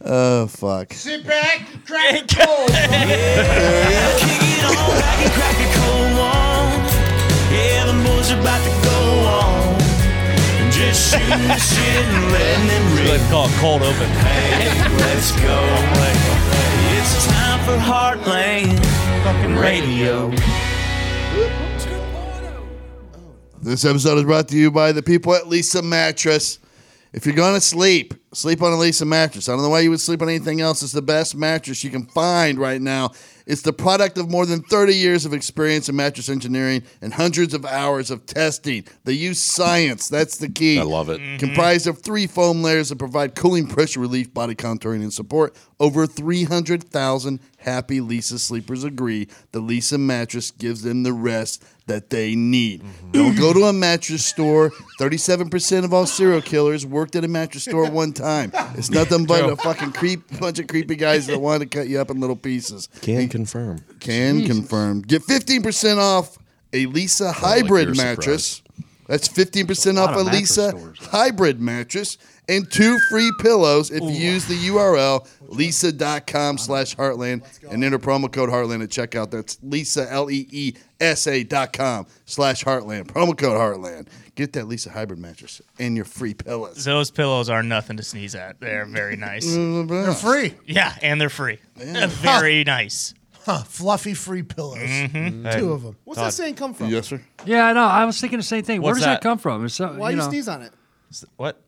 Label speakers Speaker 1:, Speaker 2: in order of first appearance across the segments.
Speaker 1: Oh fuck.
Speaker 2: Sit back, crack it cold.
Speaker 3: Kick it on back and crack a cold one. Yeah, the moon's about to go on. Just shooting the shit and letting it
Speaker 4: They
Speaker 3: rip.
Speaker 4: call it cold open.
Speaker 3: Hey, let's go. It's time for Heartland fucking radio.
Speaker 1: This episode is brought to you by the people at Lisa Mattress. If you're going to sleep, sleep on a Lisa mattress. I don't know why you would sleep on anything else. It's the best mattress you can find right now. It's the product of more than 30 years of experience in mattress engineering and hundreds of hours of testing. They use science. That's the key.
Speaker 4: I love it.
Speaker 1: Comprised of three foam layers that provide cooling, pressure relief, body contouring, and support. Over 300,000 happy Lisa sleepers agree the Lisa mattress gives them the rest that they need. Don't go to a mattress store. 37% of all serial killers worked at a mattress store one time. It's nothing but a fucking creep, bunch of creepy guys that want to cut you up in little pieces.
Speaker 5: Can confirm.
Speaker 1: Can confirm. Get 15% off a Lisa hybrid
Speaker 4: you're
Speaker 1: mattress. That's 15% off
Speaker 2: of
Speaker 1: a
Speaker 2: mattress
Speaker 1: Lisa
Speaker 2: stores.
Speaker 1: hybrid mattress and two free pillows if you use the URL lisa.com slash heartland and enter promo code heartland at checkout. That's lisa, E L-E-E-S-A dot com slash heartland. Promo code heartland. Get that Lisa hybrid mattress and your free pillows.
Speaker 6: Those pillows are nothing to sneeze at. They're very nice.
Speaker 2: They're free.
Speaker 6: yeah, and they're free. Very nice.
Speaker 2: Huh, fluffy free pillows.
Speaker 1: Mm-hmm.
Speaker 2: Mm. Two of them.
Speaker 7: What's that saying come from?
Speaker 1: Yes, sir.
Speaker 8: Yeah, I know. I was thinking the same thing. Where
Speaker 4: What's
Speaker 8: does that,
Speaker 4: that?
Speaker 8: come from? It's so,
Speaker 7: Why
Speaker 8: you
Speaker 7: you
Speaker 8: know,
Speaker 7: sneeze on it?
Speaker 4: What?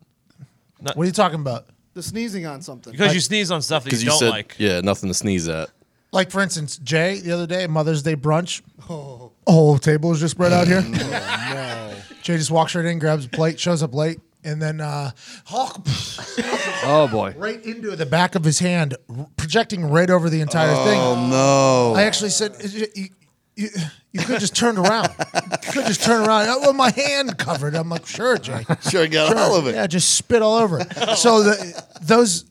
Speaker 2: What are you talking about?
Speaker 7: The sneezing on something.
Speaker 4: Because you sneeze on stuff that you,
Speaker 5: Because you,
Speaker 4: don't
Speaker 5: said,
Speaker 4: like.
Speaker 5: yeah, nothing to sneeze at.
Speaker 2: Like for instance, Jay the other day at Mother's Day brunch.
Speaker 1: Oh.
Speaker 2: A whole table was just spread out here. Jay just walks right in, grabs a plate, shows up late, and then uh, Hulk
Speaker 8: Oh boy.
Speaker 2: right into the back of his hand, r- projecting right over the entire thing.
Speaker 1: Oh, No.
Speaker 2: I actually said, "You- you, you, you could just turn around. you could just turn around. Oh, well, my hand covered. I'm like, sure, Jay.
Speaker 1: Sure, I got all of it.
Speaker 2: Yeah, just spit all over. it. So the, those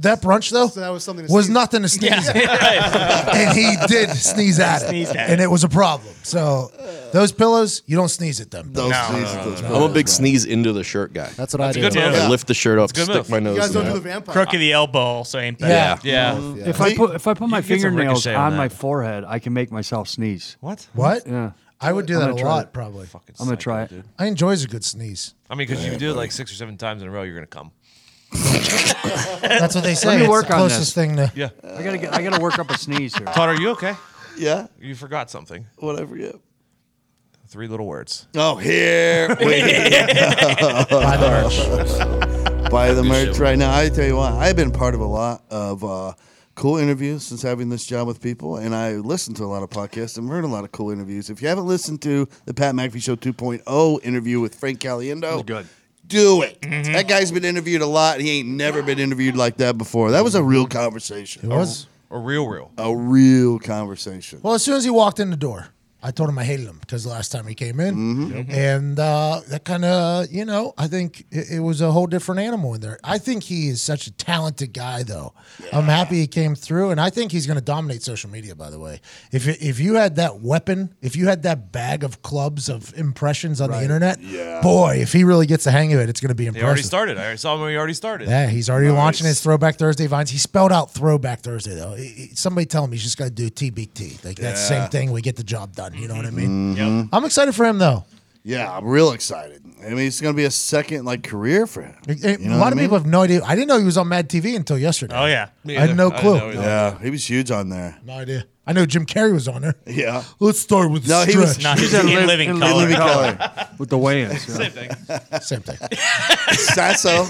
Speaker 2: that brunch though
Speaker 7: So that was something to
Speaker 2: was
Speaker 7: sneeze-
Speaker 2: nothing to sneeze at, and he did sneeze at it,
Speaker 6: Sneezed at
Speaker 2: and
Speaker 6: it.
Speaker 2: it was a problem. So those pillows, you don't sneeze at them.
Speaker 1: Those sneezes, those
Speaker 5: I'm a
Speaker 1: pillows.
Speaker 5: big sneeze into the shirt guy.
Speaker 7: That's what I do.
Speaker 4: Good move.
Speaker 5: I lift the shirt off,
Speaker 4: good
Speaker 5: stick
Speaker 4: move.
Speaker 5: my
Speaker 4: You
Speaker 5: nose.
Speaker 7: You guys don't
Speaker 5: in
Speaker 7: do the
Speaker 5: that.
Speaker 7: vampire.
Speaker 6: Crook of the elbow, so ain't bad.
Speaker 2: Yeah.
Speaker 4: Yeah.
Speaker 8: If I put if I put my
Speaker 4: You can get some
Speaker 8: fingernails
Speaker 4: ricochet
Speaker 8: on,
Speaker 4: on
Speaker 8: my
Speaker 4: that.
Speaker 8: forehead, I can make myself sneeze.
Speaker 4: What?
Speaker 2: What?
Speaker 8: Yeah.
Speaker 2: I would do
Speaker 8: I'm
Speaker 2: that a
Speaker 8: gonna try
Speaker 2: lot,
Speaker 8: it.
Speaker 2: probably.
Speaker 8: I'm gonna try it.
Speaker 2: I enjoy is a good sneeze.
Speaker 4: I mean, because you do it like six or seven times in a row, you're gonna come.
Speaker 2: That's what they say.
Speaker 8: me
Speaker 2: It's
Speaker 8: work
Speaker 2: the
Speaker 8: on this.
Speaker 2: closest thing to.
Speaker 4: Yeah.
Speaker 8: I gotta get I gotta work up a sneeze here.
Speaker 4: Todd, are you okay?
Speaker 1: Yeah,
Speaker 4: You forgot something.
Speaker 1: what I forget.
Speaker 4: Three little words.
Speaker 1: Oh, here. Wait.
Speaker 2: Buy the merch.
Speaker 1: buy the merch right now. I tell you what, I've been part of a lot of uh, cool interviews since having this job with people, and I listened to a lot of podcasts and heard a lot of cool interviews. If you haven't listened to the Pat McAfee Show 2.0 interview with Frank Caliendo, good. Do it. That guy's been interviewed a lot. He ain't never been interviewed like that before. That was a real conversation.
Speaker 2: It was.
Speaker 4: Or real, real.
Speaker 1: A real conversation.
Speaker 2: Well, as soon as he walked in the door, I told him I hated him because last time he came in, and uh, that kind of, you know, I think it, it was a whole different animal in there. I think he is such a talented guy, though. I'm happy he came through, and I think he's going to dominate social media. By the way, if it- if you had that weapon, if you had that bag of clubs of impressions on the internet,
Speaker 1: Yeah.
Speaker 2: boy, if he really gets the hang of it, it's going to be
Speaker 4: They already
Speaker 2: impressive.
Speaker 4: started. I saw him. He already started.
Speaker 2: Yeah, he's already launching his Throwback Thursday vines. He spelled out Throwback Thursday though. He- he- somebody tell him he's just got to do TBT. Like that same thing. We get the job done. You know what I mean?
Speaker 1: Mm-hmm.
Speaker 2: I'm excited for him though.
Speaker 1: Yeah, I'm real excited. I mean, it's going to be a second like career for him.
Speaker 2: It- it-
Speaker 1: You know
Speaker 2: a
Speaker 1: what I
Speaker 2: lot of
Speaker 1: mean?
Speaker 2: people have no idea. I didn't know he was on Mad TV until yesterday.
Speaker 6: Oh yeah.
Speaker 4: Me
Speaker 2: I had
Speaker 4: either.
Speaker 2: no
Speaker 4: didn't
Speaker 2: clue.
Speaker 4: know either.
Speaker 1: Yeah, he was huge on there.
Speaker 2: No idea. I know Jim Carrey was on there.
Speaker 1: Yeah.
Speaker 2: Let's start with
Speaker 1: No,
Speaker 2: no,
Speaker 1: he was
Speaker 2: stretch.
Speaker 6: Not his in, living
Speaker 8: in
Speaker 6: color.
Speaker 8: living color. with the weigh-ins. yeah.
Speaker 4: Same thing.
Speaker 2: same thing.
Speaker 1: Sasso.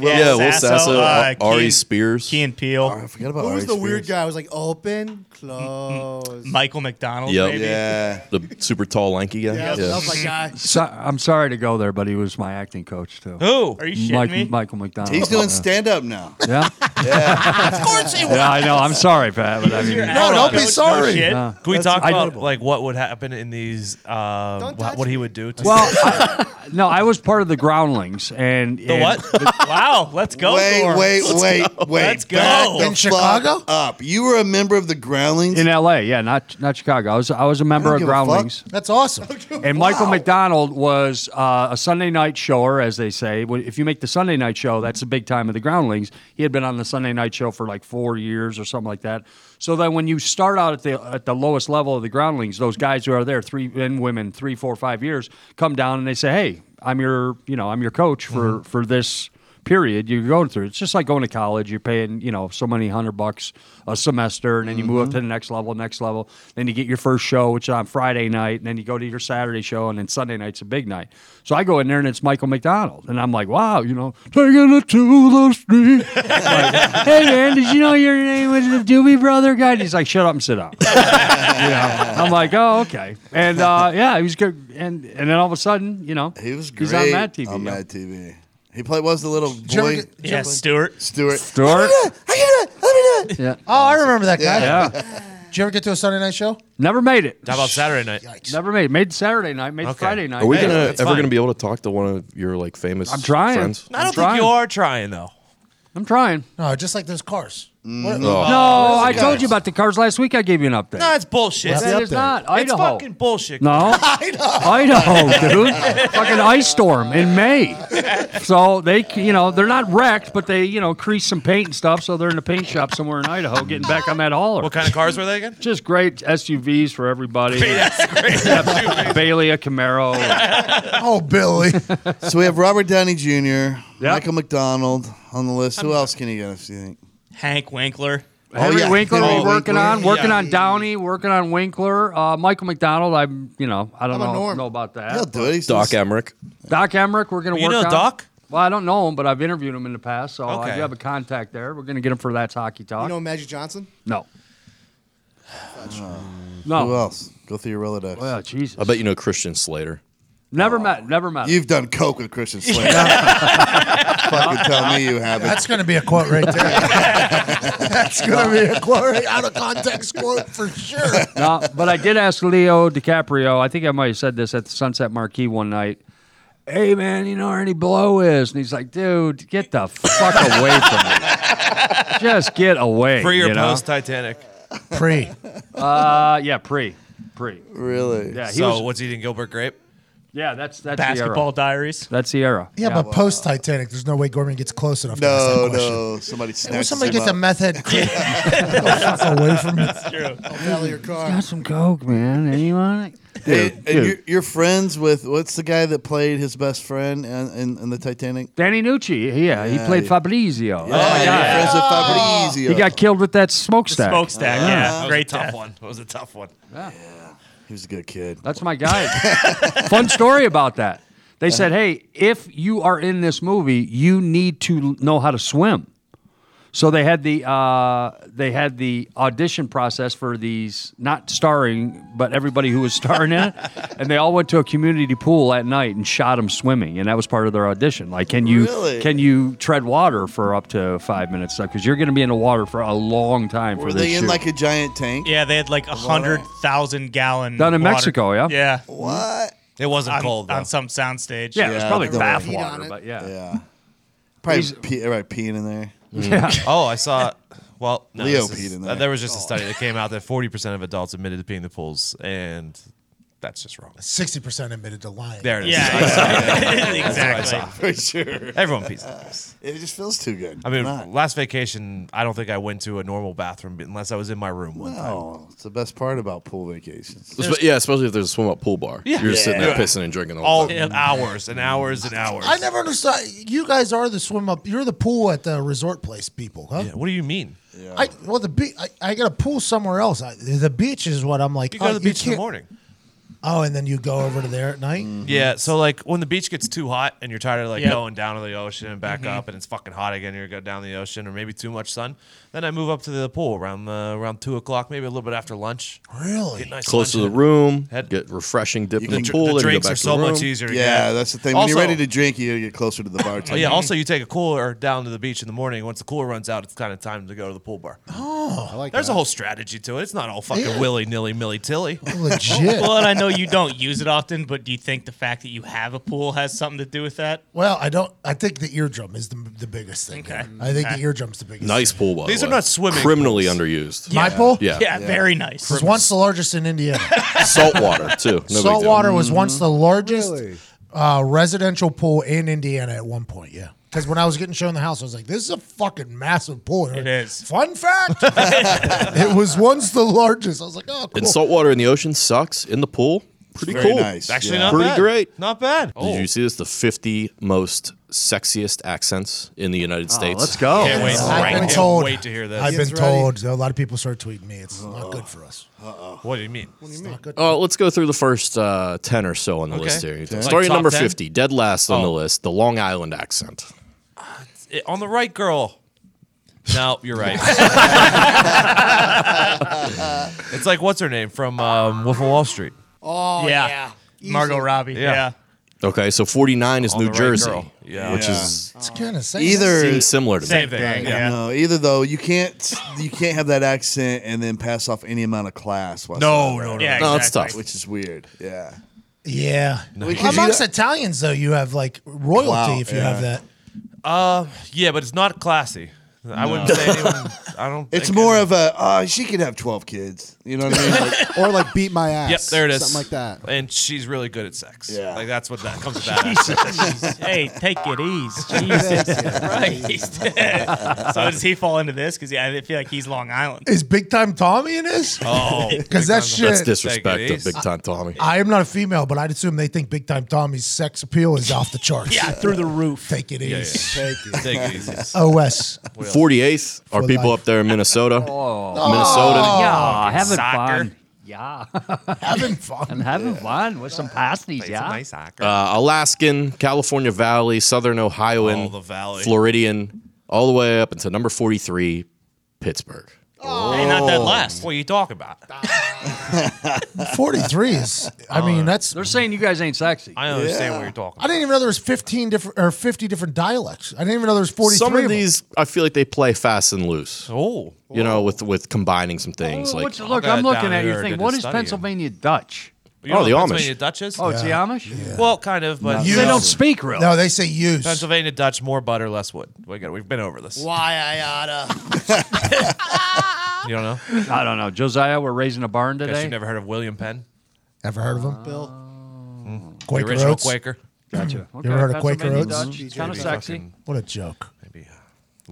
Speaker 5: Yeah, Will
Speaker 6: Sasso,
Speaker 5: Sasso,
Speaker 6: uh,
Speaker 5: Ari
Speaker 6: Keen-
Speaker 5: Spears.
Speaker 6: Key and Peel,
Speaker 1: I forgot about
Speaker 7: Who was
Speaker 1: Ari
Speaker 7: the weird
Speaker 1: Spears.
Speaker 7: guy? who was like open, close.
Speaker 6: Michael McDonald.
Speaker 5: Yep.
Speaker 6: Maybe.
Speaker 1: Yeah.
Speaker 5: The super tall, lanky guy.
Speaker 7: Yeah, that was my guy.
Speaker 8: So, I'm sorry to go there, but he was my acting coach too.
Speaker 4: Who?
Speaker 6: Are you shitting
Speaker 8: Mike-
Speaker 6: me?
Speaker 8: Michael McDonald.
Speaker 1: He's doing
Speaker 8: Yeah.
Speaker 1: stand up now.
Speaker 8: Yeah.
Speaker 1: Of course he
Speaker 8: Yeah, I know. I'm sorry, Pat, but I mean,
Speaker 6: No,
Speaker 2: don't be sorry.
Speaker 4: Can we
Speaker 8: That's
Speaker 4: talk about
Speaker 8: incredible.
Speaker 4: like what would happen in these? Uh, what,
Speaker 7: Don't touch
Speaker 4: what he would do? To
Speaker 8: well, I, no, I was part of the groundlings, and
Speaker 6: The
Speaker 8: and-
Speaker 6: what? wow, let's go.
Speaker 1: wait,
Speaker 6: Lawrence.
Speaker 1: wait, wait, wait.
Speaker 6: Let's go.
Speaker 1: Back the
Speaker 6: In
Speaker 1: fuck
Speaker 2: Chicago?
Speaker 1: up. You were a member of the Groundlings.
Speaker 8: in L.A. Yeah, not not Chicago. I was I was a
Speaker 1: I
Speaker 8: member
Speaker 1: don't
Speaker 8: of
Speaker 1: give a fuck.
Speaker 8: groundlings.
Speaker 2: That's awesome.
Speaker 8: And Michael McDonald was uh, a Sunday night shower, as they say. When- If you make the Sunday night show, that's the big time of the Groundlings. He had been on the Sunday night show for like four years or something like that. So then, when you start out at the at the lowest level of the Groundlings, those guys who are there, three and women, three, four, five years, come down and they say, "Hey, I'm your you know I'm your coach for for this." period you're going through. It's just like going to college. You're paying, you know, so many hundred bucks a semester, and then you move up to
Speaker 1: Mm-hmm.
Speaker 8: the next level, next level. Then you get your first show, which is on Friday night, and then you go to your Saturday show, and then Sunday night's a big night. So I go in there, and it's Michael McDonald, and I'm like, wow, you know, taking it to the street. Like, hey man, did you know your name was the Doobie Brother guy? And he's like, shut up and sit down. You know? I'm like, oh okay, and uh, yeah, he was good, and and then all of a sudden, you know,
Speaker 1: He was great.
Speaker 8: he's on Mad TV.
Speaker 1: On
Speaker 8: yeah.
Speaker 1: Mad TV. He played what was the little
Speaker 2: you ever
Speaker 1: boy
Speaker 2: get-
Speaker 6: Yeah, Stuart.
Speaker 1: Stuart.
Speaker 8: Stuart?
Speaker 1: I can do it. Let me do it.
Speaker 8: Yeah.
Speaker 2: Oh, I remember that guy.
Speaker 8: Yeah.
Speaker 2: Did you ever get to a Sunday night show?
Speaker 8: Never made it.
Speaker 4: How about Saturday night?
Speaker 8: Never made. Made Saturday night. Made
Speaker 4: Okay.
Speaker 8: Friday night.
Speaker 5: Are we
Speaker 4: Hey,
Speaker 5: gonna
Speaker 4: that's
Speaker 5: ever
Speaker 4: fine.
Speaker 5: gonna be able to talk to one of your like famous?
Speaker 8: I'm trying.
Speaker 5: Friends?
Speaker 4: I
Speaker 8: I'm
Speaker 4: don't
Speaker 8: trying.
Speaker 4: think you are trying though.
Speaker 8: I'm trying.
Speaker 2: No, just like those cars. What-
Speaker 5: Oh.
Speaker 8: No, I told you about the cars last week. I gave you an update.
Speaker 4: No, it's bullshit.
Speaker 2: That's
Speaker 8: that
Speaker 2: the
Speaker 8: is not
Speaker 2: update.
Speaker 4: it's
Speaker 8: Idaho.
Speaker 4: fucking bullshit.
Speaker 8: no, Idaho, dude. fucking ice storm in May. So they, you know, they're not wrecked, but they, you know, crease some paint and stuff. So they're in a paint shop somewhere in Idaho, getting back on that hauler.
Speaker 4: What kind of cars were they again?
Speaker 8: Just great SUVs for everybody.
Speaker 4: That's great.
Speaker 8: Bailey, a Camaro.
Speaker 2: Oh, Billy.
Speaker 1: So we have Robert Downey Jr., Michael
Speaker 8: Michael
Speaker 1: McDonald on the list. Who else can you get us, you think?
Speaker 6: Hank Winkler.
Speaker 8: Henry
Speaker 1: yeah.
Speaker 8: Winkler,
Speaker 1: Henry
Speaker 8: we're working
Speaker 1: Winkler.
Speaker 8: on, working
Speaker 4: Yeah.
Speaker 8: on Downey, working on Winkler, uh, Michael McDonald. I'm, you know, I don't
Speaker 7: How about
Speaker 8: know,
Speaker 7: Norm?
Speaker 8: know about that.
Speaker 1: He'll do it. He's
Speaker 5: Doc Emmerich.
Speaker 8: Doc Emmerich, we're going to
Speaker 4: You
Speaker 8: work
Speaker 4: know
Speaker 8: on.
Speaker 4: Doc?
Speaker 8: Well, I don't know him, but I've interviewed him in the past, so I
Speaker 4: Okay.
Speaker 8: do have a contact there. We're going to get him for that's hockey talk.
Speaker 7: You know Magic Johnson?
Speaker 8: no,
Speaker 1: Who
Speaker 8: no.
Speaker 1: else? Go through your Rolodex.
Speaker 8: Well, Jesus,
Speaker 5: I bet you know Christian Slater.
Speaker 8: never met, never met. him.
Speaker 1: You've done coke with Christian Slater. Fucking tell me you haven't.
Speaker 2: That's going to be a quote right there. That's going to be a quote right out of context quote for sure.
Speaker 8: no, but I did ask Leo DiCaprio. I think I might have said this at the Sunset Marquee one night. Hey man, you know where Ernie Blow is, and he's like, "Dude, get the fuck away from me! Just get away."
Speaker 4: Pre or
Speaker 8: you know?
Speaker 4: post Titanic?
Speaker 2: Pre.
Speaker 8: Uh, yeah, pre, pre.
Speaker 1: really.
Speaker 8: Yeah, he
Speaker 4: so
Speaker 8: was.
Speaker 4: what's eating Gilbert Grape?
Speaker 8: Yeah, that's that's
Speaker 6: Basketball
Speaker 8: The era.
Speaker 6: Diaries.
Speaker 8: That's the era.
Speaker 2: Yeah, but post Titanic, there's no way Gorman gets close enough. to ask that
Speaker 1: No,
Speaker 2: question.
Speaker 1: no. Somebody snatched
Speaker 2: Will somebody
Speaker 1: him
Speaker 2: get the
Speaker 1: up.
Speaker 2: meth head creep the fuck away from me?
Speaker 7: I'll value your car.
Speaker 8: Got some coke, man. Anyone?
Speaker 1: Hey, and you're, you're friends with what's the guy that played his best friend in, in, in the Titanic?
Speaker 8: Danny Nucci. Yeah, he
Speaker 1: Yeah,
Speaker 8: played
Speaker 1: he-
Speaker 8: Fabrizio.
Speaker 1: Yeah, you're friends with Fabrizio.
Speaker 8: Oh, He got killed with that smokestack.
Speaker 6: Smokestack.
Speaker 4: That
Speaker 6: Yeah,
Speaker 4: was
Speaker 6: great
Speaker 4: a tough
Speaker 6: death.
Speaker 4: one. That was a tough one.
Speaker 1: He was a good kid.
Speaker 8: That's my guy. Fun story about that. They said, hey, if you are in this movie, you need to know how to swim. So they had the uh, they had the audition process for these not starring, but everybody who was starring in it, and they all went to a community pool at night and shot them swimming, and that was part of their audition. Like, can you
Speaker 1: Really?
Speaker 8: can you tread water for up to five minutes? Because you're going to be in the water for a long time for
Speaker 1: Were
Speaker 8: this.
Speaker 1: they in
Speaker 8: shoot.
Speaker 1: like a giant tank?
Speaker 6: Yeah, they had like a hundred thousand gallon
Speaker 8: Down in
Speaker 6: water-
Speaker 8: Mexico, yeah?
Speaker 6: yeah,
Speaker 1: What?
Speaker 4: It wasn't
Speaker 6: on,
Speaker 4: cold though.
Speaker 6: on some soundstage.
Speaker 8: yeah, it was
Speaker 1: Yeah,
Speaker 8: probably
Speaker 1: the-
Speaker 8: bath
Speaker 7: Heat on
Speaker 8: water,
Speaker 7: it.
Speaker 8: but yeah.
Speaker 1: Yeah. Probably pee, right, peeing in there.
Speaker 4: oh, I saw. Well, no,
Speaker 1: Leo
Speaker 4: this is-
Speaker 1: peed in
Speaker 4: uh,
Speaker 1: there.
Speaker 4: there was
Speaker 6: Oh.
Speaker 4: just a study that came out that 40% of adults admitted to peeing in the pools, and that's just wrong.
Speaker 2: 60% admitted to lying.
Speaker 4: There it is.
Speaker 6: Yeah, exactly. exactly.
Speaker 1: For sure.
Speaker 4: Everyone pees in the pools.
Speaker 1: It just feels too good.
Speaker 4: I mean,
Speaker 1: Not.
Speaker 4: last vacation, I don't think I went to a normal bathroom unless I was in my room one time.
Speaker 1: Oh, it's the best part about pool vacations.
Speaker 5: Espe- yeah, especially if there's a swim up pool bar. You're just sitting there
Speaker 4: Yeah.
Speaker 5: pissing and drinking the whole
Speaker 4: All
Speaker 5: time.
Speaker 4: hours and hours and hours.
Speaker 2: I never understood. You guys are the swim up. You're the pool at the resort place people, huh?
Speaker 4: Yeah, what do you mean?
Speaker 2: I well the beach. I, I got a pool somewhere else. I, the beach is what I'm like.
Speaker 4: You go
Speaker 2: oh,
Speaker 4: to the beach in the
Speaker 2: can't-
Speaker 4: morning.
Speaker 2: Oh, and then you go over to there at night.
Speaker 4: Yeah, so like when the beach gets too hot and you're tired of like
Speaker 6: Yep.
Speaker 4: going down to the ocean and back up and it's fucking hot again, you're gonna go down the ocean or maybe too much sun. Then I move up to the pool around uh, around two o'clock, maybe a little bit after lunch.
Speaker 2: Really?
Speaker 4: Get nice
Speaker 5: Close to
Speaker 4: lunch
Speaker 5: the
Speaker 4: in
Speaker 5: room,
Speaker 4: Head-
Speaker 5: get refreshing, dip in
Speaker 4: The,
Speaker 5: the,
Speaker 4: dr-
Speaker 5: pool,
Speaker 4: the
Speaker 5: then you go
Speaker 4: drinks
Speaker 5: back
Speaker 4: are
Speaker 5: to
Speaker 4: so
Speaker 5: the room.
Speaker 4: much easier. To
Speaker 1: Yeah,
Speaker 4: get.
Speaker 1: that's the thing. When you're
Speaker 4: Also-
Speaker 1: ready to drink, you gotta get closer to the bartender.
Speaker 4: Oh, yeah. Also, you take a cooler down to the beach in the morning. Once the cooler runs out, it's kind of time to go to the pool bar. Oh,
Speaker 7: I like
Speaker 4: there's
Speaker 7: that.
Speaker 4: a whole strategy to it. It's not all fucking willy nilly milly tilly.
Speaker 2: Legit.
Speaker 6: Well, and I know you don't use it often, but do you think the fact that you have a pool has something to do with that?
Speaker 2: Well, I don't. I think the eardrum is the, the biggest thing.
Speaker 6: Okay.
Speaker 2: I think the eardrum's the biggest.
Speaker 5: Nice
Speaker 2: Thing.
Speaker 5: pool, by the
Speaker 4: These are
Speaker 5: way.
Speaker 4: not swimming
Speaker 5: Criminally
Speaker 4: pools.
Speaker 5: underused.
Speaker 2: My pool
Speaker 5: Yeah.
Speaker 6: Yeah, very nice.
Speaker 2: was once the largest in Indiana.
Speaker 5: Salt water, too. No big deal.
Speaker 2: Saltwater was once the largest
Speaker 7: Mm-hmm. Really?
Speaker 2: uh, residential pool in Indiana at one point. Yeah. Because when I was getting shown the house, I was like, "This is a fucking massive pool." And
Speaker 6: It
Speaker 2: they're like,
Speaker 6: is.
Speaker 2: Fun fact: It was once the largest. I was like, "Oh, cool."
Speaker 5: And salt water in the ocean sucks. In the pool, pretty
Speaker 1: Very
Speaker 5: cool.
Speaker 1: nice.
Speaker 4: Actually,
Speaker 1: Yeah.
Speaker 4: not
Speaker 5: Pretty
Speaker 4: bad.
Speaker 5: great.
Speaker 4: Not bad.
Speaker 5: Did you see this? The 50 most sexiest accents in the United States.
Speaker 8: let's go.
Speaker 4: Can't wait.
Speaker 2: I've
Speaker 4: Right.
Speaker 2: been
Speaker 4: Can't
Speaker 2: told.
Speaker 4: wait to hear this.
Speaker 2: I've been
Speaker 7: It's ready.
Speaker 2: told. A lot of people started tweeting me. It's not good for us.
Speaker 4: What do you mean?
Speaker 5: Uh, let's go through the first uh, 10 or so on the list here. Starting
Speaker 4: Like
Speaker 5: at number
Speaker 4: top 10?
Speaker 5: 50, dead last on the
Speaker 4: Oh.
Speaker 5: list, the Long Island accent.
Speaker 4: It- on the right, girl. No, you're right. it's like what's her name from um, Wolf of Wall Street.
Speaker 6: Oh, yeah. Margot Robbie. Yeah.
Speaker 5: Okay, so 49 is
Speaker 4: On
Speaker 5: New
Speaker 4: the right
Speaker 5: Jersey,
Speaker 4: girl. Yeah.
Speaker 5: which
Speaker 1: Yeah.
Speaker 5: is
Speaker 2: It's kind of sad.
Speaker 1: Either
Speaker 5: seems similar to
Speaker 6: Same
Speaker 5: me.
Speaker 6: thing. Yeah.
Speaker 1: no, uh, either though you can't you can't have that accent and then pass off any amount of class.
Speaker 4: No,
Speaker 1: whatsoever,
Speaker 4: no, no.
Speaker 6: Yeah,
Speaker 5: No, it's
Speaker 6: exactly.
Speaker 1: which is weird. Yeah,
Speaker 2: Yeah.
Speaker 1: Because you-
Speaker 2: Amongst Italians, though, you have like royalty
Speaker 1: Wow,
Speaker 2: if you
Speaker 1: yeah.
Speaker 2: have that.
Speaker 4: Yeah, but it's not classy. I wouldn't say anyone. I don't.
Speaker 1: it's
Speaker 4: think
Speaker 1: more
Speaker 4: anyone-
Speaker 1: of a uh, she could have twelve kids. You know what I mean? Like,
Speaker 7: or like beat my ass.
Speaker 4: Yep, there it is.
Speaker 7: Something like that.
Speaker 4: And she's really good at sex.
Speaker 1: Yeah.
Speaker 4: Like that's what that comes with that. accent.
Speaker 6: hey, take it easy. Jesus Christ. so does he fall into this? Because yeah, I feel like he's Long Island.
Speaker 2: Is Big Time Tommy in this?
Speaker 4: oh,
Speaker 2: Because that shit.
Speaker 5: That's disrespect to
Speaker 4: easy.
Speaker 5: Big Time Tommy.
Speaker 2: I am not a female, but I'd assume they think Big Time Tommy's sex appeal is off the charts.
Speaker 6: Yeah, through the roof.
Speaker 2: Take it easy. Take it.
Speaker 4: Take it easy.
Speaker 2: OS.
Speaker 5: 48th are
Speaker 2: For
Speaker 5: people
Speaker 2: life.
Speaker 5: up there in Minnesota. Minnesota.
Speaker 8: Oh. yeah, having
Speaker 6: Soccer.
Speaker 8: fun. Yeah,
Speaker 2: Having
Speaker 8: I'm
Speaker 2: fun.
Speaker 8: having fun with some pasties. Yeah,
Speaker 4: Nice actor.
Speaker 5: Uh, Alaskan, California Valley, Southern Ohioan,
Speaker 4: All the valley.
Speaker 5: Floridian, all the way up into number 43, Pittsburgh.
Speaker 4: Oh,
Speaker 6: Hey, not that last.
Speaker 4: what are you talking about?
Speaker 2: 43 is, I mean, that's.
Speaker 8: they're saying you guys ain't sexy.
Speaker 4: I don't understand what you're talking.
Speaker 2: I didn't even know there was 15 different or 50 different dialects. I didn't even know there was 43.
Speaker 5: Some of
Speaker 2: them.
Speaker 5: these, I feel like they play fast and loose,
Speaker 4: about. Oh,
Speaker 5: you know, with, with combining some things.
Speaker 8: Oh,
Speaker 5: like
Speaker 8: what's- look,
Speaker 4: I'll go
Speaker 8: I'm looking
Speaker 4: down
Speaker 8: at
Speaker 4: there
Speaker 8: you
Speaker 4: and
Speaker 8: thinking,
Speaker 4: do the
Speaker 8: what is
Speaker 4: study.
Speaker 8: Pennsylvania Dutch?
Speaker 4: you know
Speaker 5: Oh, the
Speaker 4: what
Speaker 5: Amish.
Speaker 4: Pennsylvania Dutch's.
Speaker 8: Oh, it's the Amish.
Speaker 4: Well, kind of, but
Speaker 8: They don't speak real.
Speaker 2: No, they say use.
Speaker 4: Pennsylvania Dutch, more butter, less wood. We got, we've been over this.
Speaker 6: Why I oughta.
Speaker 4: You don't know?
Speaker 8: I don't know. Josiah, we're raising a barn
Speaker 4: Guess
Speaker 8: today.
Speaker 4: you never heard of William Penn,
Speaker 2: Ever heard of them? Mm-hmm.
Speaker 7: Bill.
Speaker 4: the
Speaker 2: Quaker
Speaker 4: original
Speaker 2: Oats?
Speaker 4: Quaker.
Speaker 8: Gotcha. Okay,
Speaker 2: ever heard of Quaker
Speaker 8: Pennsylvania
Speaker 2: Oats?
Speaker 8: Dutch. It's kind of
Speaker 4: Maybe
Speaker 8: sexy.
Speaker 4: fucking-
Speaker 2: What a joke.
Speaker 4: Maybe uh,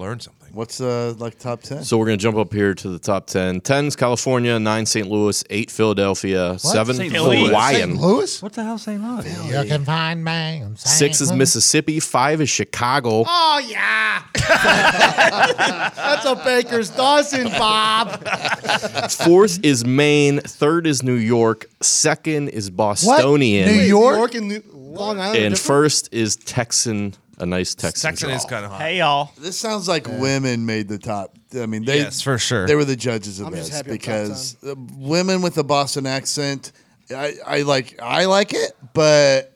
Speaker 4: learn something.
Speaker 1: what's uh, like top ten?
Speaker 5: So we're going to jump up here to the top 10. 10's California, 9 St. Louis, 8 Philadelphia, 7
Speaker 8: St.
Speaker 6: Louis?
Speaker 5: Hawaiian,
Speaker 2: Louis?
Speaker 8: What the hell, St. Louis?
Speaker 2: You can find me. I'm saying
Speaker 5: 6 is
Speaker 2: Louis.
Speaker 5: Mississippi, 5 is Chicago,
Speaker 7: Oh yeah. That's a baker's dozen, Bob.
Speaker 5: Fourth is Maine. Third is New York. Second is Bostonian.
Speaker 2: New York?
Speaker 7: and New- Long Island.
Speaker 5: And
Speaker 7: different?
Speaker 5: first is Texan. A nice Texan.
Speaker 4: Texan is kind of hot.
Speaker 6: Hey, y'all.
Speaker 1: This sounds like women made the top. I mean, they
Speaker 4: yes, for sure.
Speaker 1: they were the judges of
Speaker 7: I'm just
Speaker 1: this
Speaker 7: happy I'm top
Speaker 1: because uh, women with a Boston accent, I, I like I like it, but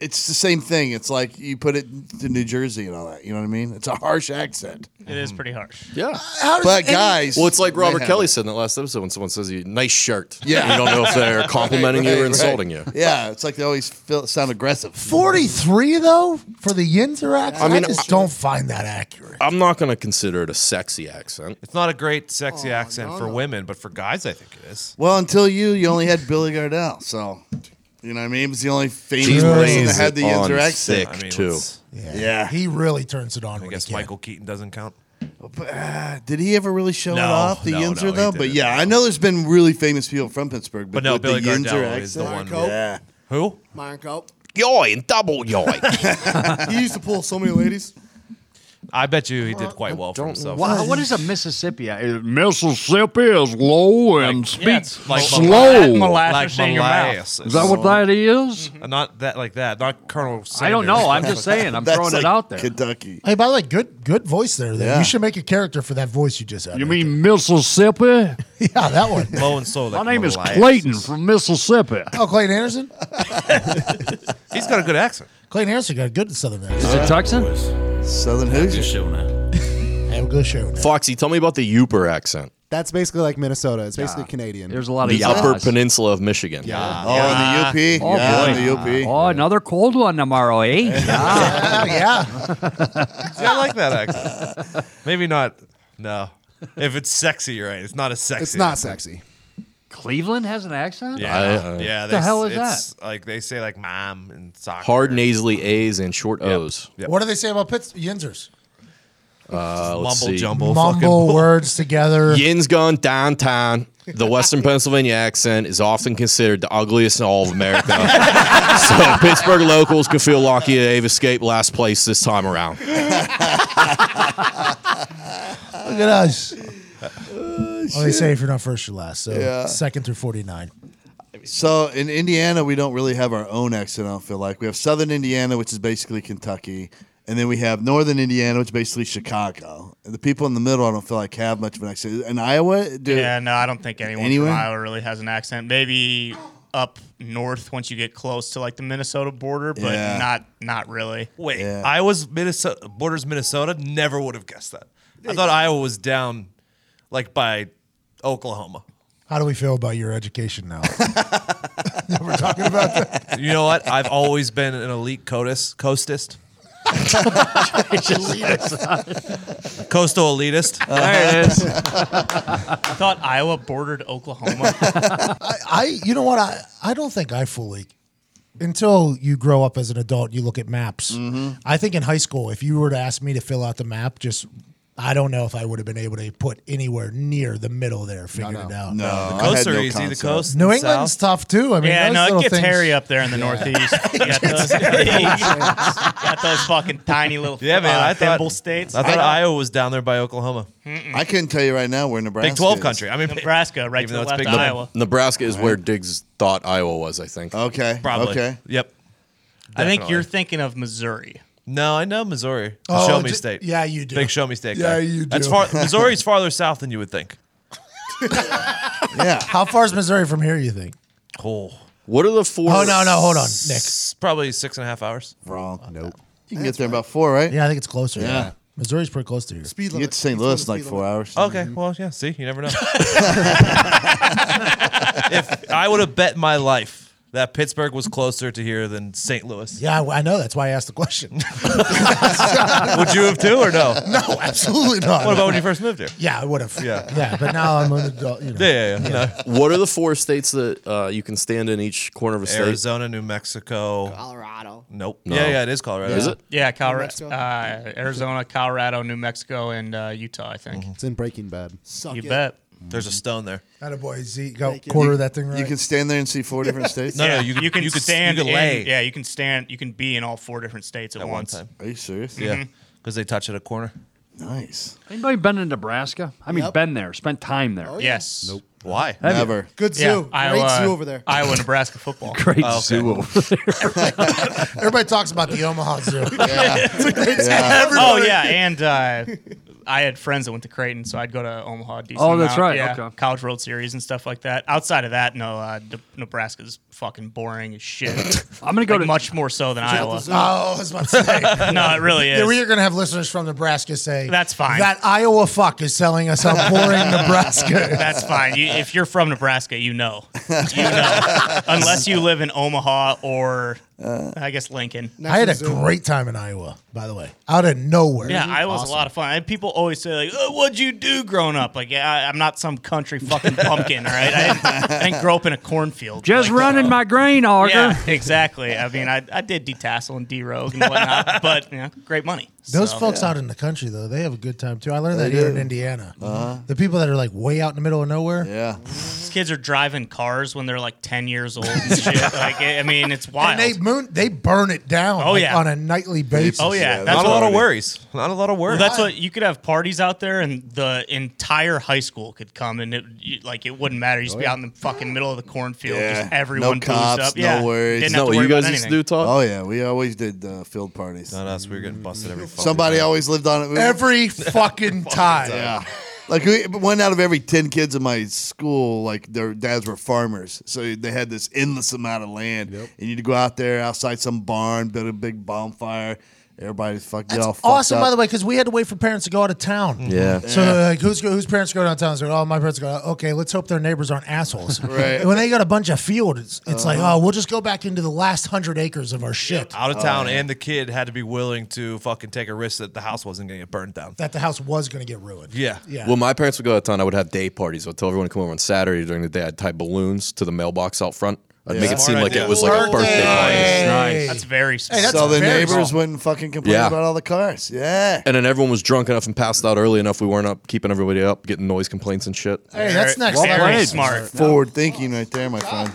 Speaker 1: it's the same thing. It's like you put it to New Jersey and all that. You know what I mean? It's a harsh accent.
Speaker 6: It is pretty harsh.
Speaker 5: Yeah.
Speaker 2: How does
Speaker 1: But
Speaker 2: any-
Speaker 1: guys,
Speaker 5: Well, it's like
Speaker 1: they
Speaker 5: Robert
Speaker 1: have
Speaker 5: Kelly
Speaker 1: it.
Speaker 5: said in the last episode when someone says you nice shirt.
Speaker 1: Yeah.
Speaker 5: You don't know if they're complimenting you
Speaker 1: Right,
Speaker 5: or
Speaker 1: right.
Speaker 5: insulting you.
Speaker 1: Yeah, it's like they always feel, sound aggressive.
Speaker 2: 43 though for the Yinzer accent. I,
Speaker 5: mean,
Speaker 2: just don't find that accurate.
Speaker 5: I'm not going to consider it a sexy accent.
Speaker 4: it's not a great sexy accent for women, but for guys, I think it is.
Speaker 1: Well, until you, you only had Billy Gardell, so you know what I mean. It was the only famous person that
Speaker 5: Lays
Speaker 1: had the
Speaker 5: it on
Speaker 1: Yinzer accent.
Speaker 5: thick,
Speaker 4: I mean,
Speaker 5: too.
Speaker 4: let's-
Speaker 2: Yeah.
Speaker 1: Yeah.
Speaker 2: he really turns it on.
Speaker 4: I
Speaker 2: when
Speaker 4: guess
Speaker 2: he can.
Speaker 4: Michael Keaton doesn't count.
Speaker 1: But, uh, did he ever really show it
Speaker 4: No,
Speaker 1: off the
Speaker 4: no,
Speaker 1: Yinzer
Speaker 4: no, he
Speaker 1: though? But
Speaker 4: didn't.
Speaker 1: yeah, I know there's been really famous people from Pittsburgh, but,
Speaker 4: But no,
Speaker 1: with
Speaker 4: Billy
Speaker 1: the Yinzer
Speaker 4: Gardell
Speaker 1: accent,
Speaker 4: is the one.
Speaker 7: Cope.
Speaker 1: Yeah,
Speaker 4: Who?
Speaker 7: Myron Cope.
Speaker 5: Yoy and double yoy.
Speaker 7: He used to pull so many ladies.
Speaker 4: I bet you he did quite well for himself.
Speaker 8: Wow, what is a Mississippi? ac- Uh, Mississippi is low and speaks
Speaker 6: yeah, it's like
Speaker 8: slow.
Speaker 6: Molasses
Speaker 4: Like
Speaker 6: in your mouth.
Speaker 4: molasses. Uh,
Speaker 8: Is that what that is?
Speaker 4: Not that like that. Not Colonel. Sanders.
Speaker 8: I don't know. I'm just saying. I'm
Speaker 1: That's
Speaker 8: throwing
Speaker 1: like
Speaker 8: it out there.
Speaker 1: Kentucky.
Speaker 2: Hey, by the way, good good voice there. Though.
Speaker 1: Yeah.
Speaker 2: You should make a character for that voice you just had.
Speaker 8: You mean Mississippi?
Speaker 2: yeah, that one.
Speaker 4: Low and slow.
Speaker 8: My
Speaker 4: like
Speaker 8: name is
Speaker 4: molasses.
Speaker 8: Clayton from Mississippi.
Speaker 2: oh, Clayton Anderson.
Speaker 4: He's got a good accent.
Speaker 2: Clayton Anderson got a good southern accent.
Speaker 8: Is it Texan?
Speaker 1: Southern Hoosier.
Speaker 2: Have a good show.
Speaker 5: Foxy, tell me about the Uper accent.
Speaker 9: That's basically like Minnesota. It's basically Canadian.
Speaker 8: There's a lot of
Speaker 5: the Upper
Speaker 8: Ya's.
Speaker 5: Peninsula of Michigan. Yeah.
Speaker 1: Oh, in the UP.
Speaker 8: Oh,
Speaker 1: yeah,
Speaker 8: boy.
Speaker 1: in the UP.
Speaker 8: Oh, another cold one tomorrow, eh? Yeah.
Speaker 2: Oh, yeah.
Speaker 4: See, I like that accent. Maybe not. No. If it's sexy, you're right. It's not as sexy.
Speaker 9: it's not sexy.
Speaker 8: Cleveland has an accent?
Speaker 4: Yeah. yeah. They,
Speaker 8: the hell is
Speaker 4: it's Like they say, like mom and soccer.
Speaker 5: Hard nasally A's and short O's.
Speaker 4: Yep.
Speaker 2: What do they say about Pitts? Yinzers.
Speaker 5: Uh,
Speaker 4: mumble
Speaker 5: let's see.
Speaker 4: jumble.
Speaker 2: Mumble
Speaker 4: fucking
Speaker 2: words together.
Speaker 5: Yin's gone downtown. The Western Pennsylvania accent is often considered the ugliest in all of America. so Pittsburgh locals could feel lucky they've escaped last place this time around.
Speaker 2: Look at us.
Speaker 4: Oh,
Speaker 2: Oh, well, they say if you're not first, you're last. So
Speaker 1: Yeah.
Speaker 2: second through 49.
Speaker 1: So in Indiana, we don't really have our own accent. I don't feel like we have Southern Indiana, which is basically Kentucky, and then we have Northern Indiana, which is basically Chicago. And the people in the middle, I don't feel like have much of an accent. In Iowa, do,
Speaker 6: Yeah, no, uh, I don't think anyone
Speaker 1: Anywhere?
Speaker 6: from Iowa really has an accent. Maybe up north once you get close to like the Minnesota border, but
Speaker 1: Yeah.
Speaker 6: not not really.
Speaker 4: Wait,
Speaker 1: Yeah.
Speaker 4: Iowa's Minnesota borders Minnesota. Never would have guessed that. I thought Iowa was down, like by Oklahoma.
Speaker 2: How do we feel about your education now? We're talking about that.
Speaker 4: You know what? I've always been an elite coast coastist. Coastal elitist.
Speaker 1: Uh,
Speaker 8: There it is.
Speaker 6: I thought Iowa bordered Oklahoma.
Speaker 2: I, I, you know what? I, I don't think I fully, until you grow up as an adult, you look at maps.
Speaker 4: Mm-hmm.
Speaker 2: I think in high school, if you were to ask me to fill out the map, just, I don't know if I would have been able to put anywhere near the middle there, figured it out.
Speaker 1: no, I had
Speaker 4: Coasts are
Speaker 1: no
Speaker 4: easy. The
Speaker 1: concept.
Speaker 4: coast.
Speaker 2: New
Speaker 4: the
Speaker 2: England's
Speaker 4: South.
Speaker 2: tough too. I mean,
Speaker 6: yeah,
Speaker 2: those
Speaker 6: no,
Speaker 2: little
Speaker 6: it gets
Speaker 2: things-
Speaker 6: hairy up there in the Northeast. You got, those, got those fucking tiny little
Speaker 4: Yeah, man.
Speaker 6: uh,
Speaker 4: I thought
Speaker 6: thimble states.
Speaker 4: I thought Iowa was down there by Oklahoma.
Speaker 1: I couldn't tell you right now where Nebraska.
Speaker 4: Big Twelve
Speaker 1: is.
Speaker 4: country. I mean,
Speaker 6: Nebraska, right
Speaker 4: Even
Speaker 6: to the
Speaker 4: though
Speaker 6: left
Speaker 4: it's
Speaker 6: of
Speaker 4: Big
Speaker 6: Iowa.
Speaker 5: Nebraska is where Diggs thought Iowa was, I think.
Speaker 1: Okay.
Speaker 4: Probably.
Speaker 1: Okay.
Speaker 4: Yep.
Speaker 6: I think
Speaker 4: Definitely.
Speaker 6: you're thinking of Missouri.
Speaker 4: No, I know Missouri. The
Speaker 2: Oh,
Speaker 4: show me
Speaker 2: ju-
Speaker 4: state.
Speaker 2: yeah, you do.
Speaker 4: Big show me state.
Speaker 2: Yeah,
Speaker 4: guy.
Speaker 2: you
Speaker 4: That's
Speaker 2: do.
Speaker 4: far. Missouri's farther south than you would think.
Speaker 1: Yeah.
Speaker 2: How far is Missouri from here? You think?
Speaker 4: Oh,
Speaker 5: What are the four?
Speaker 2: Oh no, no, hold on, Nick.
Speaker 4: it's probably six and a half hours.
Speaker 1: Wrong. Nope. You can get there in about four, right?
Speaker 2: Yeah, I think it's closer. Yeah,
Speaker 1: Yeah.
Speaker 2: Missouri's pretty close to here.
Speaker 7: Speed
Speaker 1: You
Speaker 7: limit.
Speaker 1: get to St.
Speaker 7: It's
Speaker 1: Louis in
Speaker 7: on the
Speaker 1: like
Speaker 7: speed
Speaker 1: four
Speaker 7: limit.
Speaker 1: hours.
Speaker 4: Okay. Well, yeah. See, you never know. if I would have bet my life that Pittsburgh was closer to here than St. Louis,
Speaker 2: Yeah, I, I know. That's why I asked the question.
Speaker 4: would you have too or no?
Speaker 2: no, absolutely not.
Speaker 4: What about when you first moved here?
Speaker 2: yeah, I would have.
Speaker 4: Yeah.
Speaker 2: yeah, but now I'm an adult. You know.
Speaker 4: Yeah, yeah, yeah. No.
Speaker 5: What are the four states that uh, you can stand in each corner of a state?
Speaker 4: Arizona, New Mexico.
Speaker 7: Colorado.
Speaker 4: Nope.
Speaker 5: No.
Speaker 4: Yeah, yeah, it is Colorado.
Speaker 5: Is it?
Speaker 6: Yeah, Colorado,
Speaker 7: Mexico?
Speaker 6: uh, Arizona, Colorado, New Mexico, and uh, Utah. I think.
Speaker 9: Mm-hmm. It's in Breaking Bad.
Speaker 7: Suck
Speaker 6: You
Speaker 7: it.
Speaker 6: bet.
Speaker 4: There's a stone there.
Speaker 2: Attaboy, Z, go
Speaker 7: Thank you.
Speaker 2: quarter that thing right.
Speaker 1: You can stand there and see four different states.
Speaker 4: No,
Speaker 6: yeah,
Speaker 4: no, you could-
Speaker 6: can
Speaker 4: you could-
Speaker 6: stand.
Speaker 4: you could lay.
Speaker 6: in- yeah, you can stand. You can be in all four different states at,
Speaker 4: At one
Speaker 6: once.
Speaker 4: time.
Speaker 1: Are you serious?
Speaker 4: Yeah. Because they touch at a corner.
Speaker 1: Nice.
Speaker 8: Anybody been to Nebraska? I mean,
Speaker 7: Yep.
Speaker 8: been there, spent time there.
Speaker 6: Yes. Nope.
Speaker 4: Why?
Speaker 8: Have you?
Speaker 1: Never.
Speaker 7: Good zoo.
Speaker 6: Yeah,
Speaker 7: Great
Speaker 6: Iowa,
Speaker 7: zoo over there.
Speaker 6: Iowa, Nebraska football.
Speaker 8: Great
Speaker 4: Oh, okay.
Speaker 8: zoo over there.
Speaker 2: Everybody talks about the Omaha Zoo.
Speaker 6: oh yeah, and uh, I had friends that went to Creighton, so I'd go to Omaha. a decent
Speaker 8: Oh, that's
Speaker 6: amount.
Speaker 8: right,
Speaker 6: Yeah,
Speaker 8: okay.
Speaker 6: College World Series and stuff like that. Outside of that, no, uh, De- Nebraska's fucking boring as shit.
Speaker 8: I'm gonna go
Speaker 6: Like,
Speaker 8: to
Speaker 6: much more so than Iowa.
Speaker 2: Oh, I was about to say.
Speaker 6: No, it really is.
Speaker 2: Yeah, we are going to have listeners from Nebraska say
Speaker 6: That's fine.
Speaker 2: That Iowa fuck is selling us on boring Nebraska.
Speaker 6: That's fine. You, if you're from Nebraska, you know. You know. Unless you live in Omaha or,
Speaker 4: Uh.
Speaker 6: I guess, Lincoln.
Speaker 2: I had a
Speaker 7: National Zoo.
Speaker 2: great time in Iowa, by the way, out of nowhere.
Speaker 6: Yeah, Iowa's a lot of fun. And people always say, like, oh, what'd you do growing up? Like, yeah, I, I'm not some country fucking pumpkin, all right? I didn't, I didn't grow up in a cornfield.
Speaker 8: just
Speaker 6: Like,
Speaker 8: running my grain auger.
Speaker 6: Yeah, exactly. I mean, I, I did detassel and derogue and whatnot, but, you know, great money.
Speaker 2: Those
Speaker 6: So-
Speaker 2: folks out in the country though, they have a good time too. I learned that here in Indiana. The people that are like way out in the middle of nowhere.
Speaker 1: Yeah.
Speaker 6: These kids are driving cars when they're like 10 years old and shit. like, I I mean, it's wild.
Speaker 2: And they moon, they burn it down.
Speaker 6: Oh,
Speaker 2: like,
Speaker 6: yeah.
Speaker 2: on a nightly basis.
Speaker 6: oh, yeah.
Speaker 1: Yeah,
Speaker 6: that's
Speaker 4: Not a
Speaker 6: what
Speaker 4: lot of worries. Not a lot of worries.
Speaker 6: Well, that's what you could have parties out there, and the entire high school could come, and it you, like it wouldn't matter. You just be out in the fucking middle of the cornfield,
Speaker 1: Yeah.
Speaker 6: just everyone
Speaker 1: No
Speaker 6: booze
Speaker 1: cops,
Speaker 6: up.
Speaker 1: no
Speaker 6: yeah,
Speaker 1: worries.
Speaker 6: Didn't
Speaker 5: Is that
Speaker 6: have to
Speaker 5: what
Speaker 6: worry
Speaker 5: you guys
Speaker 6: about
Speaker 5: used to
Speaker 6: anything.
Speaker 5: do, Todd?
Speaker 1: Oh yeah. We always did uh, field parties.
Speaker 4: Not us. We were getting busted every fucking
Speaker 1: Somebody
Speaker 4: time.
Speaker 1: always lived on it. We-
Speaker 2: Every fucking time.
Speaker 1: Yeah. Like we, one out of every ten kids in my school, like their dads were farmers, so they had this endless amount of land, and you'd go out there outside some barn, build a big bonfire, Everybody's fucked
Speaker 2: That's
Speaker 1: y'all. fucked
Speaker 2: awesome,
Speaker 1: up.
Speaker 2: by the way, because we had to wait for parents to go out of town.
Speaker 5: Yeah.
Speaker 2: So like, who's whose parents go downtown? So oh, my parents go. Okay, let's hope their neighbors aren't assholes.
Speaker 1: Right.
Speaker 2: When they got a bunch of fields, it's, it's like oh, we'll just go back into the last hundred acres of our shit
Speaker 4: Out of town, and the kid had to be willing to fucking take a risk that the house wasn't going to get burned down.
Speaker 2: that the house was going to get ruined.
Speaker 4: Yeah.
Speaker 2: Yeah.
Speaker 5: Well, my parents would go out of town. I would have day parties. I'd tell everyone to come over on Saturday during the day. I'd tie balloons to the mailbox out front. I'd make
Speaker 4: Smart
Speaker 5: it seem like
Speaker 4: idea.
Speaker 5: it was like a birthday party.
Speaker 8: Nice.
Speaker 6: That's very specific.
Speaker 2: that's
Speaker 1: so the
Speaker 2: very
Speaker 1: neighbors
Speaker 2: small.
Speaker 1: wouldn't fucking complain
Speaker 5: Yeah.
Speaker 1: about all the cars. Yeah.
Speaker 5: And then everyone was drunk enough and passed out early enough. We weren't up keeping everybody up, getting noise complaints and shit.
Speaker 2: Hey, that's
Speaker 6: Very-
Speaker 2: next.
Speaker 6: well
Speaker 2: level.
Speaker 6: played. Smart.
Speaker 1: Forward thinking right there, my friend.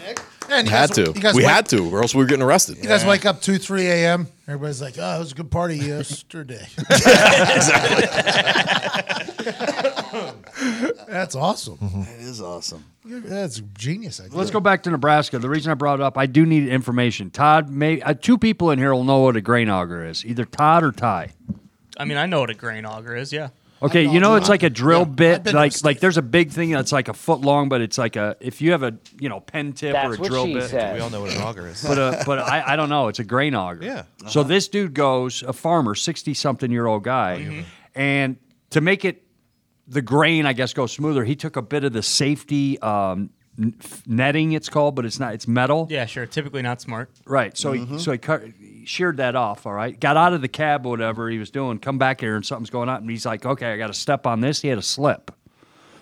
Speaker 2: And you
Speaker 5: Had
Speaker 2: guys-
Speaker 5: to.
Speaker 2: You guys
Speaker 5: We
Speaker 2: wake-
Speaker 5: had to, or else we were getting arrested.
Speaker 2: You guys wake up two, three a.m. Everybody's like, "Oh, it was a good party yesterday." That's awesome.
Speaker 1: That is awesome.
Speaker 2: That's genius. Idea.
Speaker 8: Let's go back to Nebraska. The reason I brought it up, I do need information. Todd, may uh, two people in here will know what a grain auger is. Either Todd or Ty.
Speaker 6: I mean, I know what a grain auger is. Yeah.
Speaker 8: Okay, you know it's like a drill bit,
Speaker 2: been to a
Speaker 8: like
Speaker 2: state-
Speaker 8: like there's a big thing that's like a foot long, but it's like a if you have a you know pen tip
Speaker 10: That's
Speaker 8: or a
Speaker 10: what
Speaker 8: drill
Speaker 10: she
Speaker 8: bit.
Speaker 10: said.
Speaker 4: We all know what an auger is.
Speaker 8: But uh, but I, I don't know. It's a grain auger.
Speaker 4: Yeah.
Speaker 8: So this dude goes a farmer, sixty something year old guy, and to make it the grain, I guess, go smoother, he took a bit of the safety um, n- f- netting. It's called, but it's not. It's metal.
Speaker 6: Yeah, sure. Typically not smart.
Speaker 8: Right. So he so he cut, he sheared that off. All right. Got out of the cab, whatever he was doing. Come back here, and something's going on. And he's like, "Okay, I got to step on this." He had a slip.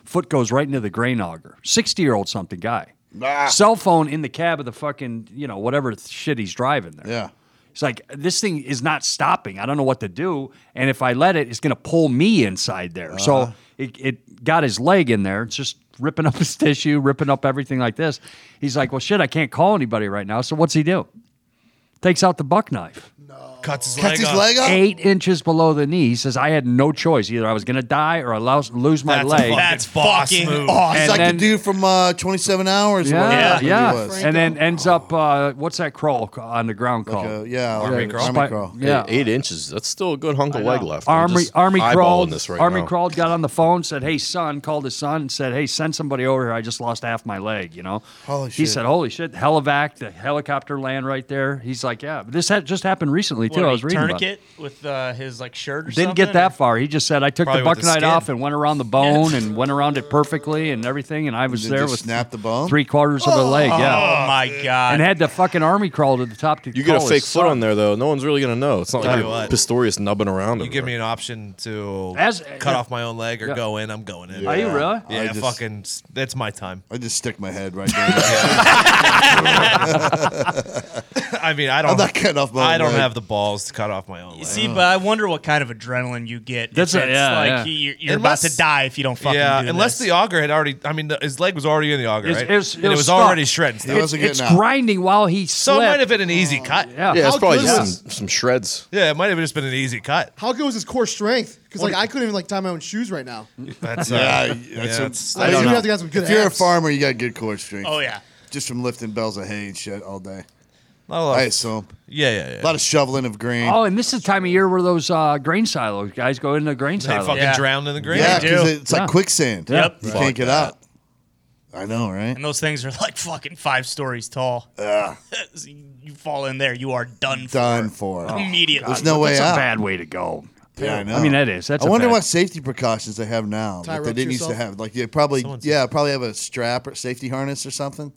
Speaker 8: Foot goes right into the grain auger. Sixty year old something guy. Cell phone in the cab of the fucking you know whatever th- shit he's driving there.
Speaker 1: Yeah.
Speaker 8: It's like this thing is not stopping. I don't know what to do, and if I let it, it's going to pull me inside there.
Speaker 1: Uh-huh.
Speaker 8: So it, it got his leg in there. It's just ripping up his tissue, ripping up everything like this. He's like, "Well, shit, I can't call anybody right now." So what's he do? Takes out the buck knife,
Speaker 2: Cuts his
Speaker 1: Cuts his leg off.
Speaker 8: eight inches below the knee. He says, "I had no choice. Either I was going to die or I lose, lose my
Speaker 6: That's
Speaker 8: leg."
Speaker 6: fucking
Speaker 4: That's boss
Speaker 6: fucking
Speaker 4: move.
Speaker 6: awesome.
Speaker 1: It's
Speaker 8: And
Speaker 1: like
Speaker 8: then-
Speaker 1: the dude from uh, 27 Hours. or whatever
Speaker 8: yeah,
Speaker 1: that movie
Speaker 8: yeah,
Speaker 1: was.
Speaker 8: and then ends up uh, what's that crawl ca- on the ground called?
Speaker 1: Uh, yeah. Army
Speaker 8: crawl?
Speaker 1: Army
Speaker 8: Spy-
Speaker 1: crawl.
Speaker 8: Yeah.
Speaker 5: Eight inches. That's still a good hunk of leg left. I'm
Speaker 8: Army
Speaker 5: just
Speaker 8: Army
Speaker 5: eyeballing
Speaker 8: crawled.
Speaker 5: this right
Speaker 8: Army
Speaker 5: now.
Speaker 8: crawled. Got on the phone. Said, "Hey, son." Called his son and said, "Hey, send somebody over here. I just lost half my leg." You know.
Speaker 1: Holy
Speaker 8: He
Speaker 1: shit.
Speaker 8: said, "Holy shit!" Helivac, the helicopter land right there. He's like, "Yeah, this had just happened recently too."
Speaker 6: What,
Speaker 8: I
Speaker 6: a
Speaker 8: was reading about. it.
Speaker 6: tourniquet with uh, his like shirt or
Speaker 8: Didn't
Speaker 6: something,
Speaker 8: get that
Speaker 6: or-
Speaker 8: far. He just said, "I took
Speaker 4: Probably
Speaker 8: the
Speaker 4: with
Speaker 8: buck
Speaker 4: the
Speaker 8: knife
Speaker 4: skin.
Speaker 8: off and went around the bone and went around it perfectly and everything." And I was
Speaker 1: Did
Speaker 8: there
Speaker 1: just
Speaker 8: with
Speaker 1: snap the bone?
Speaker 8: three quarters of a leg. Yeah.
Speaker 6: Oh my god.
Speaker 8: And had the fucking army crawl to the top to
Speaker 5: You get a
Speaker 8: call
Speaker 5: fake
Speaker 8: his
Speaker 5: foot
Speaker 8: son.
Speaker 5: on there, though. No one's really going to know. It's not
Speaker 4: Tell
Speaker 5: like
Speaker 4: you
Speaker 5: you're
Speaker 4: what.
Speaker 5: Pistorius nubbing around.
Speaker 4: You give me an option to
Speaker 8: As-
Speaker 4: cut off my own leg or
Speaker 8: Yeah.
Speaker 4: go in. I'm going in.
Speaker 8: Are you really?
Speaker 4: Yeah,
Speaker 1: I just-
Speaker 4: fucking. s- That's my time.
Speaker 1: I just stick my head right there.
Speaker 4: I mean, I don't.
Speaker 1: I'm not cutting off my
Speaker 4: I
Speaker 1: own
Speaker 4: don't
Speaker 1: leg.
Speaker 4: have the balls to cut off my own leg.
Speaker 6: See, but I wonder what kind of adrenaline you get. if
Speaker 8: That's a-
Speaker 6: it's
Speaker 8: yeah,
Speaker 6: like
Speaker 8: yeah.
Speaker 6: he- you're, you're
Speaker 4: Unless-
Speaker 6: about to die if you don't fucking
Speaker 4: yeah,
Speaker 6: do
Speaker 4: unless
Speaker 6: this.
Speaker 4: the auger had already. I mean, the, his leg was already in the auger,
Speaker 8: It's-
Speaker 4: right?
Speaker 8: it's-
Speaker 4: and it
Speaker 8: it's
Speaker 4: was
Speaker 8: stuck.
Speaker 4: already shredding.
Speaker 1: It Oh,
Speaker 4: Stuff.
Speaker 1: wasn't
Speaker 8: It's
Speaker 1: getting out.
Speaker 8: grinding while he
Speaker 4: So it
Speaker 8: slipped.
Speaker 4: might have been an easy cut.
Speaker 8: Yeah.
Speaker 5: Yeah, it's
Speaker 7: How
Speaker 5: probably
Speaker 7: good
Speaker 5: just
Speaker 7: was-
Speaker 5: some, some shreds.
Speaker 4: Yeah, it might have just been an easy cut.
Speaker 7: How good was his core strength? Because like I couldn't even like tie my own shoes right now.
Speaker 4: That's uh,
Speaker 1: Yeah,
Speaker 4: yeah.
Speaker 1: that's what-
Speaker 4: it's-
Speaker 1: I don't
Speaker 7: you
Speaker 1: know.
Speaker 7: have to get some good
Speaker 1: If you're a
Speaker 7: abs.
Speaker 1: farmer, you got good core strength.
Speaker 6: oh yeah,
Speaker 1: Just from lifting bales of hay and shit all day.
Speaker 4: not a lot.
Speaker 1: I
Speaker 4: Of,
Speaker 1: assume.
Speaker 4: yeah, yeah,
Speaker 1: A
Speaker 4: yeah.
Speaker 1: lot of shoveling of grain.
Speaker 8: Oh, and this is the time of year where those uh, grain silos guys go into the grain
Speaker 4: They
Speaker 8: silos.
Speaker 4: fucking
Speaker 6: Yeah.
Speaker 4: drowned in the grave.
Speaker 1: yeah,
Speaker 6: they
Speaker 1: because
Speaker 6: do.
Speaker 1: it's like
Speaker 8: Yeah.
Speaker 1: quicksand.
Speaker 8: Yep.
Speaker 1: You
Speaker 5: Fuck
Speaker 1: can't get
Speaker 5: that.
Speaker 1: out. I know, right?
Speaker 6: and those things are like fucking five stories tall. So you fall in there, you are done. For Oh.
Speaker 1: Done for.
Speaker 6: immediately.
Speaker 1: There's no way
Speaker 8: That's a
Speaker 1: out.
Speaker 8: bad way to go.
Speaker 1: Yeah, I know.
Speaker 8: mean, that is- that's
Speaker 1: I
Speaker 8: a
Speaker 1: wonder
Speaker 8: bad-
Speaker 1: what safety precautions they have now
Speaker 7: Tie
Speaker 1: that
Speaker 7: rope
Speaker 1: they
Speaker 7: to
Speaker 1: didn't used to
Speaker 7: yourself?
Speaker 1: have. Like, yeah, probably,
Speaker 4: Someone's-
Speaker 1: yeah, probably have a strap or safety harness or something. if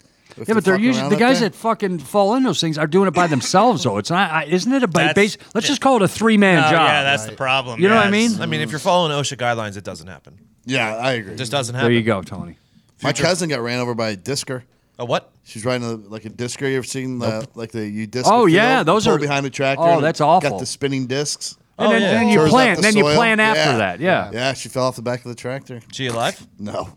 Speaker 8: Yeah, but they're
Speaker 1: fuck
Speaker 8: usually
Speaker 1: around
Speaker 8: the
Speaker 1: up
Speaker 8: guys
Speaker 1: there.
Speaker 8: that fucking fall in those things are doing it by themselves. though it's not, I, isn't it a ba-
Speaker 6: That's-
Speaker 8: base? Let's just call it a three man
Speaker 6: Oh,
Speaker 8: job.
Speaker 6: yeah, that's the problem.
Speaker 8: You know what I
Speaker 6: yes.
Speaker 8: mean?
Speaker 4: I mean, if you're following OSHA guidelines, it doesn't happen.
Speaker 1: Yeah, I agree.
Speaker 4: It just doesn't happen.
Speaker 8: there you go, Tony.
Speaker 1: My cousin got ran over by a discer.
Speaker 4: A what?
Speaker 1: She's riding a, like a disc. You ever seen the, like the you disc?
Speaker 8: Oh,
Speaker 1: the
Speaker 8: yeah,
Speaker 1: field,
Speaker 8: those
Speaker 1: pull
Speaker 8: are-
Speaker 1: behind the tractor.
Speaker 8: Oh,
Speaker 1: and
Speaker 8: that's
Speaker 1: Got
Speaker 8: awful.
Speaker 1: the spinning discs.
Speaker 8: And then,
Speaker 4: yeah.
Speaker 8: then
Speaker 1: Tears
Speaker 8: you
Speaker 1: up
Speaker 8: plan.
Speaker 1: the
Speaker 8: Then you
Speaker 1: soil.
Speaker 8: plan after that. Yeah.
Speaker 1: yeah, she fell off the back of the tractor.
Speaker 4: She alive?
Speaker 1: No,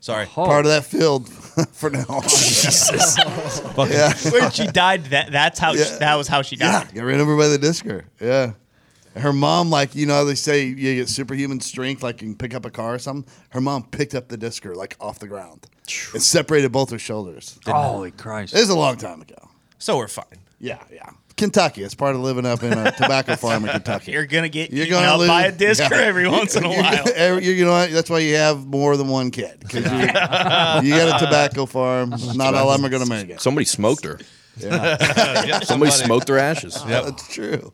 Speaker 4: Sorry.
Speaker 8: Oh.
Speaker 1: part of that field for now.
Speaker 4: Fucking-
Speaker 6: Where she died. That that's how she, that was how she
Speaker 1: Yeah,
Speaker 6: died.
Speaker 1: got ran over by the discer. Yeah. Her mom, like, you know, how they say you get superhuman strength, like you can pick up a car or something. Her mom picked up the discer, like, off the ground. It separated both her shoulders.
Speaker 8: Holy Christ!
Speaker 1: It was a long time ago.
Speaker 4: So we're fine.
Speaker 1: Yeah, yeah. Kentucky. It's part of living up in a tobacco farm in Kentucky.
Speaker 6: You're gonna get
Speaker 1: You're
Speaker 6: eaten
Speaker 1: gonna
Speaker 6: up
Speaker 1: lose-
Speaker 6: by a disc
Speaker 1: Yeah.
Speaker 6: every once in a
Speaker 1: You're
Speaker 6: while.
Speaker 1: gonna- every- you know what? That's why you have more than one kid. 'cause You, you got a tobacco farm. Not all of them are going to make it.
Speaker 5: Somebody smoked her.
Speaker 4: Yep,
Speaker 5: Somebody
Speaker 4: somebody.
Speaker 5: smoked their ashes.
Speaker 4: Yep,
Speaker 1: That's true.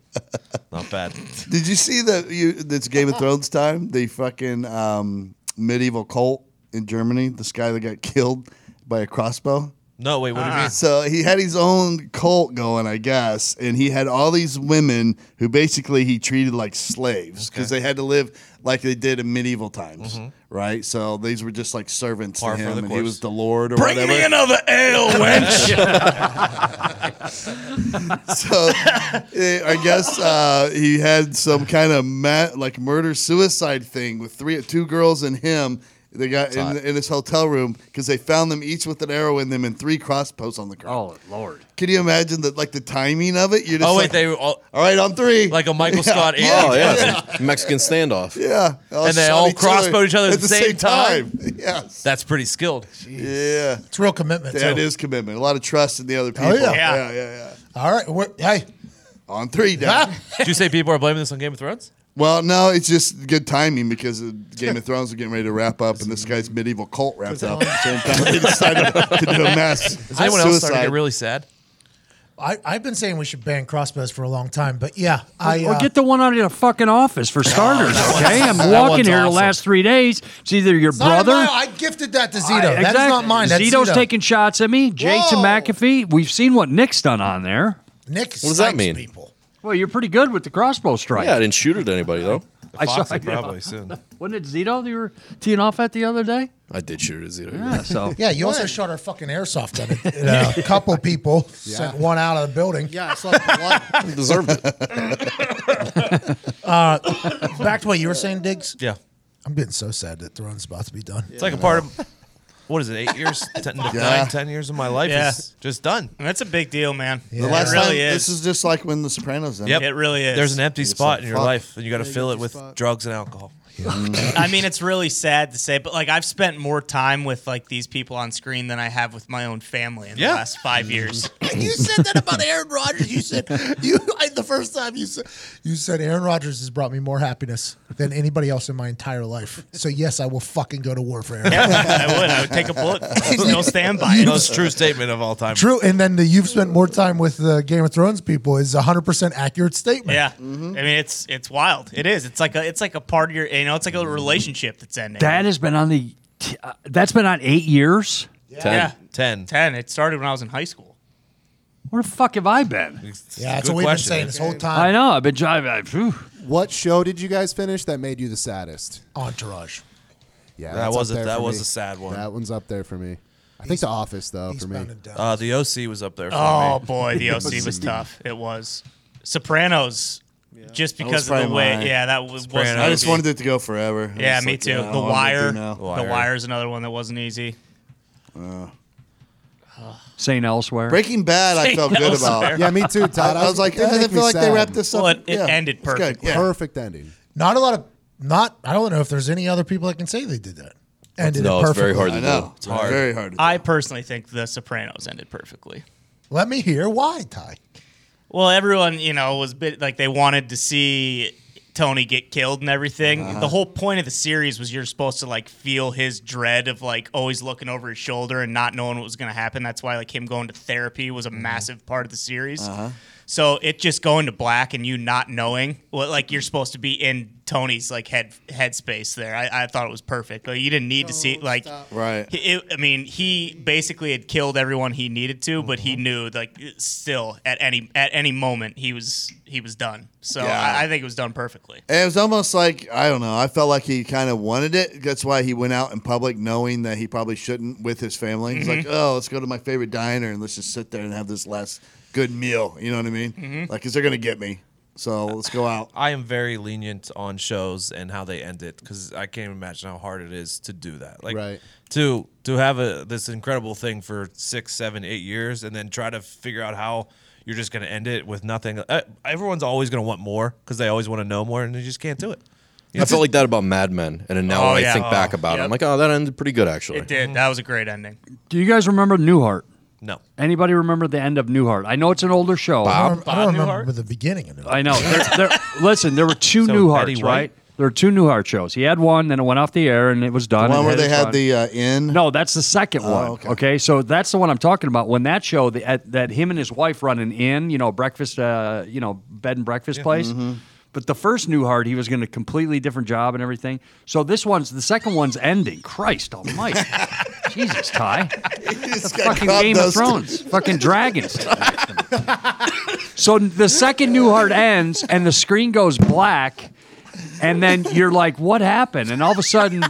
Speaker 4: not bad.
Speaker 1: Did you see that? You that's Game of Thrones time. The fucking um, medieval cult in Germany. This guy that got killed by a crossbow.
Speaker 4: No, wait, what do you mean?
Speaker 1: So he had his own cult going, I guess, and he had all these women who basically he treated like slaves because they had to live like they did in medieval times, right? So these were just like servants
Speaker 4: Mm-hmm. Par
Speaker 1: to
Speaker 4: for
Speaker 1: him,
Speaker 4: the
Speaker 1: and he
Speaker 4: course.
Speaker 1: was the lord or whatever.
Speaker 4: another ale, wench.
Speaker 1: so eh, I guess uh, he had some kind of ma- like murder suicide thing with three two girls and him. They got in, in his hotel room because they found them each with an arrow in them and three crossbows on the ground.
Speaker 8: Oh Lord!
Speaker 1: Can you imagine that? Like the timing of it. You're just
Speaker 4: oh wait,
Speaker 1: like,
Speaker 4: they were all,
Speaker 1: all right on three.
Speaker 4: like a Michael Scott. Ant-
Speaker 5: Oh yeah, Mexican standoff.
Speaker 1: yeah, Oh,
Speaker 4: And they
Speaker 1: shot
Speaker 4: all
Speaker 1: each
Speaker 4: crossbowed each other at the same
Speaker 1: Yes.
Speaker 4: That's pretty skilled.
Speaker 1: yeah.
Speaker 2: It's real commitment.
Speaker 1: That
Speaker 2: too.
Speaker 1: is commitment. A lot of trust in the other people.
Speaker 2: yeah.
Speaker 1: yeah,
Speaker 6: Oh, Yeah.
Speaker 1: yeah, yeah.
Speaker 2: All right. We're, hey,
Speaker 1: On three, down.
Speaker 4: Did you say people are blaming this on Game of Thrones?
Speaker 1: Well, no, it's just good timing because the Game of Thrones are getting ready to wrap up, and this guy's medieval cult wrapped up. At the same time, they decided to do a mass
Speaker 4: Is anyone else starting to
Speaker 1: suicide.
Speaker 4: get really sad?
Speaker 2: I, I've been saying we should ban crossbows for a long time, but yeah, I
Speaker 8: Or
Speaker 2: uh,
Speaker 8: get the one out of the fucking office for starters. okay, I'm walking
Speaker 4: one's
Speaker 8: here
Speaker 4: awesome.
Speaker 8: the last three days. It's either your
Speaker 2: Not
Speaker 8: brother.
Speaker 2: mine. I gifted that to Zito.
Speaker 8: I-
Speaker 2: That is not
Speaker 8: exactly.
Speaker 2: mine. That's
Speaker 8: Zito's
Speaker 2: Zito.
Speaker 8: taking shots at me. Jake's
Speaker 2: Whoa.
Speaker 8: and McAfee. We've seen what Nick's done on there.
Speaker 2: Nick. What
Speaker 5: does that mean?
Speaker 2: People.
Speaker 8: Well, you're pretty good with the crossbow strike.
Speaker 5: Yeah, I didn't shoot at anybody though.
Speaker 8: I saw
Speaker 4: Foxy, probably soon.
Speaker 8: Wasn't it Zito that you were teeing off at the other day?
Speaker 5: I did shoot at Zito.
Speaker 8: Yeah. So
Speaker 2: Yeah, you also shot our fucking airsoft at a, at a couple people. Sent one out of the building.
Speaker 7: Yeah, I saw blood.
Speaker 5: Deserved it.
Speaker 2: Back to what you were saying, Diggs.
Speaker 4: Yeah,
Speaker 2: I'm getting so sad that Throne's about to be done.
Speaker 4: it's like a part of what is it? Eight years, ten, nine, ten years of my life
Speaker 6: Yeah.
Speaker 4: is just done.
Speaker 6: That's a big deal, man.
Speaker 1: The
Speaker 6: it
Speaker 1: last
Speaker 6: really
Speaker 1: time,
Speaker 6: is.
Speaker 1: this is just like when The Sopranos ended.
Speaker 6: It really is.
Speaker 4: There's an empty spot in your
Speaker 1: fuck.
Speaker 4: life, and you got to fill it with
Speaker 7: spot.
Speaker 4: drugs and alcohol.
Speaker 6: I mean, it's really sad to say, but like I've spent more time with like these people on screen than I have with my own family in
Speaker 4: Yeah.
Speaker 6: the last five years.
Speaker 2: you said that about Aaron Rodgers. You said you I, the first time you said you said Aaron Rodgers has brought me more happiness than anybody else in my entire life. So yes, I will fucking go to war for Aaron.
Speaker 6: Yeah, I would. I would take a bullet. I still stand by it.
Speaker 4: Most true statement of all time.
Speaker 2: True, and then the you've spent more time with the Game of Thrones people is a hundred percent accurate statement.
Speaker 6: Yeah,
Speaker 1: Mm-hmm.
Speaker 6: I mean it's it's wild. It is. It's like a it's like a part of your you know it's like a relationship that's ending.
Speaker 8: that has been on the. t- uh, that's been on eight years.
Speaker 5: Ten.
Speaker 6: yeah,
Speaker 4: Ten.
Speaker 6: ten. It started when I was in high school.
Speaker 8: Where the fuck have I been?
Speaker 2: yeah,
Speaker 4: Good
Speaker 2: that's what we've
Speaker 4: question.
Speaker 2: been saying this whole time.
Speaker 8: I know. I've been driving. I, phew.
Speaker 9: What show did you guys finish that made you the saddest?
Speaker 2: Entourage.
Speaker 9: Yeah,
Speaker 4: That
Speaker 9: that's up
Speaker 4: was a-
Speaker 9: there
Speaker 4: that
Speaker 9: for
Speaker 4: was
Speaker 9: me.
Speaker 4: a sad one.
Speaker 9: That one's up there for me. I think The Office though
Speaker 2: He's
Speaker 9: for me.
Speaker 2: bound and done.
Speaker 4: Uh, the OC was up there for
Speaker 6: Oh
Speaker 4: me.
Speaker 6: boy, the OC was tough. It was Sopranos, just because of the
Speaker 1: probably
Speaker 6: way.
Speaker 1: mine.
Speaker 6: Yeah, that was.
Speaker 4: Sopranos.
Speaker 6: wasn't
Speaker 1: I just
Speaker 6: easy.
Speaker 1: wanted it to go forever. I
Speaker 6: Yeah,
Speaker 1: was
Speaker 6: me
Speaker 1: like,
Speaker 6: too.
Speaker 1: yeah, I
Speaker 6: the
Speaker 1: don't know what I'm
Speaker 6: Wire.
Speaker 1: gonna do now.
Speaker 6: The
Speaker 4: Wire.
Speaker 6: Wire is another one that wasn't easy.
Speaker 8: Saying elsewhere.
Speaker 1: Breaking Bad, I felt good about.
Speaker 9: Yeah, me too, Todd.
Speaker 1: I was like,
Speaker 9: it
Speaker 1: I feel
Speaker 9: did make me
Speaker 1: like they
Speaker 9: sad.
Speaker 1: wrapped this up.
Speaker 6: Well, it- it
Speaker 1: yeah,
Speaker 6: ended
Speaker 1: it's good,
Speaker 6: perfectly.
Speaker 1: yeah.
Speaker 9: Perfect ending.
Speaker 2: Not a lot of not. I don't know if there's any other people that can say they did that. Ended
Speaker 5: No,
Speaker 2: it
Speaker 5: it's
Speaker 2: perfectly.
Speaker 5: very hard to
Speaker 1: I
Speaker 5: do.
Speaker 1: know. It's hard. Very hard.
Speaker 6: I personally think The Sopranos ended perfectly.
Speaker 2: Let me hear why, Ty.
Speaker 6: Well, everyone, you know, was bit like they wanted to see Tony get killed and everything. The whole point of the series was you're supposed to like feel his dread of like always looking over his shoulder and not knowing what was going to happen. That's why like him going to therapy was a massive part of the series. So it just going to black and you not knowing what like you're supposed to be in Tony's like head headspace there. I, I thought it was perfect. Like you didn't need to see like
Speaker 1: Right.
Speaker 6: he- it- I mean, he basically had killed everyone he needed to, but he
Speaker 1: Mm-hmm.
Speaker 6: knew like still at any at any moment he was he was done. So
Speaker 1: Yeah.
Speaker 6: I, I think it was done perfectly.
Speaker 1: And it was almost like I don't know. I felt like he kind of wanted it. That's why he went out in public, knowing that he probably shouldn't with his family. He's
Speaker 6: Mm-hmm.
Speaker 1: like, "Oh, let's go to my favorite diner and let's just sit there and have this last good meal." You know what I mean?
Speaker 6: Mm-hmm.
Speaker 1: Like, because they're gonna get me. So let's go out.
Speaker 4: I am very lenient on shows and how they end it because I can't even imagine how hard it is to do that. Like
Speaker 9: Right.
Speaker 4: to to have a this incredible thing for six, seven, eight years, and then try to figure out how you're just going to end it with nothing. Uh, everyone's always going to want more because they always want to know more, and they just can't do it.
Speaker 5: I felt like that about Mad Men, and then now
Speaker 6: Oh,
Speaker 5: when I
Speaker 6: yeah.
Speaker 5: think back
Speaker 6: Oh,
Speaker 5: about it, I'm
Speaker 6: yep.
Speaker 5: like, oh, that ended pretty good actually.
Speaker 6: It did. That was a great ending.
Speaker 8: Do you guys remember Newhart?
Speaker 4: No,
Speaker 8: Anybody remember the end of Newhart? I know it's an older show.
Speaker 2: I don't, I
Speaker 4: Bob
Speaker 2: don't remember
Speaker 4: Newhart?
Speaker 2: the beginning of it.
Speaker 8: I know. There- there- listen, there were two
Speaker 4: So,
Speaker 8: Newharts,
Speaker 4: Betty White?
Speaker 8: right? There are two Newhart shows. He had one, then it went off the air, and it was done.
Speaker 1: One
Speaker 8: It
Speaker 1: where they
Speaker 8: its
Speaker 1: had
Speaker 8: run.
Speaker 1: the uh, in.
Speaker 8: No, that's the second one.
Speaker 1: okay.
Speaker 8: Okay. so that's the one I'm talking about. When that show the, at, that him and his wife run an inn, you know, breakfast, uh, you know, bed and breakfast place. But the first Newhart, he was going to completely different job and everything. So this one's the second one's ending. Christ Almighty, Jesus, Ty,
Speaker 1: This guy
Speaker 8: fucking
Speaker 1: caught
Speaker 8: Game of
Speaker 1: those-
Speaker 8: Thrones, fucking dragons. so the second Newhart ends, and the screen goes black, and then you're like, "What happened?" And all of a sudden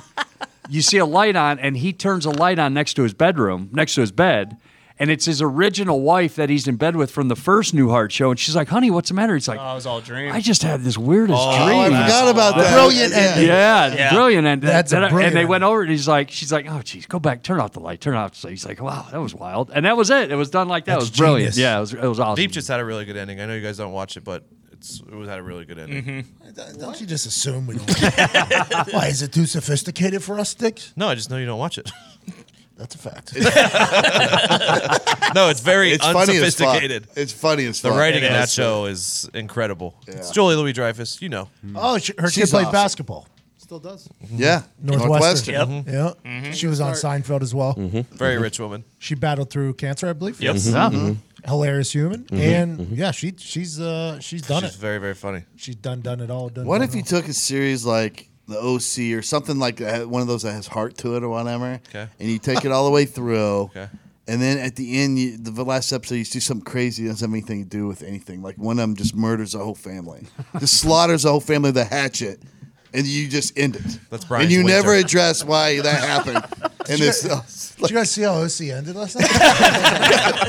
Speaker 8: you see a light on, and he turns a light on next to his bedroom, next to his bed, and it's his original wife that he's in bed with from the first Newhart show. And she's like, "Honey, what's the matter?" He's like,
Speaker 6: Oh, it was all dream.
Speaker 8: "I just had this weirdest
Speaker 1: Oh, I
Speaker 8: dream."
Speaker 1: forgot about that.
Speaker 2: Brilliant
Speaker 1: Yeah.
Speaker 2: ending.
Speaker 8: yeah,
Speaker 6: Yeah.
Speaker 8: brilliant. And
Speaker 2: That's a
Speaker 8: that-
Speaker 2: brilliant
Speaker 8: and they went
Speaker 2: idea.
Speaker 8: over and he's like, she's like, oh geez, go back, turn off the light, turn off. So he's like, wow, that was wild. And that was it. It was done like that.
Speaker 2: That's
Speaker 8: it was brilliant.
Speaker 2: genius.
Speaker 8: Yeah, it was, it was awesome.
Speaker 4: Deep just had a really good ending. I know you guys don't watch it, but it's it was had a really good ending.
Speaker 2: Don't you just assume we don't? Why is it too sophisticated for us, sticks?
Speaker 4: No, I just know you don't watch it.
Speaker 2: That's a fact.
Speaker 1: Mm-hmm.
Speaker 4: no, it's very
Speaker 1: It's funny as fuck.
Speaker 4: unsophisticated.
Speaker 1: It's funny as
Speaker 4: The
Speaker 1: fuck.
Speaker 4: writing
Speaker 6: It
Speaker 4: in that
Speaker 6: is.
Speaker 4: show is incredible. It's Julie Louis Dreyfus, you know.
Speaker 2: oh, she, her
Speaker 1: She's
Speaker 2: kid played
Speaker 1: awesome.
Speaker 2: basketball.
Speaker 7: Still does.
Speaker 1: Yeah.
Speaker 2: Northwestern. Mm-hmm.
Speaker 6: Yep. Mm-hmm.
Speaker 2: Yeah. She was on Seinfeld as well.
Speaker 1: Mm-hmm.
Speaker 4: Very rich woman. Mm-hmm.
Speaker 2: She battled through cancer, I believe.
Speaker 4: Yep.
Speaker 8: yeah.
Speaker 2: Mm-hmm. Hilarious human.
Speaker 1: Mm-hmm.
Speaker 2: And yeah, she she's uh she's done
Speaker 4: She's
Speaker 2: it.
Speaker 4: very, very funny.
Speaker 2: she's done done it all. Done,
Speaker 1: What
Speaker 2: done
Speaker 1: if you
Speaker 2: all.
Speaker 1: took a series like the OC or something like that, one of those that has heart to it or whatever,
Speaker 4: Okay.
Speaker 1: and you take it all the way through,
Speaker 4: Okay.
Speaker 1: and then at the end, you, the last episode, you see something crazy that doesn't have anything to do with anything. Like one of them just murders a whole family, just slaughters a whole family with a hatchet, and you just end it.
Speaker 4: That's Brian's
Speaker 1: And you
Speaker 4: winter.
Speaker 1: never address why that happened. And it's uh,
Speaker 2: Did you guys see how OC ended last night?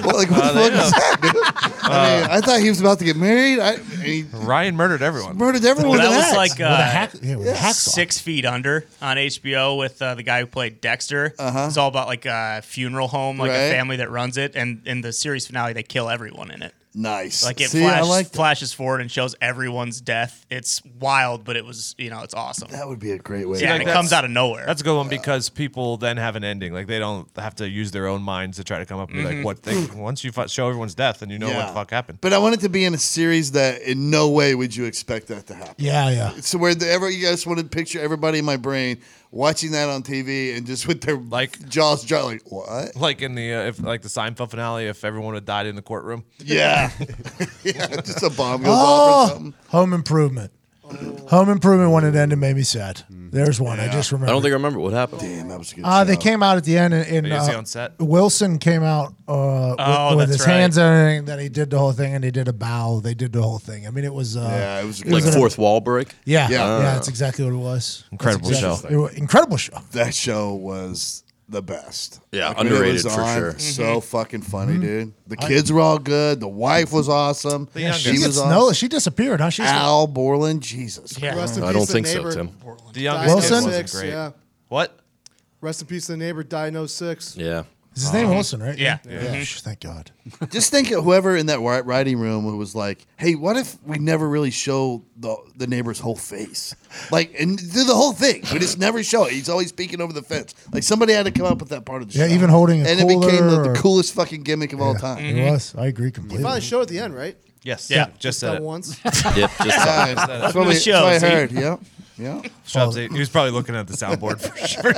Speaker 1: like, what
Speaker 4: Uh,
Speaker 1: the fuck is happening? I, mean, I thought he was about to get married. I, and he
Speaker 4: Ryan murdered everyone.
Speaker 1: murdered everyone.
Speaker 6: Well,
Speaker 1: with
Speaker 6: that
Speaker 1: an
Speaker 6: was
Speaker 1: axe.
Speaker 6: like
Speaker 2: With a
Speaker 6: uh,
Speaker 2: hack- yeah, with a hacksaw.
Speaker 6: Six Feet Under on HBO with uh, the guy who played Dexter. Uh-huh. It's all about like a funeral home, like
Speaker 1: Right.
Speaker 6: a family that runs it, and in the series finale, they kill everyone in it.
Speaker 1: nice.
Speaker 6: Like it
Speaker 1: See, I
Speaker 6: flash,
Speaker 1: like that.
Speaker 6: flashes forward and shows everyone's death. It's wild, but it was you know it's awesome.
Speaker 1: That would be a great way.
Speaker 6: yeah,
Speaker 1: to
Speaker 6: and it
Speaker 4: that's-
Speaker 6: comes out of nowhere.
Speaker 4: That's a good one because people then have an ending. Like they don't have to use their own minds to try to come up with like what they. Once you fu- show everyone's death, and you know what
Speaker 1: Mm-hmm. Yeah.
Speaker 4: the fuck happened.
Speaker 1: But I want it to be in a series that in no way would you expect that to happen.
Speaker 2: yeah, yeah.
Speaker 1: So where the, ever you guys want to picture everybody in my brain watching that on TV and just with their
Speaker 4: Like-
Speaker 1: jaws dry, like what?
Speaker 4: Like in the uh, if like the Seinfeld finale, if everyone had died in the courtroom,
Speaker 1: Yeah, yeah. Just a bomb goes off or
Speaker 2: Oh,
Speaker 1: something. Oh.
Speaker 2: Home Improvement. Home Improvement when it ended made me sad.
Speaker 1: Mm.
Speaker 2: There's one I just remember.
Speaker 5: I don't think I remember what happened.
Speaker 1: Damn, that was a good.
Speaker 2: Uh, they
Speaker 1: show.
Speaker 2: came out at the end, and, and,
Speaker 4: Is he
Speaker 2: uh,
Speaker 4: on set?
Speaker 2: Wilson came out uh, with,
Speaker 6: Oh,
Speaker 2: with
Speaker 6: that's
Speaker 2: his
Speaker 6: right.
Speaker 2: hands and everything. Then he did the whole thing, and he did a bow. They did the whole thing. I mean, it was uh,
Speaker 1: Yeah, it was a
Speaker 5: Like
Speaker 1: good-
Speaker 5: fourth wall break.
Speaker 2: yeah, yeah,
Speaker 1: Yeah.
Speaker 2: That's exactly what it was. That's
Speaker 4: Incredible
Speaker 2: exactly- it was- incredible show.
Speaker 1: that show was the best.
Speaker 5: Yeah,
Speaker 1: when it
Speaker 5: underrated
Speaker 1: was
Speaker 5: for
Speaker 1: on,
Speaker 5: sure.
Speaker 1: So fucking funny, dude. The kids were all good. The wife was awesome.
Speaker 4: The youngest.
Speaker 1: she
Speaker 2: She
Speaker 1: was
Speaker 2: gets
Speaker 1: awesome.
Speaker 2: no. She disappeared, huh? She's
Speaker 1: Al Borland, Jesus.
Speaker 6: yeah.
Speaker 7: Rest in
Speaker 5: I
Speaker 7: peace
Speaker 5: don't
Speaker 7: to
Speaker 5: think
Speaker 7: the
Speaker 5: so,
Speaker 7: neighbor.
Speaker 5: Tim.
Speaker 4: the
Speaker 7: Died
Speaker 4: youngest
Speaker 2: Wilson?
Speaker 4: kid wasn't
Speaker 7: 06,
Speaker 4: great.
Speaker 7: Yeah.
Speaker 4: What?
Speaker 7: Rest in peace to the neighbor. Died in 06.
Speaker 5: Yeah.
Speaker 2: is his name Wilson, right?
Speaker 6: yeah.
Speaker 2: Gosh, thank God.
Speaker 1: Just think of whoever in that wi- writing room who was like, "Hey, what if we never really show the the neighbor's whole face, like, and do the whole thing? We just never show it. He's always peeking over the fence. Like somebody had to come up with that part of the
Speaker 2: Yeah,
Speaker 1: show.
Speaker 2: even holding a
Speaker 1: and it became the,
Speaker 2: cooler
Speaker 1: the
Speaker 2: or-
Speaker 1: coolest fucking gimmick of all time.
Speaker 2: It was. I agree completely.
Speaker 7: Finally showed at the end, right?
Speaker 4: Yes.
Speaker 6: Yeah.
Speaker 4: Just
Speaker 7: That
Speaker 4: said it.
Speaker 7: once.
Speaker 5: Yep. Just
Speaker 1: Yeah, that's, what we, that's what I
Speaker 6: shows, eh?
Speaker 1: heard. Yeah, yeah.
Speaker 4: Shubs, he was probably looking at the soundboard for sure.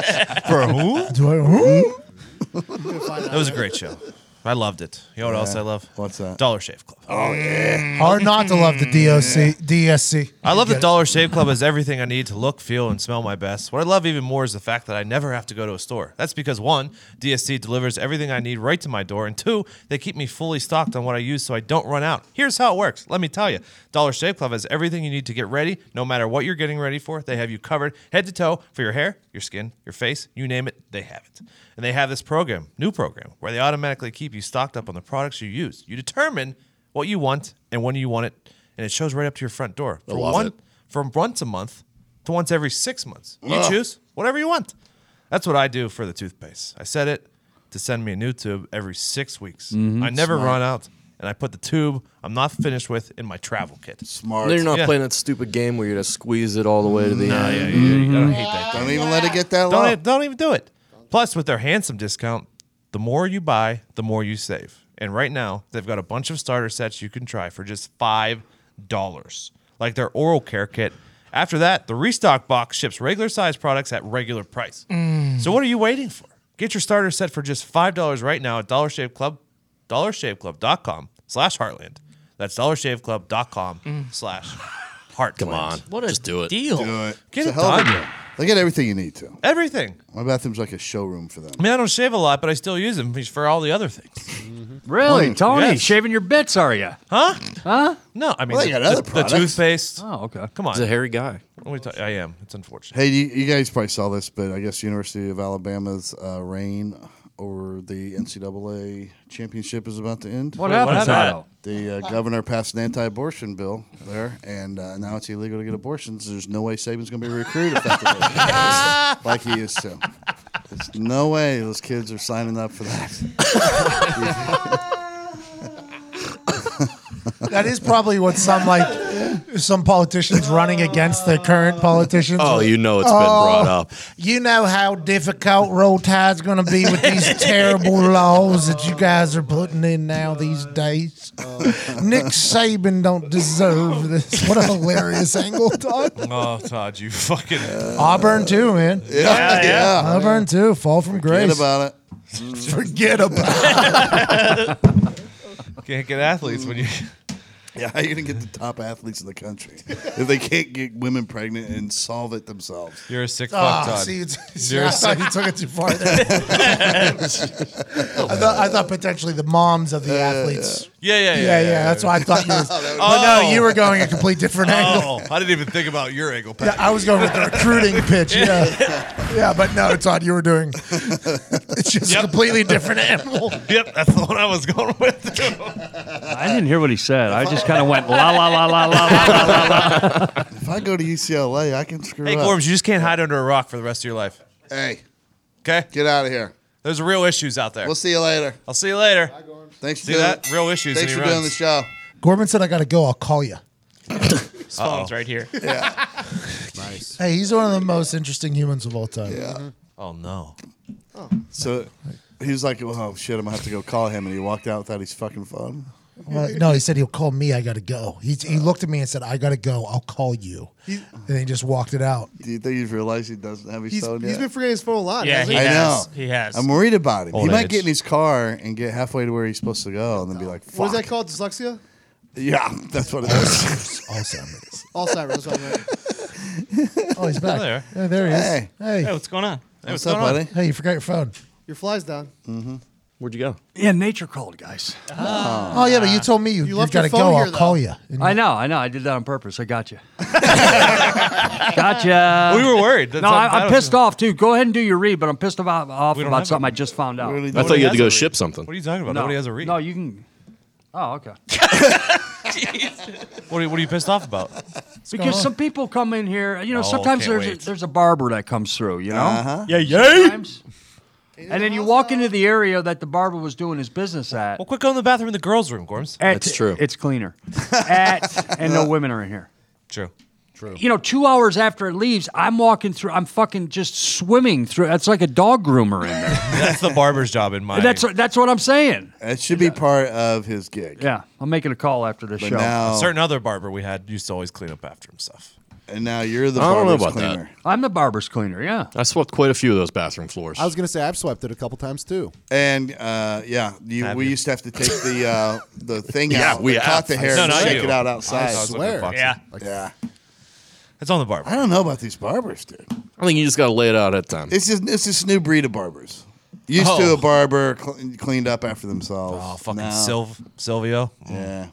Speaker 4: for who?
Speaker 2: Do I- Ooh.
Speaker 4: That was a great show. I loved it. You know what else I love?
Speaker 1: What's that?
Speaker 4: Dollar Shave Club.
Speaker 2: Hard not to
Speaker 1: Hmm.
Speaker 2: love the DOC, DSC.
Speaker 4: I love that Dollar Shave Club has everything I need to look, feel, and smell my best. What I love even more is the fact that I never have to go to a store. That's because one, DSC delivers everything I need right to my door, and two, they keep me fully stocked on what I use so I don't run out. Here's how it works. Let me tell you Dollar Shave Club has everything you need to get ready, no matter what you're getting ready for. They have you covered head to toe for your hair, your skin, your face, you name it, they have it. And they have this program, new program, where they automatically keep you stocked up on the products you use. You determine what you want and when you want it. And it shows right up to your front door for
Speaker 5: love
Speaker 4: one
Speaker 5: it.
Speaker 4: from once a month to once every six months. You choose whatever you want. That's what I do for the toothpaste. I set it to send me a new tube every six weeks.
Speaker 5: Mm-hmm.
Speaker 4: I never run out, and I put the tube I'm not finished with in my travel kit.
Speaker 1: Smart.
Speaker 5: They're not
Speaker 4: Yeah.
Speaker 5: playing that stupid game where you just squeeze it all the way to the
Speaker 4: Nah,
Speaker 5: end.
Speaker 4: yeah, you- you- I
Speaker 5: Mm-hmm.
Speaker 4: don't hate that.
Speaker 1: Don't even let it get that long.
Speaker 5: Oh.
Speaker 4: Don't, don't even do it. Plus, with their handsome discount, the more you buy, the more you save. And right now, they've got a bunch of starter sets you can try for just five dollars, like their oral care kit. After that, the restock box ships regular size products at regular price. So what are you waiting for? Get your starter set for just $5 right now at Dollar Shave Club, dollarshaveclub.com slash heartland. That's dollarshaveclub.com slash heartland.
Speaker 5: Come on.
Speaker 6: What a
Speaker 5: Just do it.
Speaker 6: deal.
Speaker 4: Get
Speaker 1: It's a
Speaker 4: it
Speaker 1: hell of a
Speaker 4: done.
Speaker 1: deal. They get everything you need to.
Speaker 4: Everything.
Speaker 1: My bathroom's like a showroom for them.
Speaker 4: I mean, I don't shave a lot, but I still use them for all the other things.
Speaker 8: Really, Tony?
Speaker 4: yes.
Speaker 8: Shaving your bits, are you?
Speaker 4: Huh? Huh? No, I mean,
Speaker 1: Well, they
Speaker 4: the,
Speaker 1: got other
Speaker 4: the- the
Speaker 1: products.
Speaker 4: toothpaste.
Speaker 8: Oh, okay.
Speaker 4: Come on.
Speaker 5: He's a hairy guy.
Speaker 4: What are we ta- I am. It's unfortunate.
Speaker 1: Hey, you, you guys probably saw this, but I guess University of Alabama's uh, reign over the NCAA championship is about to end.
Speaker 8: What happened?
Speaker 4: is that?
Speaker 8: Otto?
Speaker 1: The uh, governor passed an anti-abortion bill there, and uh, now it's illegal to get abortions. There's no way Saban's going to be recruited effectively like he used to. There's no way those kids are signing up for that.
Speaker 2: That is probably what some like some politicians running against the current politicians.
Speaker 5: Oh, you know it's been brought up.
Speaker 2: You know how difficult roll tide's going to be with these terrible laws that you guys are putting in now these days. Nick Saban don't deserve this. What a hilarious angle, Todd.
Speaker 4: Oh, Todd, you fucking.
Speaker 2: Auburn too, man.
Speaker 6: Yeah, yeah.
Speaker 2: Auburn too. Fall from
Speaker 1: Forget
Speaker 2: grace.
Speaker 1: about it.
Speaker 2: Forget about.
Speaker 4: Can't get athletes when you.
Speaker 1: Yeah, how are you going to get the top athletes in the country if they can't get women pregnant and solve it themselves?
Speaker 4: You're a sick fuck,
Speaker 2: Ah,
Speaker 4: Todd.
Speaker 2: see, it's, see,
Speaker 4: You're
Speaker 2: I
Speaker 4: a
Speaker 2: thought you took it too far. There. I, thought, I thought potentially the moms of the athletes.
Speaker 4: yeah, yeah, yeah,
Speaker 2: Yeah, yeah, that's why I thought you. Was, But no, you were going a complete different angle.
Speaker 4: Oh, I didn't even think about your angle, Pat.
Speaker 2: Yeah, I was going with the recruiting pitch. Yeah, yeah, but no, Todd, you were doing. It's just a completely different animal.
Speaker 4: Yep, that's the one I was going with. too.
Speaker 8: Oh. I didn't hear what he said. I just kind of went la la la la la la.
Speaker 1: If I go to UCLA, I can screw
Speaker 4: hey,
Speaker 1: up.
Speaker 4: Gorms, you just can't hide under a rock for the rest of your life.
Speaker 1: Hey,
Speaker 4: Okay?
Speaker 1: get out of here.
Speaker 4: There's real issues out there.
Speaker 1: We'll see you later.
Speaker 4: I'll see you later.
Speaker 1: Thanks for
Speaker 4: See
Speaker 1: doing
Speaker 4: that? Real issues.
Speaker 1: Thanks
Speaker 4: and
Speaker 1: for
Speaker 4: he
Speaker 1: doing the
Speaker 4: runs.
Speaker 1: show.
Speaker 2: Gorman said, "I got to go. I'll call you."
Speaker 6: His phone's right here.
Speaker 2: Hey, he's one of the most interesting humans of all time.
Speaker 1: Yeah.
Speaker 4: Oh, no.
Speaker 1: So he was like, "Well, oh shit, I'm gonna have to go call him," and he walked out without his fucking phone.
Speaker 2: Well, no, he said he'll call me. I got to go. He, he looked at me and said, "I got to go. I'll call you." and he just walked it out.
Speaker 1: Do you think he's realized he doesn't have his
Speaker 7: He's,
Speaker 1: phone
Speaker 7: he's
Speaker 1: yet?
Speaker 7: been forgetting his phone a lot.
Speaker 6: Yeah,
Speaker 7: hasn't
Speaker 6: he
Speaker 7: he?
Speaker 1: I
Speaker 6: has.
Speaker 1: know.
Speaker 6: He has.
Speaker 1: I'm worried about him.
Speaker 4: Old
Speaker 1: he might
Speaker 4: age.
Speaker 1: get in his car and get halfway to where he's supposed to go, and then be like, "Fuck."
Speaker 7: What is that called? Dyslexia?
Speaker 1: Yeah, that's what it is.
Speaker 2: Alzheimer's.
Speaker 7: Alzheimer's. That's what I'm right.
Speaker 2: Oh, he's back.
Speaker 4: There.
Speaker 2: Yeah, there he is.
Speaker 1: Hey.
Speaker 2: Hey.
Speaker 6: Hey,
Speaker 2: hey,
Speaker 6: what's going on? Hey,
Speaker 1: What's up, buddy?
Speaker 2: you forgot your phone.
Speaker 7: Your fly's down.
Speaker 5: Where'd you go?
Speaker 8: Yeah, nature called, guys.
Speaker 2: Oh yeah, but you told me you, you
Speaker 7: left
Speaker 2: got to
Speaker 7: your
Speaker 2: go.
Speaker 7: phone here,
Speaker 2: I'll call
Speaker 7: though.
Speaker 2: you. And
Speaker 8: I know, I know. I did that on purpose. I got you. gotcha.
Speaker 4: We were worried. That's
Speaker 8: No,
Speaker 4: all-
Speaker 8: I,
Speaker 4: that
Speaker 8: am
Speaker 4: was-
Speaker 8: pissed off too. Go ahead and do your read, but I'm pissed about, off
Speaker 4: We don't have
Speaker 8: about something
Speaker 4: one.
Speaker 8: I just found out.
Speaker 1: Really
Speaker 5: I
Speaker 1: don't-
Speaker 5: thought you had to go
Speaker 4: has a
Speaker 5: ship
Speaker 4: read?
Speaker 5: something.
Speaker 4: What are you talking about?
Speaker 8: No.
Speaker 4: Nobody has a read.
Speaker 8: No, you can. Oh, okay.
Speaker 4: What, are, what are you pissed off about?
Speaker 8: Because some people come in here, you know.
Speaker 4: Oh,
Speaker 8: sometimes
Speaker 4: can't
Speaker 8: there's a,
Speaker 4: wait. Uh-huh.
Speaker 8: there's a barber that comes through, you know.
Speaker 6: Yeah, yeah.
Speaker 8: Sometimes. And then you walk into the area that the barber was doing his business at.
Speaker 4: Well, quick, go in the bathroom in the girls' room, Gorms.
Speaker 8: At-
Speaker 5: That's true.
Speaker 8: It's cleaner. At and no women are in here.
Speaker 4: True.
Speaker 8: You know, two hours after it leaves, I'm walking through. I'm fucking just swimming through. It's like a dog groomer in there.
Speaker 4: That's the barber's job in my.
Speaker 8: that's what- that's what I'm saying.
Speaker 1: That should be part of his gig.
Speaker 8: Yeah, I'm making a call after this
Speaker 1: But
Speaker 8: show.
Speaker 1: now,
Speaker 4: certain other barber we had used to always clean up after himself.
Speaker 1: and now you're the
Speaker 5: I don't know
Speaker 1: barber's
Speaker 5: about that.
Speaker 1: cleaner.
Speaker 8: I'm the barber's cleaner. Yeah.
Speaker 5: I swept quite a few of those bathroom floors.
Speaker 9: I was gonna say I've swept it a couple times too.
Speaker 1: And uh, yeah, you,
Speaker 4: Have
Speaker 1: we
Speaker 4: you?
Speaker 1: used to have to take the uh, the thing
Speaker 5: Yeah,
Speaker 1: out.
Speaker 5: we
Speaker 1: that
Speaker 5: have.
Speaker 1: caught the hair
Speaker 4: No,
Speaker 1: and
Speaker 4: not
Speaker 1: check
Speaker 4: you.
Speaker 1: it out
Speaker 9: I
Speaker 1: outside.
Speaker 9: swear.
Speaker 6: Yeah.
Speaker 1: Yeah,
Speaker 4: It's on the barber.
Speaker 1: I don't know about these barbers, dude.
Speaker 5: I think you just got to lay it out at time.
Speaker 1: It's just it's this new breed of barbers. Used to
Speaker 4: Oh.
Speaker 1: a barber cl- cleaned up after themselves.
Speaker 4: Oh, fucking
Speaker 1: Now-
Speaker 4: Silv- Silvio.
Speaker 1: Yeah.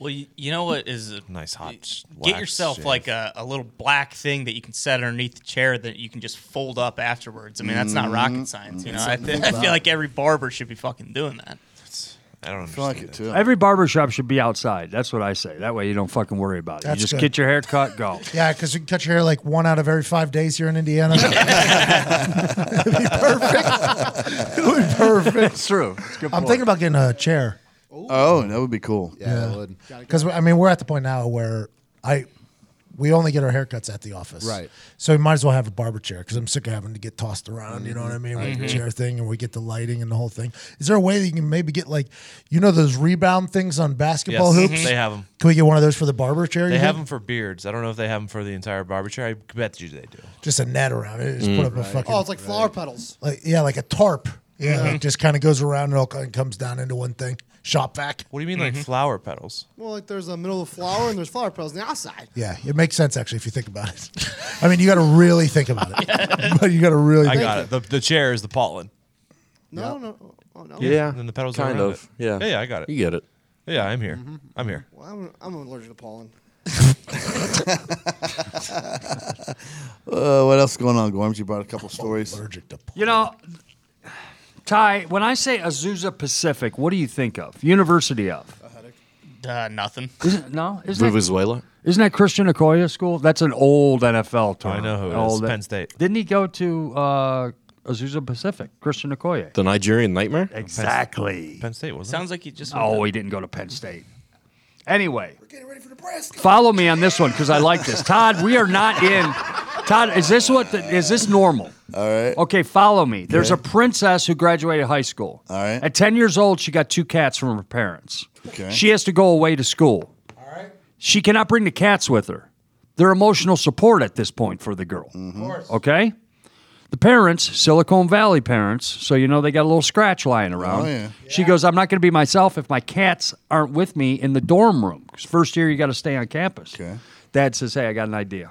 Speaker 6: Well, you, you know what is a,
Speaker 4: Nice hot sh-
Speaker 6: Get
Speaker 4: wax
Speaker 6: yourself
Speaker 4: shave.
Speaker 6: like a, a little black thing that you can set underneath the chair that you can just fold up afterwards. I mean, that's not rocket science, you know. I, th- I feel like every barber should be fucking doing that.
Speaker 4: I don't
Speaker 1: I
Speaker 4: understand
Speaker 1: like it
Speaker 4: it.
Speaker 1: too.
Speaker 8: Every barber shop should be outside. That's what I say. That way you don't fucking worry about it.
Speaker 2: That's
Speaker 8: you just
Speaker 2: good.
Speaker 8: get your hair cut, go.
Speaker 2: Yeah, because you can cut your hair like one out of every five days here in Indiana.
Speaker 8: Perfect. it's true. It's a good
Speaker 2: I'm
Speaker 8: point.
Speaker 2: thinking about getting a chair
Speaker 1: oh, that would be cool.
Speaker 9: Yeah, that would.
Speaker 2: because I mean we're at the point now where I We only get our haircuts at the office,
Speaker 9: Right.
Speaker 2: So we might as well have a barber chair because I'm sick of having to get tossed around. You know what I mean?
Speaker 4: Mm-hmm.
Speaker 2: With the chair thing, and we get the lighting and the whole thing. Is there a way that you can maybe get like, you know, those rebound things on basketball
Speaker 4: Yes, Mm-hmm.
Speaker 2: hoops?
Speaker 4: they have 'em.
Speaker 2: Can we get one of those for the barber chair?
Speaker 4: They
Speaker 1: Mm-hmm.
Speaker 2: you
Speaker 4: have
Speaker 2: think?
Speaker 4: them for beards. I don't know if they have them for the entire barber chair. I bet you they do.
Speaker 2: just a net around
Speaker 4: Mm.
Speaker 2: it. Just put up a fucking
Speaker 7: Oh, it's like Mm-hmm. flower petals.
Speaker 2: like yeah, like a tarp. Yeah, it just kind of goes around and all kind of comes down into one thing. Shop vac.
Speaker 4: What do you mean, like flower petals?
Speaker 7: Well, like there's a middle of the flower and there's flower petals on the outside.
Speaker 2: Yeah, it makes sense actually if you think about it. I mean, you got to really think about it. but you got to really.
Speaker 4: I
Speaker 2: think
Speaker 4: got it. The, the chair is the pollen.
Speaker 7: No, no, oh no.
Speaker 5: Yeah.
Speaker 4: And then the petals are
Speaker 5: Kind
Speaker 4: around
Speaker 5: of.
Speaker 4: it.
Speaker 5: Yeah.
Speaker 4: Yeah, yeah, I got it.
Speaker 5: You get it.
Speaker 4: Yeah, I'm here.
Speaker 1: Mm-hmm.
Speaker 4: I'm here.
Speaker 7: Well, I'm, I'm allergic to pollen.
Speaker 1: Uh, what else is going on, Gorms? You brought a couple stories.
Speaker 2: Allergic to pollen.
Speaker 8: You know, Ty, when I say Azusa Pacific, what do you think of? University of?
Speaker 6: Uh, nothing.
Speaker 8: Isn't, no, isn't that,
Speaker 5: Venezuela.
Speaker 8: isn't that Christian Okoye School? That's an old NFL term.
Speaker 4: I know who it
Speaker 8: All
Speaker 4: is.
Speaker 8: that-
Speaker 4: Penn State.
Speaker 8: Didn't he go to uh, Azusa Pacific? Christian Okoye.
Speaker 5: The Nigerian nightmare?
Speaker 8: Exactly.
Speaker 4: Penn State wasn't.
Speaker 6: Sounds like you just.
Speaker 8: Oh, he didn't go to Penn State. Anyway, we're getting ready for Nebraska. Follow me on this one because I like this. Todd, we are not in. Todd, is this what? The, is this normal? All right. Okay, follow me. There's a princess who graduated high school. All
Speaker 1: right.
Speaker 8: At 10 years old, she got two cats from her parents.
Speaker 1: Okay.
Speaker 8: She has to go away to school. All right. She cannot bring the cats with her. They're emotional support at this point for the girl. Of course. Okay. The parents, Silicon Valley parents, so you know they got a little scratch lying around.
Speaker 1: Oh, yeah.
Speaker 8: She goes, I'm not going to be myself if my cats aren't with me in the dorm room. 'Cause first year, you got to stay on campus.
Speaker 1: Okay.
Speaker 8: Dad says, Hey, I got an idea.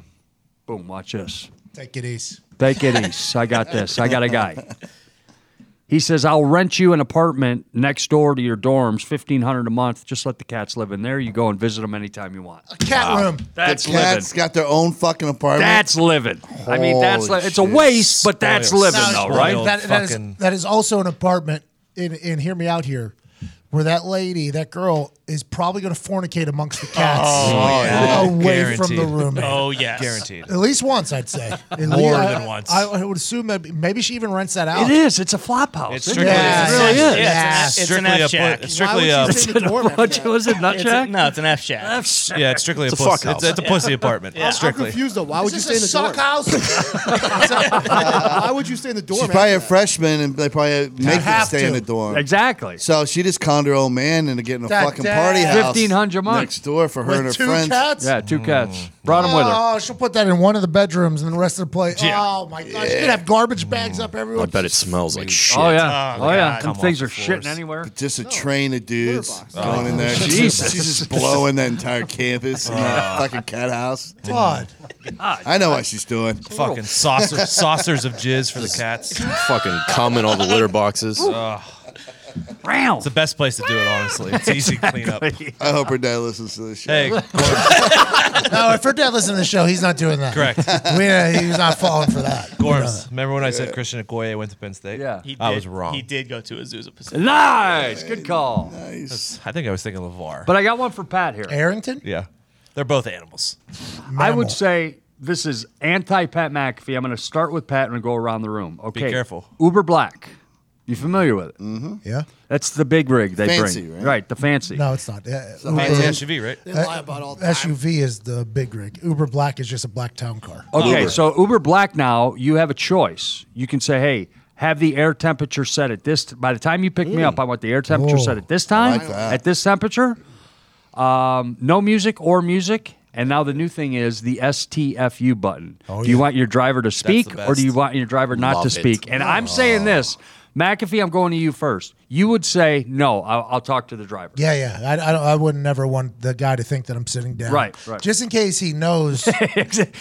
Speaker 8: Boom, watch this.
Speaker 2: Take it easy.
Speaker 8: Take it easy. I got this. I got a guy. He says, I'll rent you an apartment next door to your dorms, 1500 a month. Just let the cats live in there. You go and visit them anytime you want.
Speaker 2: Cat room.
Speaker 8: That's
Speaker 1: the
Speaker 8: living.
Speaker 1: cats got their own fucking apartment.
Speaker 8: That's living. I mean, that's
Speaker 1: Holy
Speaker 8: li- it's a
Speaker 1: shit.
Speaker 8: waste, but that's
Speaker 4: Spoiled.
Speaker 8: living, though,
Speaker 4: Spoiled.
Speaker 8: right?
Speaker 4: Old
Speaker 2: That- that,
Speaker 4: fucking-
Speaker 2: is, that is also an apartment. And, and hear me out here, where that lady, that girl, is probably going to fornicate amongst the cats Oh,
Speaker 4: yeah.
Speaker 2: away from the
Speaker 4: Guaranteed.
Speaker 2: roommate.
Speaker 6: Oh yes.
Speaker 4: guaranteed.
Speaker 2: At least once, I'd say. At least-
Speaker 4: More
Speaker 2: I-
Speaker 4: than once.
Speaker 2: I, I would assume that maybe she even rents that out.
Speaker 8: It is. It's a flop house.
Speaker 4: It's
Speaker 8: isn't
Speaker 4: strictly-
Speaker 8: it?
Speaker 4: Yeah,
Speaker 8: It really
Speaker 6: yeah,
Speaker 8: is.
Speaker 6: yeah. It's an
Speaker 4: strictly
Speaker 6: F
Speaker 4: a
Speaker 6: shack.
Speaker 4: put- it's
Speaker 7: Why would
Speaker 4: strictly
Speaker 7: you
Speaker 4: a
Speaker 7: stay in the dorm after
Speaker 8: What
Speaker 7: that?
Speaker 8: was it?
Speaker 6: It's
Speaker 8: Nutjack?
Speaker 6: a, no, it's an F shack.
Speaker 4: yeah, it's strictly a,
Speaker 5: It's a fuck
Speaker 4: pussy.
Speaker 5: house.
Speaker 4: It's, it's a pussy apartment. It's
Speaker 7: I'm
Speaker 4: strictly.
Speaker 7: confused though. Why would you
Speaker 2: Is
Speaker 7: stay in
Speaker 2: this
Speaker 7: the
Speaker 2: a sock
Speaker 7: dorm?
Speaker 2: house?
Speaker 7: Why would you stay in the dorm?
Speaker 1: She's
Speaker 7: after
Speaker 1: probably a
Speaker 7: that?
Speaker 1: freshman, and they probably make her
Speaker 2: have
Speaker 1: stay
Speaker 2: to.
Speaker 1: in the dorm.
Speaker 8: Exactly.
Speaker 1: So she just conned her old man into getting a
Speaker 2: That
Speaker 1: fucking
Speaker 2: dad.
Speaker 1: party house,
Speaker 8: 1500 a month.
Speaker 1: next door for her and her
Speaker 2: With two
Speaker 1: friends.
Speaker 2: cats?
Speaker 8: Yeah,
Speaker 1: Mm.
Speaker 8: two cats. Brought them with her.
Speaker 2: Oh, she'll put that in one of the bedrooms and the rest of the place. Oh my god, she's gonna have garbage bags up everywhere.
Speaker 5: I bet it smells like shit.
Speaker 8: Oh yeah.
Speaker 6: Oh,
Speaker 8: Oh, yeah.
Speaker 6: God.
Speaker 8: Them
Speaker 4: Come
Speaker 8: things are
Speaker 4: off the floors.
Speaker 8: shitting anywhere.
Speaker 1: Just
Speaker 2: Oh,
Speaker 1: a train of dudes
Speaker 7: box.
Speaker 1: going
Speaker 6: Oh,
Speaker 1: in there. She's just-
Speaker 8: Jesus.
Speaker 1: she's just blowing that entire campus in
Speaker 6: Oh.
Speaker 1: that fucking cat house.
Speaker 2: God.
Speaker 1: I know what she's doing.
Speaker 4: Fucking saucer, saucers of jizz for the cats. It's
Speaker 5: Fucking cum in all the litter boxes.
Speaker 8: Round.
Speaker 4: the best place to do it, honestly. It's easy cleanup.
Speaker 1: I hope her dad listens to this show.
Speaker 4: Hey,
Speaker 2: No, if her dad listened to the show, he's not doing that.
Speaker 4: correct.
Speaker 2: We, uh, he was not falling for that.
Speaker 4: Gorms. Remember when I said Christian Okoye went to Penn State?
Speaker 8: Yeah.
Speaker 6: He
Speaker 4: I
Speaker 6: did-
Speaker 4: was wrong.
Speaker 6: He did go to Azusa Pacific.
Speaker 8: Nice. Good call.
Speaker 4: I think I was thinking Levar.
Speaker 8: But I got one for Pat here.
Speaker 2: Arrington?
Speaker 4: yeah, they're both animals.
Speaker 8: I
Speaker 2: Mammal.
Speaker 8: would say this is anti Pat McAfee. I'm going to start with Pat and go around the room. Okay.
Speaker 4: careful.
Speaker 8: Uber Black. You familiar with it?
Speaker 2: Yeah.
Speaker 8: That's the big rig they
Speaker 1: Fancy,
Speaker 8: bring.
Speaker 1: right?
Speaker 8: the fancy.
Speaker 2: No, it's not. Yeah,
Speaker 4: It's
Speaker 2: Uber-
Speaker 4: an SUV, right?
Speaker 7: They lie about all the time.
Speaker 2: SUV is the big rig. Uber Black is just a black town car.
Speaker 8: Okay, so Uber Black now, you have a choice. You can say, hey, have the air temperature set at this. By the time you pick me up, I want the air temperature set
Speaker 2: Oh,
Speaker 8: at this time,
Speaker 1: like that.
Speaker 8: at this temperature. Um, no music or music. And now the new thing is the STFU button. do you
Speaker 2: Oh, yeah.
Speaker 8: want your driver to speak
Speaker 4: the
Speaker 8: or do you
Speaker 4: best.
Speaker 8: want your driver not
Speaker 5: Love
Speaker 8: to
Speaker 5: it.
Speaker 8: speak? And I'm saying this, McAfee, I'm going to you first. You would say, no, I'll, I'll talk to the driver.
Speaker 2: Yeah, yeah. I, I, don't- I wouldn't never want the guy to think that I'm sitting down.
Speaker 8: Right, right.
Speaker 2: Just in case he knows. just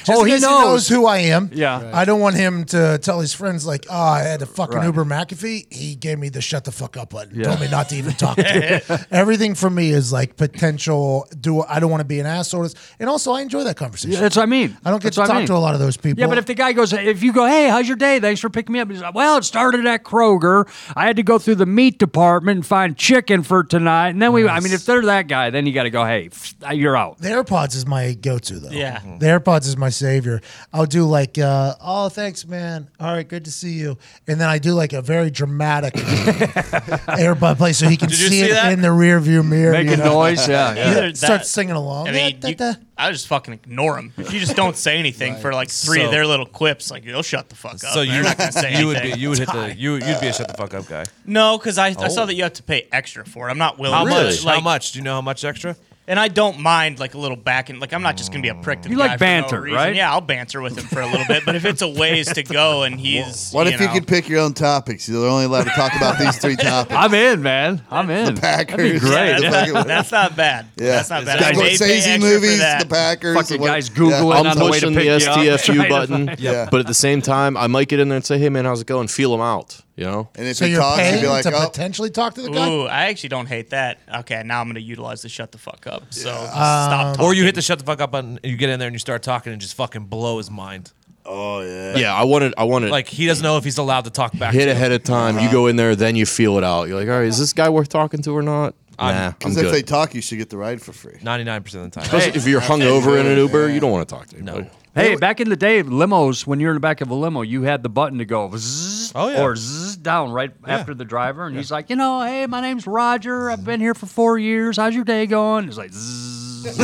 Speaker 8: oh,
Speaker 2: in
Speaker 8: he
Speaker 2: case
Speaker 8: knows.
Speaker 2: who I am.
Speaker 8: Yeah. Right.
Speaker 2: I don't want him to tell his friends like, "Oh, I had a fucking
Speaker 8: Right.
Speaker 2: Uber McAfee. He gave me the shut the fuck up button.
Speaker 8: Yeah.
Speaker 2: Told me not to even talk to him." Everything for me is like potential. Do I don't want to be an asshole? And also, I enjoy that conversation.
Speaker 8: That's what I mean.
Speaker 2: I don't
Speaker 8: That's
Speaker 2: get to
Speaker 8: what
Speaker 2: talk
Speaker 8: I mean.
Speaker 2: to a lot of those people.
Speaker 8: Yeah, but if the guy goes, if you go, hey, how's your day? Thanks for picking me up. He's like, well, it started at Kroger. I had to go through the meat department and find chicken for tonight. And then we, I mean, if they're that guy, then you got to go, hey, pfft, uh, you're out.
Speaker 2: The AirPods is my go-to though.
Speaker 6: Yeah. Mhm.
Speaker 2: the AirPods is my savior. I'll do like, uh, "Oh, thanks, man. All right, good to see you," and then I do like a very dramatic AirPod play so he can
Speaker 4: Did you
Speaker 2: see
Speaker 4: see
Speaker 2: it
Speaker 4: that?
Speaker 2: in the rearview mirror.
Speaker 8: Make
Speaker 2: you
Speaker 8: a
Speaker 2: know?
Speaker 8: noise. Yeah. yeah.
Speaker 6: Either
Speaker 2: Start
Speaker 6: that-
Speaker 1: Oh,
Speaker 2: singing along.
Speaker 6: I mean,
Speaker 2: Da,
Speaker 6: you-
Speaker 2: da, da.
Speaker 6: I would just fucking ignore them. If you just don't say anything for like three
Speaker 4: So-
Speaker 6: of their little quips, like they'll shut the fuck up.
Speaker 4: So
Speaker 6: They're
Speaker 4: you
Speaker 6: not gonna say
Speaker 4: you would
Speaker 6: anything.
Speaker 4: be you would hit the you you'd be a shut the fuck up guy.
Speaker 6: no, because I, I saw that you have to pay extra for it. I'm not willing.
Speaker 4: How
Speaker 6: to,
Speaker 4: much?
Speaker 6: Like,
Speaker 4: how much? Do you know how much extra?
Speaker 6: And I don't mind like a little back and like I'm not just gonna be a prick to the
Speaker 8: You
Speaker 6: guy
Speaker 8: like
Speaker 6: for no
Speaker 8: banter,
Speaker 6: reason.
Speaker 8: right?
Speaker 6: Yeah, I'll banter with him for a little bit. But if it's a ways to go and he's
Speaker 1: What
Speaker 6: you
Speaker 1: if
Speaker 6: know,
Speaker 1: you could pick your own topics? You're only allowed to talk about these three topics.
Speaker 8: I'm in, man. I'm in.
Speaker 1: Packers.
Speaker 8: That'd be
Speaker 6: Yeah,
Speaker 8: great.
Speaker 1: Yeah,
Speaker 6: that's,
Speaker 1: Fucking-
Speaker 6: not, that's not bad.
Speaker 1: Yeah.
Speaker 6: That's not bad.
Speaker 1: Got
Speaker 6: I may pay extra
Speaker 1: Scorsese
Speaker 6: for
Speaker 1: movies,
Speaker 6: that.
Speaker 1: the Packers.
Speaker 8: Fucking
Speaker 1: what-
Speaker 8: guys
Speaker 1: Yeah.
Speaker 8: Googling
Speaker 5: I'm
Speaker 8: on the way to
Speaker 5: pushing the
Speaker 8: pick you up.
Speaker 5: STFU
Speaker 8: Trying to
Speaker 5: button,
Speaker 8: find-
Speaker 1: Yeah.
Speaker 5: but at the same time, I might get in there and say, "Hey, man, how's it going?" Feel them out, you know.
Speaker 1: And if
Speaker 2: So
Speaker 1: he
Speaker 2: you're
Speaker 1: talks, you'd
Speaker 2: paying
Speaker 1: be like,
Speaker 2: to
Speaker 1: oh,
Speaker 2: potentially talk to the guy.
Speaker 6: Ooh, I actually don't hate that. Okay, now I'm gonna utilize the shut the fuck up. So
Speaker 1: Um,
Speaker 6: stop talking.
Speaker 4: Or you hit the shut the fuck up button and you get in there and you start talking and just fucking blow his mind.
Speaker 1: oh yeah.
Speaker 5: Yeah, I wanted, I wanted
Speaker 4: Like he doesn't know if he's allowed to talk back.
Speaker 5: hit
Speaker 4: to you.
Speaker 5: ahead of time. You go in there, then you feel it out. You're like, "All right, is this guy worth talking to or not?" nah, I'm
Speaker 1: Because if they
Speaker 5: good.
Speaker 1: talk, you should get the ride for free.
Speaker 4: 99% of the time.
Speaker 5: Especially if you're hungover in an Uber, you don't want to talk to anybody.
Speaker 8: Hey, back in the day, limos, when you're in the back of a limo, you had the button to go zzz
Speaker 4: Oh, yeah.
Speaker 8: or zzz down right after the driver. And he's like, you know, hey, my name's Roger. I've been here for four years. How's your day going? It's like, zzz.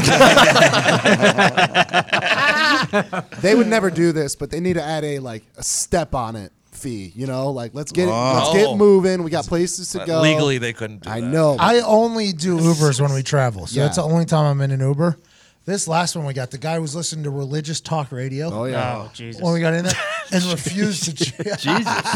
Speaker 9: They would never do this, but they need to add a like a step on it fee. You know, like let's get it, let's
Speaker 4: Oh.
Speaker 9: get moving. We got places to go.
Speaker 4: Legally, they couldn't do
Speaker 9: I
Speaker 4: that.
Speaker 9: know.
Speaker 2: I only do Ubers when we travel, so
Speaker 9: Yeah.
Speaker 2: that's the only time I'm in an Uber. This last one we got, the guy was listening to religious talk radio.
Speaker 9: oh yeah.
Speaker 6: Oh Jesus.
Speaker 2: When we got in there and refused to, ch-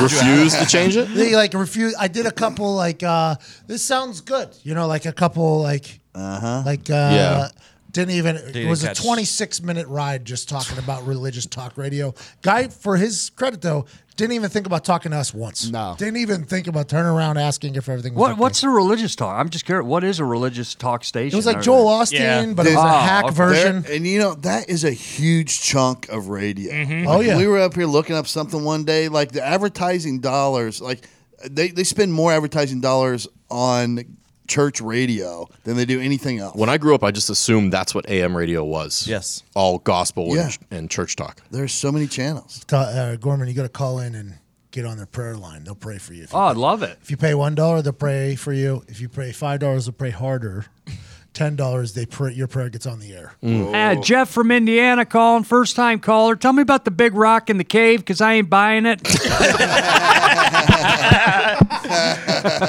Speaker 5: Refuse to change it.
Speaker 2: they like refused. I did a couple like uh this sounds good, you know, like a couple like uh-huh. like uh
Speaker 5: Yeah.
Speaker 2: Didn't even. it
Speaker 4: Didn't
Speaker 2: was
Speaker 4: catch.
Speaker 2: a 26 minute ride just talking about religious talk radio. Guy, for his credit though, didn't even think about talking to us once.
Speaker 9: No.
Speaker 2: Didn't even think about turning around asking if everything was
Speaker 8: what,
Speaker 2: okay.
Speaker 8: what's a religious talk? I'm just curious. What is a religious talk station?
Speaker 2: It was like Joel Austin,
Speaker 6: Yeah.
Speaker 2: but it was
Speaker 8: Oh,
Speaker 2: a hack
Speaker 8: okay.
Speaker 2: version.
Speaker 1: There- and you know that is a huge chunk of radio.
Speaker 2: Oh,
Speaker 1: Like,
Speaker 2: yeah.
Speaker 1: we were up here looking up something one day. Like the advertising dollars, like they they spend more advertising dollars on church radio than they do anything else.
Speaker 5: When I grew up, I just assumed that's what AM radio was.
Speaker 4: Yes.
Speaker 5: all gospel
Speaker 1: Yeah.
Speaker 5: and, and church talk.
Speaker 1: There's so many channels.
Speaker 2: Ca- uh, Gorman, you got to call in and get on their prayer line. They'll pray for you. If,
Speaker 8: Oh, I love it.
Speaker 2: if you pay one dollar, they'll pray for you. If you pay five dollars, they'll pray harder. Ten dollars, they pray, your prayer gets on the air.
Speaker 1: Mm.
Speaker 8: Uh, Jeff from Indiana calling, first time caller. Tell me about the big rock in the cave because I ain't buying it.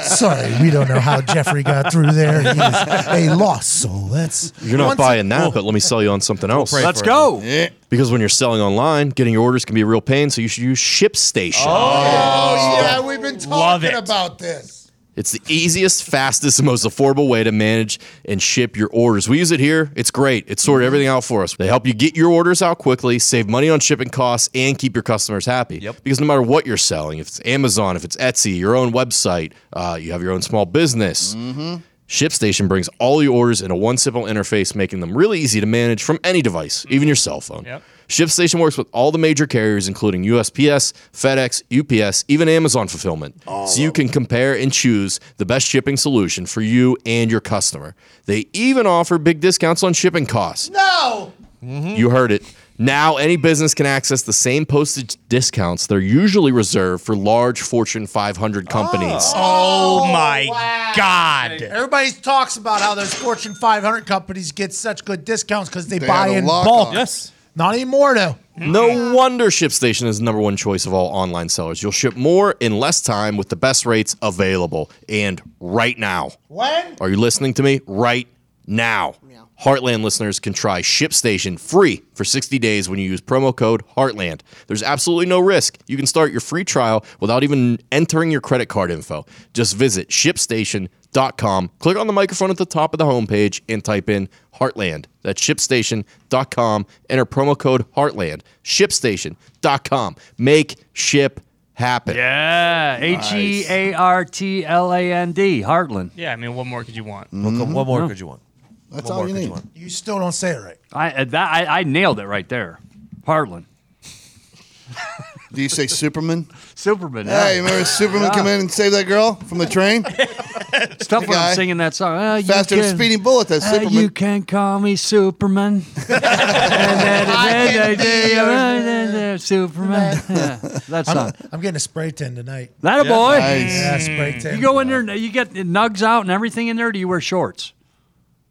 Speaker 2: Sorry, we don't know how Jeffrey got through there. He is a lost soul. That's
Speaker 5: You're not
Speaker 2: Once-
Speaker 5: buying that, but let me sell you on something else.
Speaker 4: pray
Speaker 8: Let's
Speaker 4: for
Speaker 8: go.
Speaker 1: Eh,
Speaker 5: Because when you're selling online, getting your orders can be a real pain, so you should use ShipStation.
Speaker 2: Oh yeah, we've been talking about this.
Speaker 5: It's the easiest, fastest, and most affordable way to manage and ship your orders. We use it here. It's great. It sorted everything out for us. They help you get your orders out quickly, save money on shipping costs, and keep your customers happy.
Speaker 4: Yep.
Speaker 5: Because no matter what you're selling, if it's Amazon, if it's Etsy, your own website, uh, you have your own small business. ShipStation brings all your orders in a one simple interface, making them really easy to manage from any device, even your cell phone.
Speaker 6: Yep.
Speaker 5: ShipStation works with all the major carriers, including USPS, FedEx, UPS, even Amazon Fulfillment. so you can compare and choose the best shipping solution for you and your customer. They even offer big discounts on shipping costs. Mm-hmm.
Speaker 2: No,
Speaker 5: You heard it. Now, any business can access the same postage discounts. They're usually reserved for large Fortune 500 companies.
Speaker 6: Oh my God.
Speaker 2: everybody talks about how those Fortune 500 companies get such good discounts because they,
Speaker 1: They
Speaker 2: buy
Speaker 1: had a
Speaker 2: in
Speaker 1: lock
Speaker 2: bulk.
Speaker 1: on.
Speaker 4: Yes.
Speaker 2: Not anymore though.
Speaker 5: No wonder ShipStation is the number one choice of all online sellers. You'll ship more in less time with the best rates available. And right now.
Speaker 2: When?
Speaker 5: Are you listening to me? Right now. Heartland listeners can try ShipStation free for 60 days when you use promo code Heartland. There's absolutely no risk. You can start your free trial without even entering your credit card info. Just visit shipstation.com, click on the microphone at the top of the homepage, and type in Heartland. That's shipstation.com. Enter promo code Heartland. Shipstation.com. Make ship happen.
Speaker 8: Yeah, H E A R T L A N D, Heartland.
Speaker 6: Yeah, I mean, what more could you want?
Speaker 4: What, what more could you want?
Speaker 1: that's
Speaker 4: What
Speaker 1: all
Speaker 4: more
Speaker 1: you
Speaker 4: could
Speaker 1: need.
Speaker 4: you want?
Speaker 2: You still don't say it right.
Speaker 8: I uh, that I, I nailed it right there, Heartland.
Speaker 1: Do you say Superman?
Speaker 8: Superman.
Speaker 1: Hey,
Speaker 8: yeah.
Speaker 1: remember Superman come in and save that girl from the train?
Speaker 8: it's tough when
Speaker 1: guy.
Speaker 8: I'm singing that song. Uh, you
Speaker 1: Faster than a
Speaker 8: can-
Speaker 1: speeding bullet. That's
Speaker 8: uh,
Speaker 1: Superman.
Speaker 8: you can call me Superman. And then- then- then- then- then- Superman. Yeah, that song.
Speaker 2: I'm getting a spray tan tonight.
Speaker 8: That a boy.
Speaker 1: Nice.
Speaker 4: Mm.
Speaker 2: Yeah, spray tan.
Speaker 8: You go in there, and you get the nugs out and everything in there. Do you wear shorts?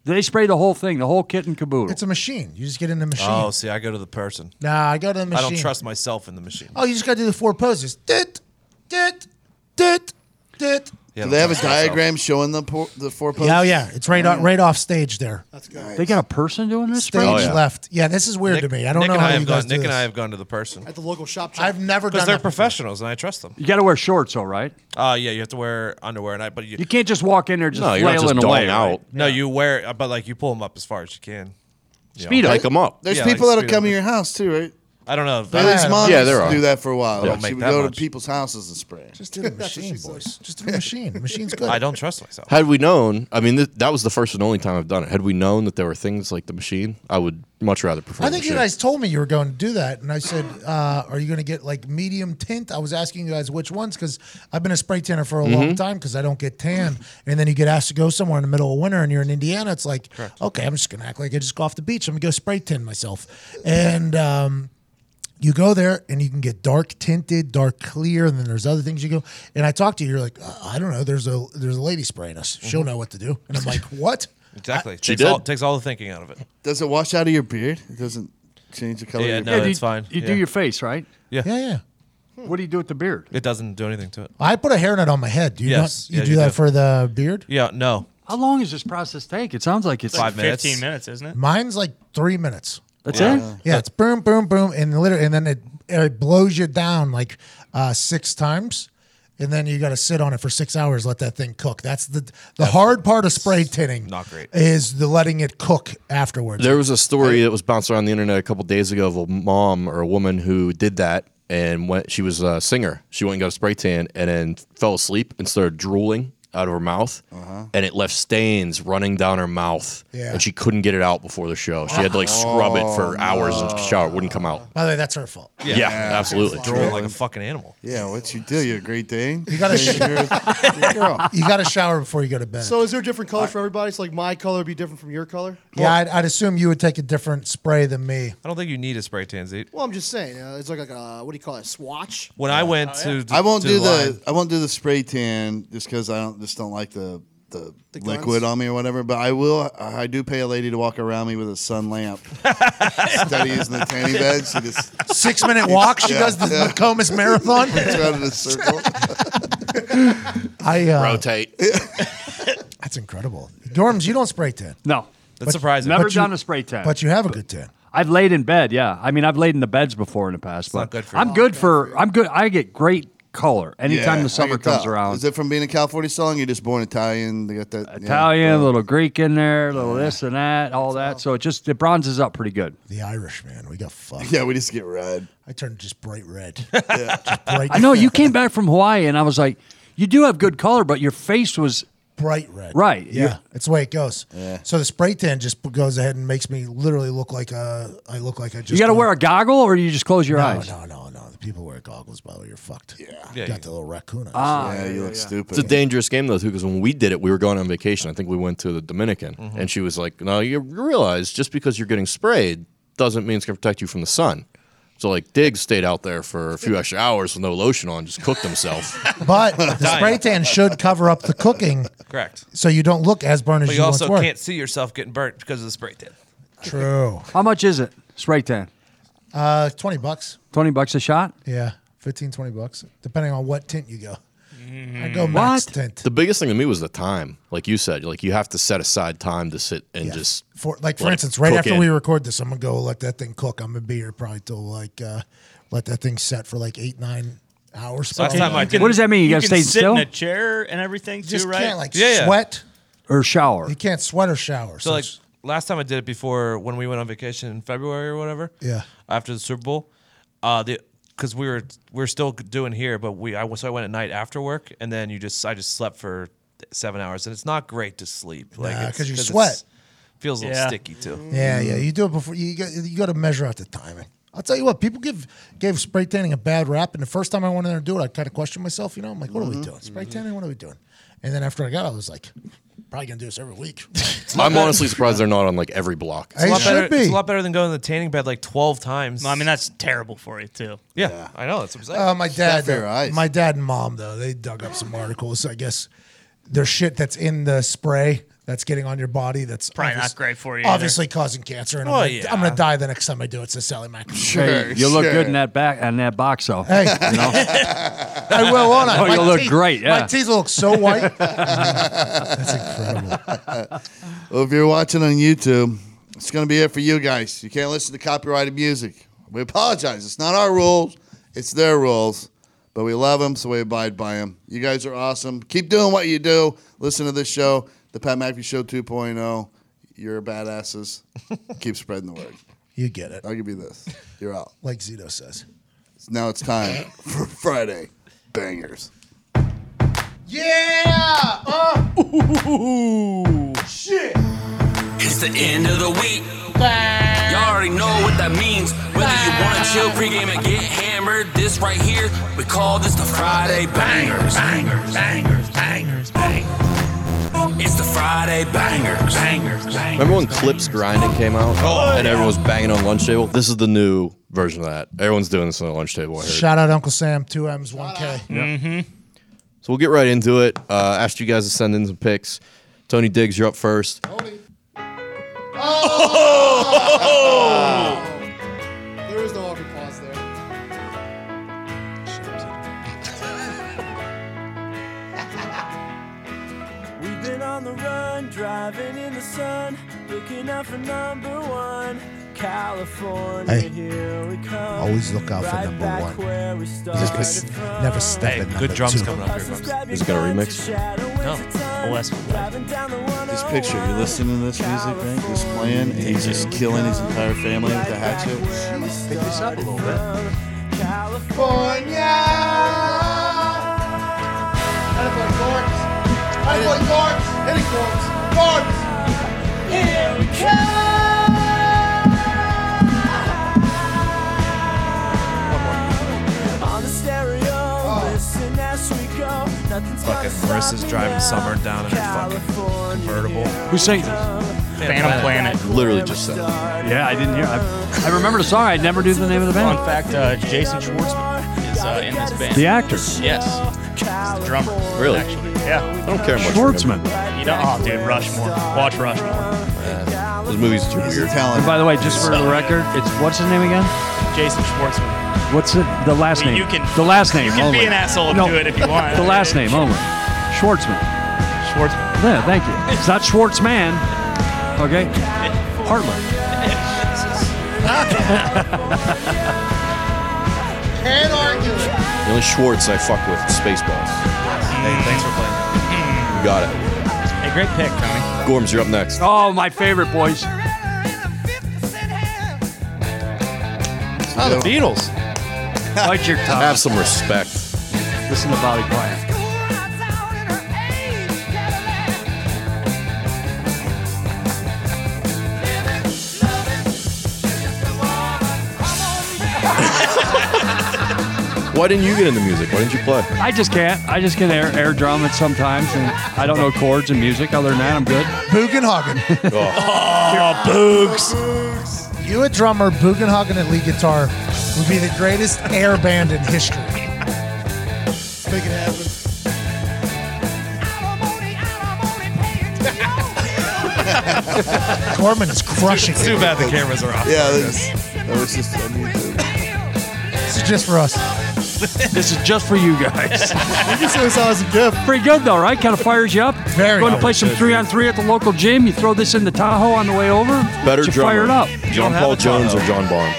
Speaker 8: They spray the whole thing, the whole kit and caboodle.
Speaker 2: It's a machine. You just get in the machine.
Speaker 4: Oh, see, I go to the person.
Speaker 2: Nah, I go to the machine.
Speaker 4: I don't trust myself in the machine.
Speaker 2: Oh, you just got to do the four poses. Dit, dit, dit, dit.
Speaker 4: Yeah,
Speaker 1: Do
Speaker 4: I
Speaker 1: they
Speaker 4: don't
Speaker 1: have a
Speaker 4: trust myself.
Speaker 1: diagram showing the por- the four posts?
Speaker 2: Yeah, oh, yeah. It's right, on, right off stage there.
Speaker 8: they got a person doing this.
Speaker 2: Stage
Speaker 8: bro?
Speaker 5: yeah.
Speaker 2: left. Yeah, this is weird
Speaker 4: Nick-
Speaker 2: to me. I don't
Speaker 4: Nick
Speaker 2: know
Speaker 4: and
Speaker 2: how
Speaker 4: I have
Speaker 2: you
Speaker 4: gone,
Speaker 2: guys do
Speaker 4: Nick and
Speaker 2: this.
Speaker 4: I have gone to the person
Speaker 7: at the local shop. shop.
Speaker 2: I've never
Speaker 4: because
Speaker 2: done
Speaker 4: they're
Speaker 2: that before.
Speaker 4: professionals and I trust them.
Speaker 8: You got to wear shorts, though, right?
Speaker 4: Uh yeah, you have to wear underwear and I but you,
Speaker 8: You can't just walk in there just
Speaker 5: No, you're not
Speaker 8: flailing
Speaker 5: just
Speaker 8: away.
Speaker 5: doling
Speaker 8: right?
Speaker 5: out.
Speaker 4: no, you wear uh, but like you pull them up as far as you can.
Speaker 8: Speed up.
Speaker 5: Hike them up.
Speaker 1: There's
Speaker 4: Yeah,
Speaker 1: people
Speaker 4: like
Speaker 1: that'll
Speaker 4: speed
Speaker 1: come
Speaker 4: up.
Speaker 1: to your house too, right?
Speaker 4: I don't know.
Speaker 1: At least mom
Speaker 5: Yeah,
Speaker 1: used
Speaker 5: there
Speaker 1: to
Speaker 5: are.
Speaker 1: do that for a while.
Speaker 4: Don't
Speaker 1: Like, she
Speaker 4: make
Speaker 1: would
Speaker 4: that
Speaker 1: go
Speaker 4: much.
Speaker 1: to people's houses and spray.
Speaker 2: Just do the machine, boys. Just do the machine. The machine's good.
Speaker 4: I don't trust myself.
Speaker 5: Had we known, I mean, th- that was the first and only time I've done it. Had we known that there were things like the machine, I would much rather prefer.
Speaker 2: I
Speaker 5: the
Speaker 2: think you
Speaker 5: machine.
Speaker 2: guys told me you were going to do that, and I said, uh, "Are you going to get like medium tint?" I was asking you guys which ones because I've been a spray tanner for a long time because I don't get tan. And then you get asked to go somewhere in the middle of winter, and you're in Indiana. It's like, okay, I'm just going to act like I just go off the beach. I'm going to go spray tan myself, and um, you go there and you can get dark tinted, dark clear, and then there's other things you go. And I talked to you, you're like, uh, I don't know. There's a there's a lady spraying us. She'll know what to do. And I'm like, what?
Speaker 4: Exactly.
Speaker 5: She
Speaker 4: takes all,
Speaker 5: did.
Speaker 4: takes all the thinking out of it.
Speaker 1: Does it wash out of your beard? It doesn't change the color.
Speaker 4: Yeah,
Speaker 1: of
Speaker 4: no,
Speaker 1: your
Speaker 4: it's
Speaker 8: you,
Speaker 4: fine.
Speaker 8: You
Speaker 4: Yeah.
Speaker 8: do your face, right?
Speaker 2: Yeah, yeah. Hmm.
Speaker 8: What do you do with the beard?
Speaker 4: It doesn't do anything to it.
Speaker 2: I put a hairnet on my head. Do you
Speaker 4: Yes.
Speaker 2: not, you
Speaker 4: Yeah,
Speaker 2: do
Speaker 4: you
Speaker 2: that
Speaker 4: do.
Speaker 2: for the beard?
Speaker 4: Yeah, no.
Speaker 8: How long does this process take? It sounds like it's
Speaker 4: Five minutes.
Speaker 6: 15 minutes, isn't it?
Speaker 2: Mine's like three minutes.
Speaker 8: That's it.
Speaker 2: Yeah, it's boom, boom, boom, and literally, and then it it blows you down like uh, six times, and then you got to sit on it for six hours, let that thing cook. That's the the hard part of spray tinning.
Speaker 4: not great.
Speaker 2: Is the letting it cook afterwards.
Speaker 5: There was a story that was bounced around the internet a couple days ago of a mom or a woman who did that and went. She was a singer. She went and got a spray tan and then fell asleep and started drooling out of her mouth, and it left stains running down her mouth.
Speaker 2: Uh-huh. Yeah. Oh,
Speaker 5: and she couldn't get it out before the show. She had to like scrub it for hours and shower. It wouldn't come out.
Speaker 2: By the way, that's her fault.
Speaker 5: Yeah, absolutely.
Speaker 4: Drooling like a fucking animal.
Speaker 1: Yeah, what's your deal? You're a great Dane. You
Speaker 2: gotta sh-
Speaker 1: girl.
Speaker 2: You got to shower before you go to bed.
Speaker 7: So is there a different color for everybody? So like my color would be different from your color.
Speaker 2: yeah, I'd, I'd assume you would take a different spray than me.
Speaker 4: I don't think you need a spray tan, Zeke.
Speaker 7: Well, I'm just saying, uh, it's like like a what do you call it? swatch.
Speaker 4: When I went
Speaker 8: Oh,
Speaker 4: to,
Speaker 1: I won't
Speaker 4: to
Speaker 1: do
Speaker 4: line-
Speaker 1: the I won't do the spray tan just because I don't just don't like the the,
Speaker 7: guns?
Speaker 1: liquid on me or whatever. But I will I do pay a lady to walk around me with a sun lamp. Steady as in the tanning bed. She just
Speaker 2: Six minute walk. She
Speaker 1: Yeah,
Speaker 2: does the
Speaker 1: yeah.
Speaker 2: Comus marathon.
Speaker 1: turns around in a circle.
Speaker 2: I uh,
Speaker 5: Rotate.
Speaker 2: That's incredible. Dorms, you don't spray tan,
Speaker 8: No,
Speaker 4: That's surprising.
Speaker 8: never
Speaker 2: but you-
Speaker 8: done a spray tan.
Speaker 2: but you have a good tan.
Speaker 8: I've laid in bed. Yeah, I mean, I've laid in the beds before in the past. but
Speaker 4: not good for you.
Speaker 8: I'm good for. I'm good. I get great color anytime
Speaker 1: Yeah,
Speaker 8: the
Speaker 1: I
Speaker 8: summer
Speaker 1: can tell.
Speaker 8: comes around.
Speaker 1: Is it from being a California song? You're just born Italian. They got that yeah.
Speaker 8: Italian, a little Greek in there, a little this and that, all that. So it just it bronzes up pretty good.
Speaker 2: The Irish man, we got fucked.
Speaker 1: Yeah, we just get red.
Speaker 2: I turned just bright red. Just bright,
Speaker 8: I know you came back from Hawaii, and I was like, you do have good color, but your face was
Speaker 2: bright red.
Speaker 8: Right,
Speaker 2: Yeah,
Speaker 8: you-
Speaker 2: it's the way it goes. So the spray tan just goes ahead and makes me literally look like a. I look like I just.
Speaker 8: you got to wear a goggle, or you just close your
Speaker 2: No,
Speaker 8: eyes.
Speaker 2: no, no, no. The people wear goggles. By the way, you're fucked. Yeah,
Speaker 4: Yeah,
Speaker 2: got
Speaker 4: you-
Speaker 2: the little raccoon. eyes.
Speaker 8: Ah,
Speaker 1: Yeah, you look stupid.
Speaker 5: It's a dangerous game though, too, because when we did it, we were going on vacation. I think we went to the Dominican,
Speaker 2: Mm-hmm.
Speaker 5: and she was like, "No, you you realize just because you're getting sprayed doesn't mean it's going to protect you from the sun." So like, Diggs stayed out there for a few extra hours with no lotion on, just cooked himself.
Speaker 2: But the spray tan should cover up the cooking,
Speaker 4: correct.
Speaker 2: so you don't look as burned as
Speaker 4: But
Speaker 2: you
Speaker 4: you also
Speaker 2: once were.
Speaker 4: can't see yourself getting burnt because of the spray tan.
Speaker 2: True.
Speaker 8: how much is it? Spray tan,
Speaker 2: Uh, twenty bucks.
Speaker 8: twenty bucks a shot.
Speaker 2: Yeah, 15, 20 bucks, depending on what tint you go. I go max
Speaker 8: What?
Speaker 2: tint.
Speaker 5: the biggest thing to me was the time, like you said, like you have to set aside time to sit and
Speaker 2: Yeah.
Speaker 5: just.
Speaker 2: for like for
Speaker 5: like,
Speaker 2: instance, right
Speaker 5: cook
Speaker 2: after
Speaker 5: it.
Speaker 2: we record this, I'm gonna go let that thing cook. I'm gonna be here probably till like uh, let that thing set for like eight nine hours.
Speaker 4: Last
Speaker 2: probably.
Speaker 4: time I did
Speaker 8: What does that mean? You,
Speaker 6: You
Speaker 8: got to
Speaker 6: can
Speaker 8: stay
Speaker 6: sit
Speaker 8: still
Speaker 6: in a chair and everything
Speaker 2: You
Speaker 6: too,
Speaker 2: just
Speaker 6: right?
Speaker 2: can't like
Speaker 4: Yeah, yeah.
Speaker 2: sweat.
Speaker 8: or shower?
Speaker 2: You can't sweat or shower.
Speaker 4: So
Speaker 2: So,
Speaker 4: like
Speaker 2: it's-
Speaker 4: last time I did it before when we went on vacation in February or whatever.
Speaker 2: Yeah.
Speaker 4: After the Super Bowl, uh, the because we were we are still doing here, but we I so I went at night after work, and then you just I just slept for seven hours, and it's not great to sleep. Like
Speaker 2: Nah,
Speaker 4: it's-
Speaker 2: 'cause you
Speaker 4: it's-
Speaker 2: sweat.
Speaker 4: Feels a little
Speaker 6: Yeah.
Speaker 4: sticky too.
Speaker 2: yeah, yeah, you do it before you got you got to measure out the timing. I'll tell you what, people give gave spray tanning a bad rap, and the first time I went in there to do it, I kind of questioned myself. You know, I'm like, what are
Speaker 5: Mm-hmm.
Speaker 2: we doing? Spray tanning? What are we doing? And then after I got, out, I was like, probably gonna do this every week.
Speaker 5: I'm honestly surprised they're not on like every block.
Speaker 2: Hey,
Speaker 4: It's a,
Speaker 2: it
Speaker 4: lot better,
Speaker 2: should
Speaker 4: it's
Speaker 2: be.
Speaker 4: a lot better than going to the tanning bed like twelve times.
Speaker 6: Well, I mean, that's terrible for you too.
Speaker 4: yeah, Oh, I know that's what I'm saying.
Speaker 2: Uh, my dad,
Speaker 1: fair ice.
Speaker 2: my dad and mom though, they dug up some articles. I guess there's shit that's in the spray that's getting on your body that's
Speaker 6: Probably
Speaker 2: obvious-
Speaker 6: not great for you
Speaker 2: Obviously causing cancer, and
Speaker 4: Well,
Speaker 2: I'm, gonna,
Speaker 4: yeah.
Speaker 2: I'm gonna die the next time I do it. So Sally Mack.
Speaker 1: Sure,
Speaker 8: you look
Speaker 1: sure.
Speaker 8: good in that back in that box, though.
Speaker 2: Hey, I will, won't I?
Speaker 8: Oh,
Speaker 2: My
Speaker 8: you look
Speaker 2: teeth-
Speaker 8: great, yeah.
Speaker 2: my teeth look so white. That's incredible.
Speaker 1: Well, if you're watching on YouTube, it's going to be it for you guys. You can't listen to copyrighted music. We apologize. It's not our rules, it's their rules. But we love them, so we abide by them. You guys are awesome. Keep doing what you do. Listen to this show, The Pat McAfee Show 2.0. You're badasses. Keep spreading the word.
Speaker 2: You get it.
Speaker 1: I'll give you this. You're out.
Speaker 2: Like Zito says.
Speaker 1: Now it's time for Friday Bangers.
Speaker 3: It's the end of the week. You already know what that means. Whether you want to chill pregame and get hammered, this right here, we call this the Friday Bangers. Bangers, bangers, bangers, bangers. It's the Friday Bangers. Bangers, bangers.
Speaker 5: Remember when Clips Grinding came out
Speaker 2: Oh,
Speaker 5: and everyone was banging on lunch table? This is the new version of that. Everyone's doing this on the lunch table. I heard.
Speaker 2: Shout out Uncle Sam. Two M's, one K.
Speaker 5: So we'll get right into it. Uh, asked you guys to send in some picks. Tony Diggs, you're up first.
Speaker 7: There was no awkward pause there.
Speaker 3: We've been on the run, driving in the sun, looking out for number one. California,
Speaker 2: Hey.
Speaker 3: here we come.
Speaker 2: Always look out for
Speaker 3: Right
Speaker 2: number
Speaker 3: back
Speaker 2: one.
Speaker 3: where we
Speaker 2: Just be s-
Speaker 3: started from.
Speaker 2: never step
Speaker 4: Hey,
Speaker 2: in number
Speaker 4: good drums
Speaker 2: two.
Speaker 4: coming up here, folks.
Speaker 5: Is it got a remix?
Speaker 6: Oh,
Speaker 3: No.
Speaker 1: This picture, you're listening to this music, right? This playing, and he's just killing his entire family with a hatchet.
Speaker 8: Pick this up a little bit.
Speaker 3: On the stereo, listen as we go. Nothing's
Speaker 4: Fucking Marissa's driving Summer down in her fucking convertible.
Speaker 8: Who sang this?
Speaker 6: Phantom Planet.
Speaker 5: Literally just said it.
Speaker 8: Yeah, I didn't hear. I, I remember the song. I never knew the name of the
Speaker 6: Fun
Speaker 8: band.
Speaker 6: fact: uh, Jason Schwartzman is uh, in this band.
Speaker 8: The actor
Speaker 6: Yes, he's the drummer.
Speaker 5: Really?
Speaker 6: Actually, yeah.
Speaker 5: I don't care much. for him.
Speaker 8: Schwartzman.
Speaker 6: You know, oh, dude, Rushmore. Watch Rushmore.
Speaker 5: Those movies are too
Speaker 1: He's a
Speaker 5: weird.
Speaker 8: And
Speaker 1: talent.
Speaker 8: by the way, just for the record, it's what's his name again?
Speaker 6: Jason Schwartzman.
Speaker 8: What's it, the last name?
Speaker 6: You can
Speaker 8: the last name
Speaker 6: You can
Speaker 8: only.
Speaker 6: be an asshole and
Speaker 8: No,
Speaker 6: do it if you want.
Speaker 8: The last name only. Schwartzman.
Speaker 6: Schwartzman.
Speaker 8: Yeah, thank you. It's not Schwartzman. Okay. Hartland.
Speaker 5: The only Schwartz I fuck with is Spaceballs.
Speaker 4: Hey, thanks for playing.
Speaker 5: You got it.
Speaker 6: Hey, great pick, Tony.
Speaker 5: Gorms, you're up next.
Speaker 8: Oh, my favorite boys.
Speaker 4: Oh, the Beatles.
Speaker 8: Bite your tongue.
Speaker 5: Have some respect.
Speaker 8: Listen to Bobby Bryant.
Speaker 5: Why didn't you get into music? Why didn't you play?
Speaker 8: I just can't. I just can air, air drum it sometimes, and I don't know chords and music. Other than that, I'm good.
Speaker 2: Bugenhagen.
Speaker 6: Oh, Boogs.
Speaker 2: You a drummer, Bugenhagen at lead guitar would be the greatest air band in history.
Speaker 7: Make it happen.
Speaker 2: Gorman is crushing
Speaker 4: Too
Speaker 2: it.
Speaker 4: bad the cameras are off.
Speaker 1: Yeah, this, that was just on YouTube.
Speaker 2: This is just for us.
Speaker 8: This is just for you guys.
Speaker 7: You said this as a gift.
Speaker 8: Pretty good though, right? Kind of fires you up.
Speaker 2: Very
Speaker 8: Going to
Speaker 2: good.
Speaker 8: play some three on three at the local gym. You throw this in the Tahoe on the way over.
Speaker 5: Better
Speaker 8: gets you
Speaker 5: drummer.
Speaker 8: Fired up.
Speaker 5: John
Speaker 4: have
Speaker 5: Paul
Speaker 4: a ton
Speaker 5: Jones or
Speaker 4: of-
Speaker 5: John Bonham?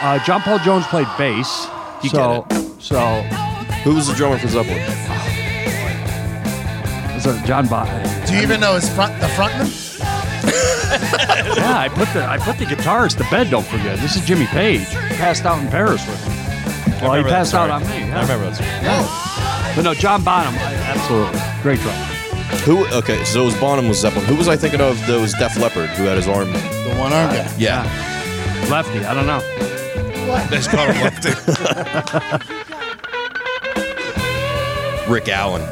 Speaker 8: Uh, John Paul Jones played bass.
Speaker 5: You
Speaker 8: so, so
Speaker 5: Who was the drummer for Zeppelin?
Speaker 8: is it John Bonham?
Speaker 2: Do you even know his front the frontman?
Speaker 8: Yeah, I put the I put the guitarist to bed. Don't forget, this is Jimmy Page. Passed out in Paris with me. Well, he
Speaker 4: remember that
Speaker 8: passed out
Speaker 4: story.
Speaker 8: on me.
Speaker 4: I
Speaker 8: Yeah.
Speaker 4: remember that. song.
Speaker 8: But no, John Bonham, I- absolutely great drummer.
Speaker 5: Who? Okay, so it was Bonham was Zeppelin. Who was I thinking of? That was Def Leppard who had his arm.
Speaker 1: The one arm guy.
Speaker 5: Yeah.
Speaker 8: Lefty, I don't know.
Speaker 4: They just called him Lefty.
Speaker 5: Rick Allen.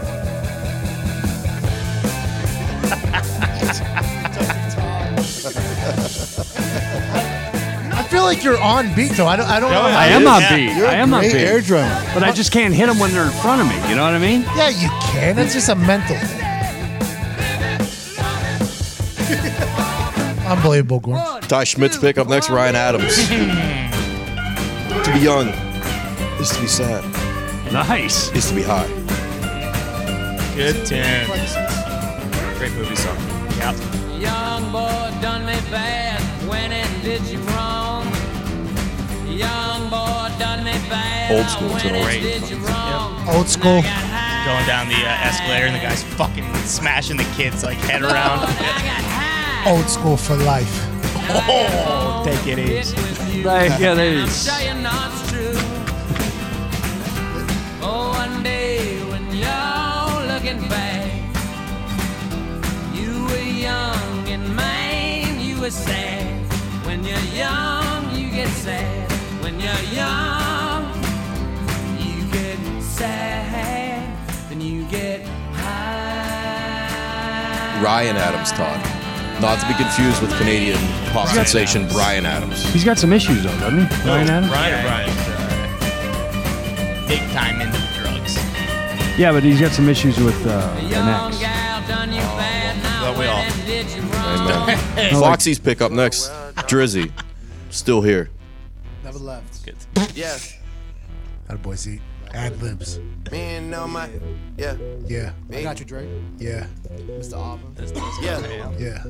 Speaker 2: I feel like you're on beat though. I don't I don't know.
Speaker 8: I
Speaker 2: how-
Speaker 8: am on
Speaker 6: Yeah.
Speaker 8: beat.
Speaker 1: You're
Speaker 8: I am
Speaker 1: a
Speaker 8: on
Speaker 1: great air
Speaker 8: beat.
Speaker 1: drummer.
Speaker 8: But I just can't hit them when they're in front of me. You know what I mean?
Speaker 2: Yeah, you can. It's just a mental thing. Unbelievable, Gorm.
Speaker 5: Ty Schmidt's pick up next, Ryan Adams. to be young is to be sad,
Speaker 8: Nice.
Speaker 5: is to be high.
Speaker 6: Good tune.
Speaker 4: Great movie song.
Speaker 10: Young boy done me bad when it did you wrong. Young boy done me bad
Speaker 5: Old school, it's an
Speaker 10: when
Speaker 5: old
Speaker 10: it did you wrong.
Speaker 2: Old school.
Speaker 6: Going down the uh, escalator and the guy's fucking smashing the kid's like head around.
Speaker 2: Old school for life.
Speaker 6: oh, take it easy.
Speaker 8: They, yeah, they. It's
Speaker 10: Saying that's true. Oh, one day when you're looking back, you were young and man, you were sad. When you're young, you get sad. When you're young, you get sad. Then you get high.
Speaker 5: Ryan Adams, Todd. Not to be confused with Canadian pop sensation Brian Adams.
Speaker 8: He's got some issues though, doesn't he? Ryan Adams?
Speaker 4: Brian or Brian?
Speaker 6: uh, Big time into the drugs.
Speaker 8: Yeah, but he's got some issues with uh, an ex.
Speaker 10: Gal done you bad, now
Speaker 4: Well, we all.
Speaker 10: when did you wrong?
Speaker 5: Amen. Foxy's pick up next. Drizzy, still here.
Speaker 3: Never left.
Speaker 9: Yes,
Speaker 2: That boy's eat. Ad libs.
Speaker 9: being on my yeah,
Speaker 2: Yeah,
Speaker 3: I got you, Drake.
Speaker 2: yeah,
Speaker 3: Mr. Auburn.
Speaker 9: yeah,
Speaker 2: yeah.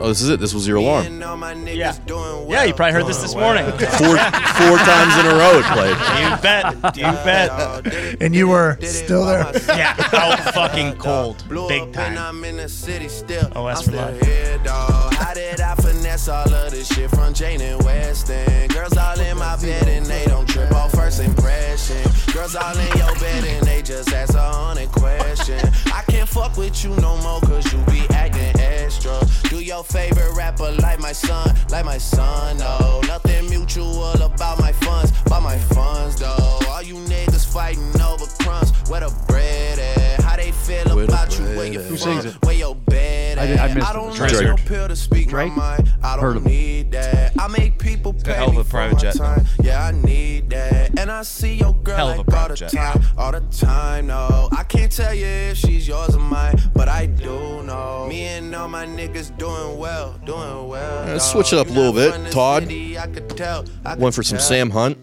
Speaker 5: Oh, this is it. This was your alarm.
Speaker 9: being on my niggas
Speaker 6: Yeah.
Speaker 9: doing well.
Speaker 6: Yeah, you probably heard this this morning. you
Speaker 5: Four, four times in a row it played.
Speaker 6: bet. You bet.
Speaker 9: Y'all did it,
Speaker 2: And you were
Speaker 9: did it
Speaker 2: still
Speaker 9: by
Speaker 2: there.
Speaker 9: myself.
Speaker 6: Yeah, out fucking cold.
Speaker 9: Blew
Speaker 6: Big
Speaker 9: up and
Speaker 6: time.
Speaker 9: I'm in the city still.
Speaker 6: Oh, that's
Speaker 9: I'm
Speaker 6: for
Speaker 9: still
Speaker 6: life.
Speaker 9: here, dawg. How did I finesse all of this shit from Jane and Weston? Girls all in my bed and they don't trip off first impression. Girls all in your bed and they just ask a hundred question. I can't fuck with you no more cause you be acting extra. Do your favorite rapper like my son, like my son, no. Nothing mutual about my funds, about my funds though. All you niggas fighting over crumbs, where the bread at? How they feel
Speaker 5: Where the
Speaker 9: about you,
Speaker 5: bread
Speaker 9: where you
Speaker 5: at?
Speaker 9: from,
Speaker 5: Who
Speaker 8: sings it?
Speaker 9: where your bed
Speaker 8: I did- I
Speaker 9: at?
Speaker 8: missed it.
Speaker 9: don't
Speaker 4: Drake.
Speaker 9: need no pill to speak
Speaker 8: Drake?
Speaker 9: my mind. I
Speaker 8: Heard
Speaker 9: don't
Speaker 8: him.
Speaker 9: need that. I make people
Speaker 4: got
Speaker 9: pay
Speaker 4: hell of
Speaker 9: me
Speaker 4: a
Speaker 9: for
Speaker 4: private
Speaker 9: my
Speaker 4: jet, though.
Speaker 9: time. Yeah, I need that. And I see your girl
Speaker 4: Hell of a
Speaker 9: like all the
Speaker 4: private jet.
Speaker 9: time, all the time. No, I can't tell you if she's yours or mine, but I do know. Me and all my niggas doing well, doing well.
Speaker 5: Let's
Speaker 9: dawg.
Speaker 5: Uh, switch it up a
Speaker 9: You
Speaker 5: little
Speaker 9: not
Speaker 5: bit,
Speaker 9: from the
Speaker 5: Todd.
Speaker 9: city, I could tell. I
Speaker 5: Went
Speaker 9: could
Speaker 5: for some
Speaker 9: tell.
Speaker 5: Sam Hunt.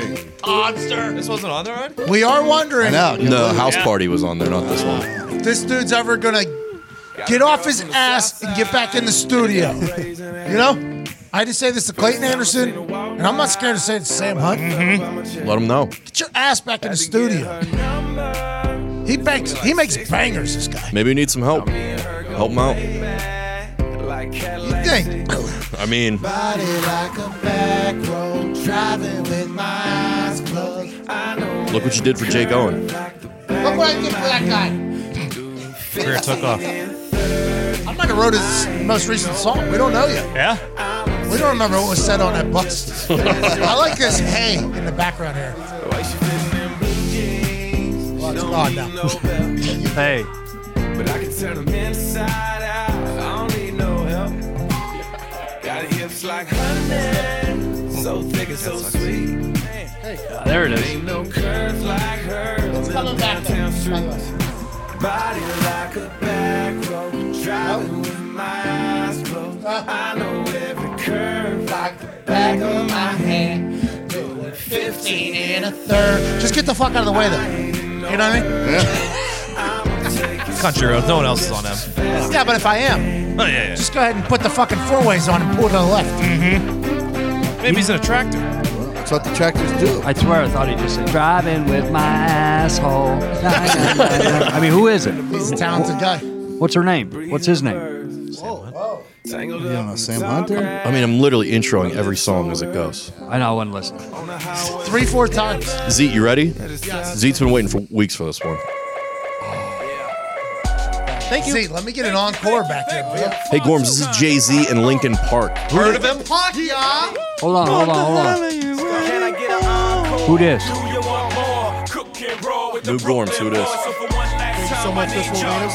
Speaker 4: This wasn't on there already?
Speaker 2: We are wondering
Speaker 11: Now, you
Speaker 5: No,
Speaker 11: know,
Speaker 5: House Party was on there, not this one.
Speaker 2: if this dude's ever gonna get off his ass and get back in the studio. You know, I just say this to Clayton Anderson, and I'm not scared to say it to Sam Hunt.
Speaker 5: Let him know.
Speaker 2: Get your ass back in the studio. He bangs. He makes bangers. This guy.
Speaker 5: Maybe you need some help. Help him out.
Speaker 2: You think?
Speaker 5: I mean, look what you did for Jake Owen.
Speaker 2: Look what I did for that guy.
Speaker 4: Career took off.
Speaker 2: I might have wrote his most recent song. We don't know yet.
Speaker 6: Yeah?
Speaker 2: We don't remember what was said on that bus. I like this hey in the background here. Well, it's gone now.
Speaker 8: Hey,
Speaker 9: But I can turn them inside out. I don't need no help. Got hips like honey, so thick and so sweet.
Speaker 8: uh, there it is.
Speaker 9: No curves like hers. It's
Speaker 2: coming back, though, by the way.
Speaker 9: Body like a back road, driving with my eyes closed. I know every curve like the back of my hand. Doing 15 in a
Speaker 2: Third. Just get the fuck out of the way, though. You know what I mean?
Speaker 4: Country roads. No one else is on them.
Speaker 2: Yeah, but if I am,
Speaker 4: Oh, yeah,
Speaker 2: just go ahead and put the fucking four ways on and pull to the left.
Speaker 4: yeah. Maybe he's an attractor.
Speaker 11: that's what the tractors do.
Speaker 8: I swear I thought he just said, driving with my asshole. I mean, who is it?
Speaker 2: He's a talented guy.
Speaker 8: What's her name? What's his name?
Speaker 11: You don't know Sam Hunter?
Speaker 5: I mean, I'm literally introing every song as it goes.
Speaker 8: I know, I wasn't listening.
Speaker 2: Three, four times.
Speaker 5: Zeke, you ready? Zeke's been waiting for weeks for this one.
Speaker 2: Thank you. See, let me get an encore back there, bro.
Speaker 5: Hey, Gorms, this is Jay Z and Linkin Park.
Speaker 4: Heard of him?
Speaker 8: Hold on, hold on, hold
Speaker 9: Can I get an encore?
Speaker 8: on. Who this?
Speaker 5: Lou Gorms, who this?
Speaker 3: So much this will matter.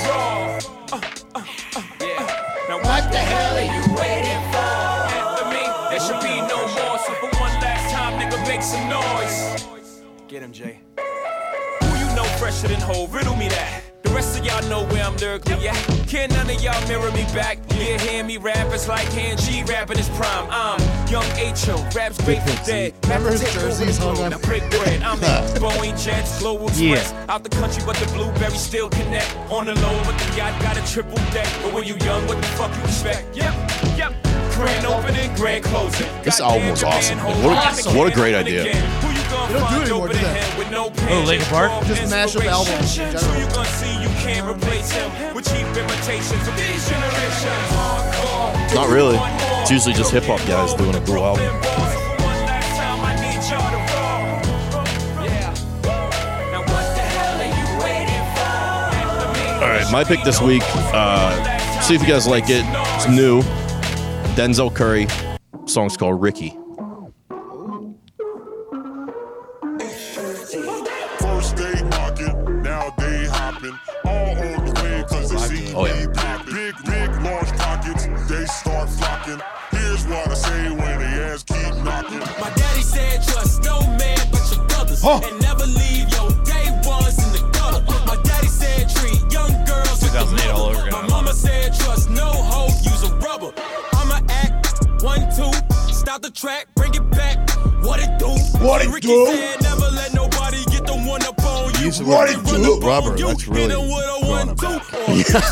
Speaker 2: What the hell?
Speaker 9: Get him, Jay.
Speaker 10: Who you know fresher than whole? Riddle me that.
Speaker 3: The rest of y'all know where I'm lyrically at. Can none of y'all mirror me back? Yeah, hear me rap. It's like hand G rapping his prime. I'm young H.O. Raps great for dead.
Speaker 9: Remember his
Speaker 3: Take over
Speaker 9: jerseys
Speaker 3: the
Speaker 9: hung
Speaker 3: globe,
Speaker 9: up?
Speaker 3: Now break bread. I'm the Boeing Jets, Global Express.
Speaker 8: Yeah.
Speaker 3: Out the country, but the blueberries still connect. On the low, but the yacht got a triple deck. But when you young, what the fuck you expect? Yep, yep. Grand opening, grand closing.
Speaker 5: This album was awesome. Like, what, a, what a great idea.
Speaker 3: You
Speaker 9: don't do it anymore, do they?
Speaker 4: Oh, Linkin Park?
Speaker 9: Just mashup albums in general.
Speaker 3: Who you gonna see you can't replace him with cheap imitations of these generations. Hardcore.
Speaker 5: Not really. It's usually just hip hop guys doing a cool album.
Speaker 3: Brooklyn boys, for one last time, I need y'all to roll. Yeah. Now what the hell are you waiting for? After me,
Speaker 5: All right, my pick this week. Uh, see if you guys like it. It's new. Denzel Curry. Song's called Ricky.
Speaker 12: First they knocking, now they hopping. All on the way cause they see
Speaker 5: Oh,
Speaker 12: me
Speaker 5: yeah.
Speaker 12: popping. Big, big, large pockets, they start flocking. Here's what I say when they ass keep knocking.
Speaker 3: My daddy said trust no man but your brothers and never leave your day ones in the gutter. My daddy said treat young girls with
Speaker 4: 2008 all over again.
Speaker 3: My mama said trust no hoe, use a rubber. I'ma act one two, stop the track, bring it back. What it do?
Speaker 1: What it
Speaker 3: Ricky
Speaker 1: do?
Speaker 3: said never let nobody get the one up on you.
Speaker 1: Use the What it
Speaker 3: Run
Speaker 1: do?
Speaker 3: up on
Speaker 1: Robert,
Speaker 3: you,
Speaker 1: that's
Speaker 3: hit
Speaker 1: really
Speaker 3: him with a
Speaker 1: going
Speaker 3: one, two,
Speaker 1: about
Speaker 3: or a slap.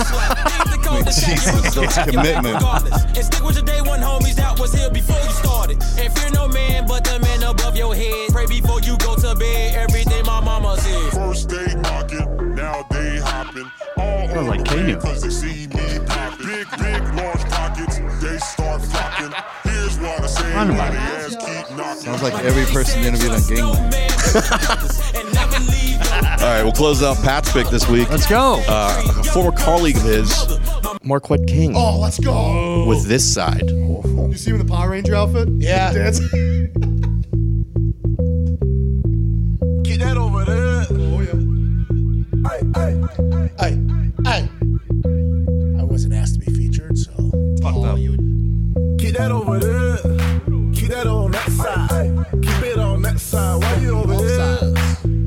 Speaker 3: Things to call the
Speaker 1: Jesus,
Speaker 3: daddy,
Speaker 1: that's commitment.
Speaker 3: regardless. And stick with your day one homies that was here before you started. And fear no man but the man above your head. Pray before you go to bed. Everything my mama said.
Speaker 12: First they knocking, now they hopping. All on
Speaker 8: like
Speaker 12: the way
Speaker 8: Kanu.
Speaker 12: cause they see me popping. Big, big, large pockets, they start flocking. Here's what I say when they ass keep knocking.
Speaker 1: Sounds like every person interviewed on Gangland.
Speaker 3: And never leave your
Speaker 5: All right, we'll close out Pat's pick this week.
Speaker 8: Let's go.
Speaker 5: Uh, a former colleague of his, Marquette King,
Speaker 7: Oh, let's go.
Speaker 5: with this side.
Speaker 7: You see him in the Power Ranger outfit?
Speaker 2: Yeah.
Speaker 7: Dance.
Speaker 10: Get that over there.
Speaker 7: Oh, yeah.
Speaker 2: Hey, hey. I wasn't asked to be featured, so.
Speaker 4: Fucked up.
Speaker 10: Get that over there. Keep that on that side. Keep it on that side. Why you over there?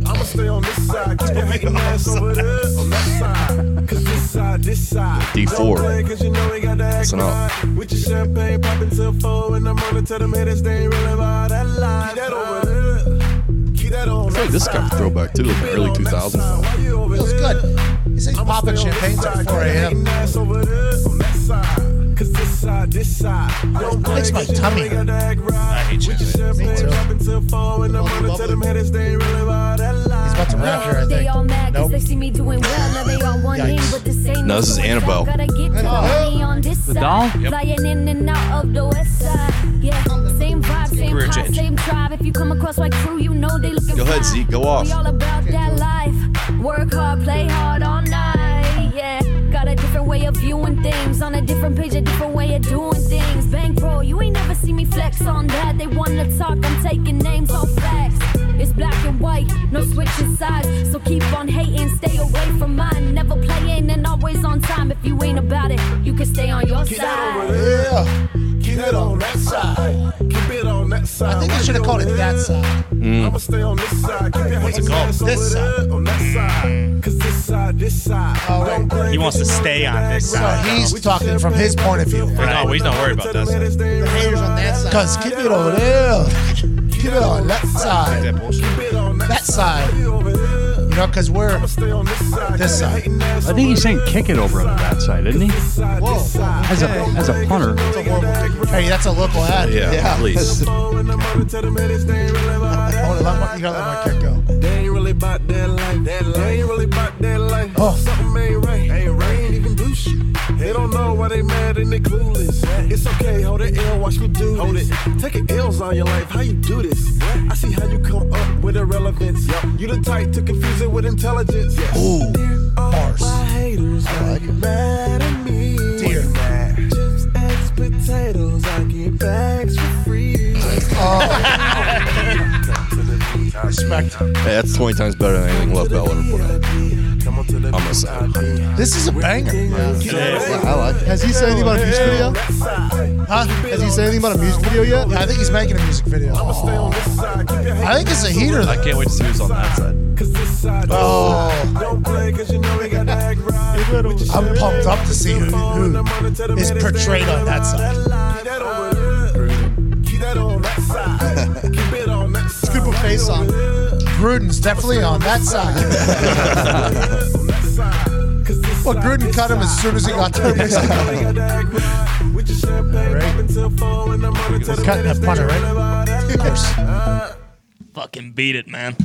Speaker 10: I'ma stay on this side. Keep your hating ass over there. On that side. Cause this side, this side.
Speaker 5: D4.
Speaker 10: Don't play 'cause you know we got to act
Speaker 5: Listen up.
Speaker 10: right. With your champagne popping till four in the morning. Tell them haters they ain't really about that line. Keep that over there. Keep that on
Speaker 5: I feel like this is kind of a throwback too, like early 2000s.
Speaker 2: Feels good. He says popping champagne at 4 a.m. Makes my tummy hurt.
Speaker 4: I hate champagne.
Speaker 2: Me too. He's about to rap here, I think. Nope. Yikes.
Speaker 12: No, this is Annabelle.
Speaker 8: The doll?
Speaker 4: Yep.
Speaker 12: Flying in and out of the west side. Yeah, same vibe, same
Speaker 4: Career
Speaker 12: vibe,
Speaker 4: change.
Speaker 12: same tribe. If you come across like crew, you know they looking
Speaker 5: Go ahead,
Speaker 12: fly.
Speaker 5: Zeke, go off.
Speaker 12: We all about that life. Work hard, play hard all night. Yeah, got a different way of viewing things. On a different page, a different way of doing things. Bankroll, you ain't never see me flex on that. They wanna talk, I'm taking names on facts. It's black and white, no switching sides. So keep on hating, stay away from mine. Never playing and always on time. If you ain't about it, you can stay on your side.
Speaker 2: Yeah.
Speaker 10: Keep it on that side. Keep it on that side.
Speaker 2: I think I should have called it that side.
Speaker 10: I'ma stay on this side. Keep your
Speaker 4: What's it called?
Speaker 10: hands over
Speaker 2: This
Speaker 10: there, On that side. Cause this side, this side.
Speaker 2: Oh, wait.
Speaker 10: Don't blame
Speaker 6: He wants
Speaker 10: it,
Speaker 6: to
Speaker 10: you know
Speaker 6: stay
Speaker 10: that
Speaker 6: on
Speaker 10: act
Speaker 6: this
Speaker 10: right.
Speaker 2: side. No, he's talking from his point of view.
Speaker 4: Right. No, he's not worried about that side.
Speaker 10: The haters on that side.
Speaker 2: Cuz keep it over there. Keep it on that side.
Speaker 4: That bullshit.
Speaker 10: Keep it on
Speaker 2: That side. You know, cuz we're.
Speaker 10: Stay on this side.
Speaker 2: This side.
Speaker 8: I think he's saying kick it over on that side, isn't he?
Speaker 2: Whoa.
Speaker 8: As a as a punter.
Speaker 2: Hey, that's a local ad.
Speaker 5: Yeah, please.
Speaker 2: Hold it, let my, you gotta let my kick go.
Speaker 10: They ain't really about that life. That life. They ain't really about that life.
Speaker 2: Oh.
Speaker 10: Something ain't right. Ain't right. Ain't even do shit. They don't know why they mad and they clueless. It's okay, hold it L, watch me do hold this. It. Taking L's on your life, how you do this? I see how you come up with irrelevance. You the type to confuse it with intelligence. Ooh,
Speaker 2: bars.
Speaker 10: My haters I like mad at me.
Speaker 2: Dear.
Speaker 10: Chips, eggs, potatoes, I get bags for free.
Speaker 2: Respect.
Speaker 5: Hey, that's 20 times better than anything Love Bell ever put out.
Speaker 10: VIP.
Speaker 5: I'm gonna say
Speaker 2: This is a banger.
Speaker 1: I like it.
Speaker 7: Has he said anything about a music video? Huh? Has he said anything about a music video yet?
Speaker 2: I think he's making a music video. I think it's a heater.
Speaker 4: I can't wait to see who's on that side.
Speaker 2: Oh. I'm pumped up to see who, who is portrayed on that side.
Speaker 7: Let's put face on.
Speaker 2: Gruden's definitely on that side. well, Gruden cut him as soon as he got to Mexico. Cutting that punter, right? Of course.
Speaker 6: Fucking beat it, man.